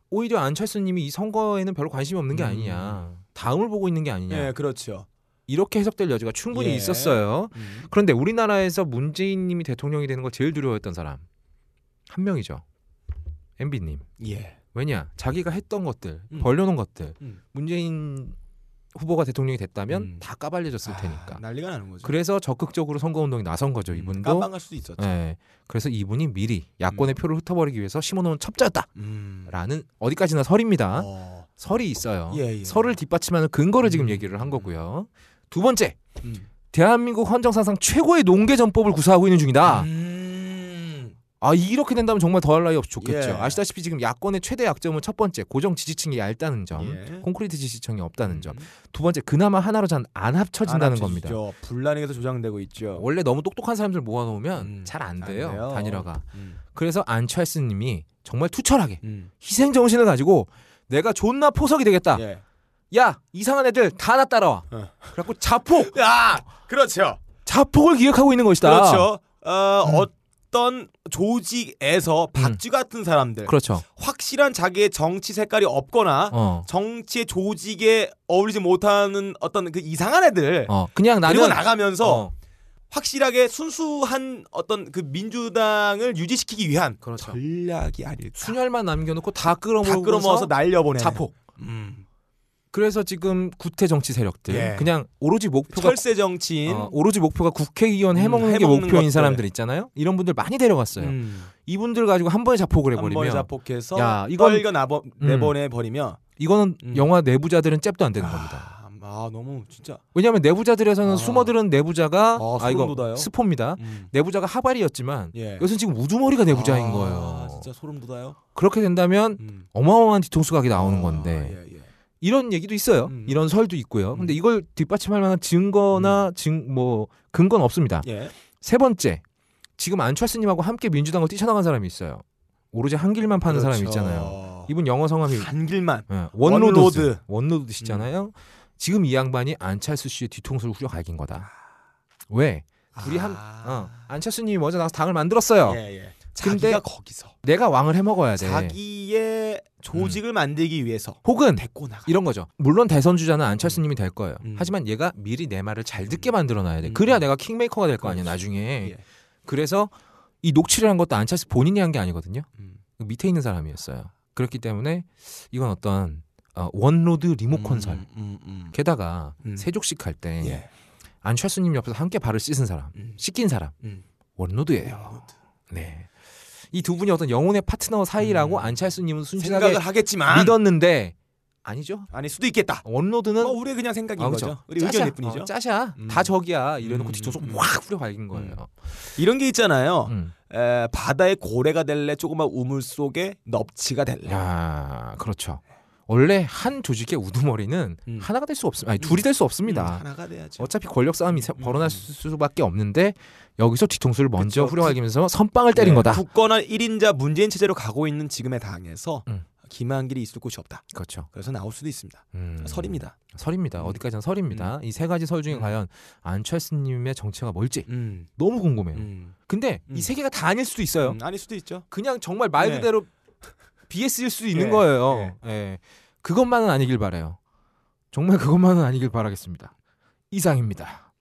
S1: 오히려 안철수님이 이 선거에는 별로 관심이 없는 게
S2: 음.
S1: 아니냐, 다음을 보고 있는 게 아니냐
S2: 예, 그렇죠.
S1: 이렇게 해석될 여지가 충분히
S2: 예.
S1: 있었어요.
S2: 음.
S1: 그런데 우리나라에서 문재인님이 대통령이 되는 걸 제일 두려워했던 사람 한 명이죠. MB님.
S2: 예.
S1: 왜냐 자기가 했던 것들
S2: 음.
S1: 벌려놓은 것들
S2: 음.
S1: 문재인 후보가 대통령이 됐다면
S2: 음.
S1: 다 까발려졌을
S2: 아,
S1: 테니까.
S2: 난리가 나는 거죠.
S1: 그래서 적극적으로 선거 운동에 나선 거죠
S2: 음,
S1: 이분도.
S2: 깜빵할 수도 있었죠.
S1: 예. 그래서 이분이 미리 야권의 표를 흩어버리기 위해서 심어놓은 첩자였다라는
S2: 음.
S1: 어디까지나 설입니다.
S2: 어.
S1: 설이 있어요.
S2: 예, 예.
S1: 설을 뒷받침하는 근거를 지금
S2: 음.
S1: 얘기를 한 거고요. 두 번째,
S2: 음.
S1: 대한민국 헌정사상 최고의 농계 전법을 구사하고 있는 중이다.
S2: 음.
S1: 아 이렇게 된다면 정말 더할 나위 없이 좋겠죠.
S2: 예.
S1: 아시다시피 지금 야권의 최대 약점은 첫 번째 고정 지지층이 얇다는 점,
S2: 예.
S1: 콘크리트 지지층이 없다는 점.
S2: 음.
S1: 두 번째 그나마 하나로 잘 안 합쳐진다는
S2: 안
S1: 겁니다.
S2: 합쳐지죠. 분란에게서 조장되고 있죠.
S1: 원래 너무 똑똑한 사람들 모아놓으면
S2: 음,
S1: 잘 안
S2: 안
S1: 돼요,
S2: 돼요.
S1: 단일화가.
S2: 음.
S1: 그래서 안철수님이 정말 투철하게
S2: 음.
S1: 희생 정신을 가지고 내가 존나 포석이 되겠다.
S2: 예.
S1: 야 이상한 애들 다 나 따라와.
S2: 어.
S1: 그래갖고 자폭
S2: 아, 그렇죠.
S1: 자폭을 음. 기획하고 있는 것이다.
S2: 그렇죠. 어, 어떤 조직에서 박쥐 같은 사람들,
S1: 음. 그렇죠.
S2: 확실한 자기의 정치 색깔이 없거나
S1: 어.
S2: 정치의 조직에 어울리지 못하는 어떤 그 이상한 애들
S1: 어. 그냥 나는
S2: 그리고 나가면서
S1: 어.
S2: 확실하게 순수한 어떤 그 민주당을 유지시키기 위한
S1: 그렇죠.
S2: 전략이 아닐까.
S1: 순혈만 남겨놓고 다
S2: 다
S1: 끌어모으고
S2: 끌어모아서 날려보내.
S1: 자폭.
S2: 음.
S1: 그래서 지금 구태 정치 세력들
S2: 예.
S1: 그냥 오로지 목표가
S2: 철새 정치인.
S1: 어, 오로지 목표가 국회의원
S2: 음,
S1: 해먹는 게
S2: 해먹는
S1: 목표인
S2: 것들.
S1: 사람들 있잖아요. 이런 분들 많이 데려갔어요.
S2: 음.
S1: 이분들 가지고 한 번에 자폭을
S2: 한번
S1: 네. 해버리면
S2: 자폭해서
S1: 야, 이건-
S2: 떨겨 나버,
S1: 음.
S2: 내보내 버리면
S1: 이거는
S2: 음.
S1: 영화 내부자들은 잽도 안 되는 겁니다.
S2: 아, 아 너무 진짜.
S1: 왜냐하면 내부자들에서는
S2: 아.
S1: 숨어들은 내부자가
S2: 아,
S1: 아 이거
S2: 소름 돋아요.
S1: 스포입니다.
S2: 음.
S1: 내부자가 하발이었지만
S2: 예.
S1: 여기서 지금 우두머리가 내부자인
S2: 아,
S1: 거예요.
S2: 진짜 소름 돋아요.
S1: 그렇게 된다면
S2: 음.
S1: 어마어마한 뒤통수 각이 나오는
S2: 아,
S1: 건데
S2: 예, 예.
S1: 이런 얘기도 있어요.
S2: 음.
S1: 이런 설도 있고요. 근데
S2: 음.
S1: 이걸 뒷받침할 만한 증거나 증 뭐 근거는 없습니다.
S2: 예.
S1: 세 번째 지금 안철수님하고 함께 민주당을 뛰쳐나간 사람이 있어요. 오로지 한 길만 파는 사람이
S2: 그렇죠.
S1: 있잖아요. 이분 영어 성함이
S2: 한길만.
S1: 예,
S2: 원로드. 음.
S1: 원로드스. 원로드시잖아요. 지금 이 양반이 안철수 씨의 뒤통수를 후려갈긴 거다.
S2: 아.
S1: 왜? 둘이 한 어, 안철수님이 먼저 나와서 당을 만들었어요.
S2: 예, 예.
S1: 근데- 아, 네.
S2: 자기가 거기서
S1: 내가 왕을 해먹어야 돼.
S2: 자기의 조직을
S1: 음.
S2: 만들기 위해서
S1: 혹은
S2: 데리고 나가.
S1: 이런 거죠. 물론 대선 주자는 안철수님이 될 거예요.
S2: 음.
S1: 하지만 얘가 미리 내 말을 잘 듣게
S2: 음.
S1: 만들어놔야 돼.
S2: 음.
S1: 그래야 내가 킹메이커가 될 거 아니야
S2: 그렇지.
S1: 나중에.
S2: 예.
S1: 그래서 이 녹취를 한 것도 안철수 본인이 한 게 아니거든요.
S2: 음.
S1: 밑에 있는 사람이었어요. 그렇기 때문에 이건 어떤 어, 원로드 리모컨설.
S2: 음, 음,
S1: 게다가
S2: 음.
S1: 세족식 할 때
S2: 음. 예.
S1: 안철수님 옆에서 함께 발을 씻은 사람,
S2: 음.
S1: 씻긴 사람
S2: 음.
S1: 원로드예요. 네. 이 두 분이 어떤 영혼의 파트너 사이라고
S2: 음.
S1: 안철수님은 순진하게
S2: 생각을 하겠지만
S1: 믿었는데 아니죠.
S2: 아니 수도 있겠다.
S1: 원로드는
S2: 뭐 우리 그냥 생각인
S1: 어, 아, 그렇죠.
S2: 거죠. 우리 의견일 뿐이죠.
S1: 어, 짜샤
S2: 음.
S1: 다 적이야 이래놓고
S2: 음.
S1: 뒤통수 확 후려 갈긴 거예요.
S2: 이런 게 있잖아요.
S1: 음.
S2: 에, 바다의 고래가 될래 조그만 우물 속에 넙치가 될래.
S1: 야 그렇죠. 원래 한 조직의 우두머리는
S2: 음.
S1: 하나가 될 수 없습니다. 아니 둘이 될 수 없습니다.
S2: 음, 하나가 돼야죠.
S1: 어차피 권력 싸움이 세-
S2: 음.
S1: 벌어날 수- 수밖에 없는데 여기서 뒤통수를 먼저
S2: 그쵸.
S1: 후려갈기면서 선빵을 때린
S2: 네,
S1: 거다.
S2: 굳거나 1인자 문재인 체제로 가고 있는 지금의 당에서
S1: 음.
S2: 김한길이 있을 곳이 없다.
S1: 그렇죠.
S2: 그래서 나올 수도 있습니다.
S1: 음.
S2: 설입니다.
S1: 설입니다.
S2: 음.
S1: 어디까지나 설입니다. 이 세 가지 설 중에
S2: 음.
S1: 과연 안철수님의 정체가 뭘지
S2: 음.
S1: 너무 궁금해요.
S2: 음.
S1: 근데
S2: 음.
S1: 이 세 개가 다 아닐 수도 있어요.
S2: 음, 아닐 수도 있죠.
S1: 그냥 정말 말
S2: 네.
S1: 그대로 (laughs) BS일 수도 있는
S2: 예,
S1: 거예요. 예. 그것만은 아니길 바래요. 정말 그것만은 아니길 바라겠습니다. 이상입니다.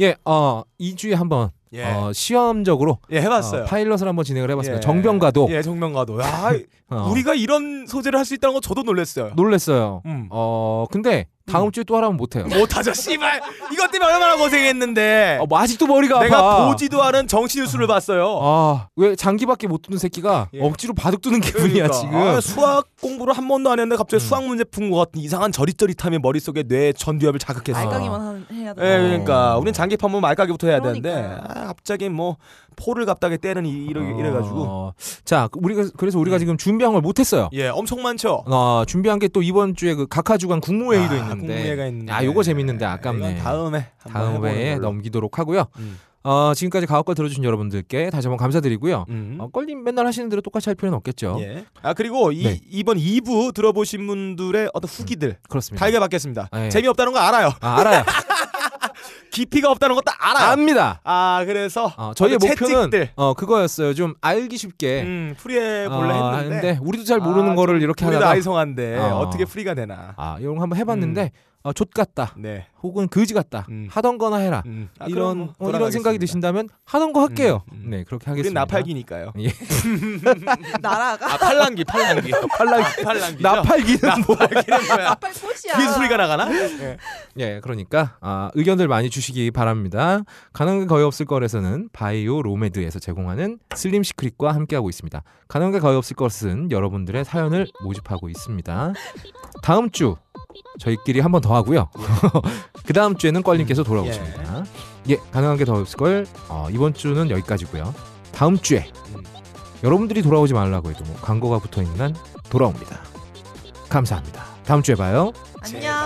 S1: 예, 어, 2주에 한번
S2: 예,
S1: 어, 시험적으로
S2: 예 해봤어요.
S1: 어, 파일럿을 한번 진행을 해봤습니다.
S2: 예.
S1: 정병과도
S2: 예, 정명가도. 야,
S1: 어,
S2: 우리가 이런 소재를 할 수 있다는 거 저도 놀랐어요.
S1: 놀랬어요.
S2: 음.
S1: 어, 근데 다음
S2: 음.
S1: 주에 또 하라면 못해요.
S2: 못하죠, 씨발. 이것 때문에 얼마나 고생했는데.
S1: 어, 뭐 아직도 머리가
S2: 내가
S1: 아파.
S2: 보지도 않은 정치 뉴스를 봤어요.
S1: 아, 왜 장기밖에 못 듣는 새끼가
S2: 예.
S1: 억지로 바둑 두는 기분이야
S2: 그러니까.
S1: 지금.
S2: 아, 수학 공부를 한 번도 안 했는데 갑자기
S1: 음.
S2: 수학 문제 푼 것 같은 이상한 저릿저릿함이 머릿속에 뇌 전두엽을 자극했어.
S1: 아.
S3: 알까기만 하- 해야 돼.
S2: 예, 그러니까
S1: 어.
S2: 우린 장기판 보면 말까기부터 해야 되는데
S3: 그러니까요.
S2: 아, 갑자기 뭐 포를 갑자기 때는 이- 이러 이래가지고
S1: 어, 자, 그 우리가 그래서 우리가
S2: 음.
S1: 지금 준비한 걸 못했어요.
S2: 예, 엄청 많죠.
S1: 어, 준비한 게 또 이번 주에 그 각하주간 국무회의도
S2: 아,
S1: 있는데.
S2: 국무회의가 있는데.
S1: 아, 요거 재밌는데
S2: 예,
S1: 아깝네.
S2: 이건 다음에 한번
S1: 다음
S2: 해보는
S1: 회에
S2: 걸로.
S1: 넘기도록 하고요.
S2: 음.
S1: 어, 지금까지 가옥걸 들어주신 여러분들께 다시 한번 감사드리고요.
S2: 음.
S1: 어, 껄림 맨날 하시는 대로 똑같이 할 필요는 없겠죠.
S2: 예. 아 그리고 이
S1: 네.
S2: 이번 2부 들어보신 분들의 어떤 후기들
S1: 그렇습니다.
S2: 달게 받겠습니다.
S1: 아, 예.
S2: 재미없다는 거 알아요.
S1: 아,
S2: (laughs)
S1: 알아요.
S2: 깊이가 없다는 것도 알아요.
S1: 압니다.
S2: 아 그래서
S1: 어, 저희의
S2: 어떤
S1: 목표는
S2: 채찍들.
S1: 어, 그거였어요. 좀 알기 쉽게
S2: 음, 프리에
S1: 어,
S2: 몰라 했는데
S1: 하는데 우리도 잘 모르는
S2: 아,
S1: 거를 이렇게
S2: 우리도
S1: 하다가
S2: 아이성한데
S1: 어.
S2: 어. 떻게 프리가 되나.
S1: 아, 이런 거 한번 해봤는데 어, 좆 같다.
S2: 네.
S1: 혹은 그지 같다.
S2: 음.
S1: 하던 거나 해라.
S2: 음. 아, 그럼
S1: 이런
S2: 뭐
S1: 어, 이런 생각이
S2: 돌아가겠습니다.
S1: 드신다면 하던 거 할게요.
S2: 음, 음.
S1: 네 그렇게
S2: 우린
S1: 하겠습니다.
S2: 나팔기니까요.
S1: 예.
S3: 나라가
S2: (laughs) 아 팔랑기 (laughs) 팔랑기 팔랑기 팔랑기 (laughs)
S1: 나팔기는 뭐?
S2: 팔기는 뭐야?
S3: 아, 빨 꽃이야.
S2: 귀 소리가 나가나?
S1: 예, 그러니까 아, 의견들 많이 주시기 바랍니다. 가능한 게 거의 없을 거에서는 바이오 로메드에서 제공하는 슬림 시크릿과 함께하고 있습니다. 가능한 게 거의 없을 것은 여러분들의 사연을 모집하고 있습니다. 다음 주 저희끼리 한 번 더 하고요. (laughs) 그 다음 주에는 껄님께서 돌아오십니다. 예, 가능한 게 더 없을 걸 어, 이번 주는 여기까지고요. 다음 주에
S2: 음.
S1: 여러분들이 돌아오지 말라고 뭐 해도 광고가 붙어 있는 한 돌아옵니다. 감사합니다. 다음 주에 봐요.
S3: 안녕.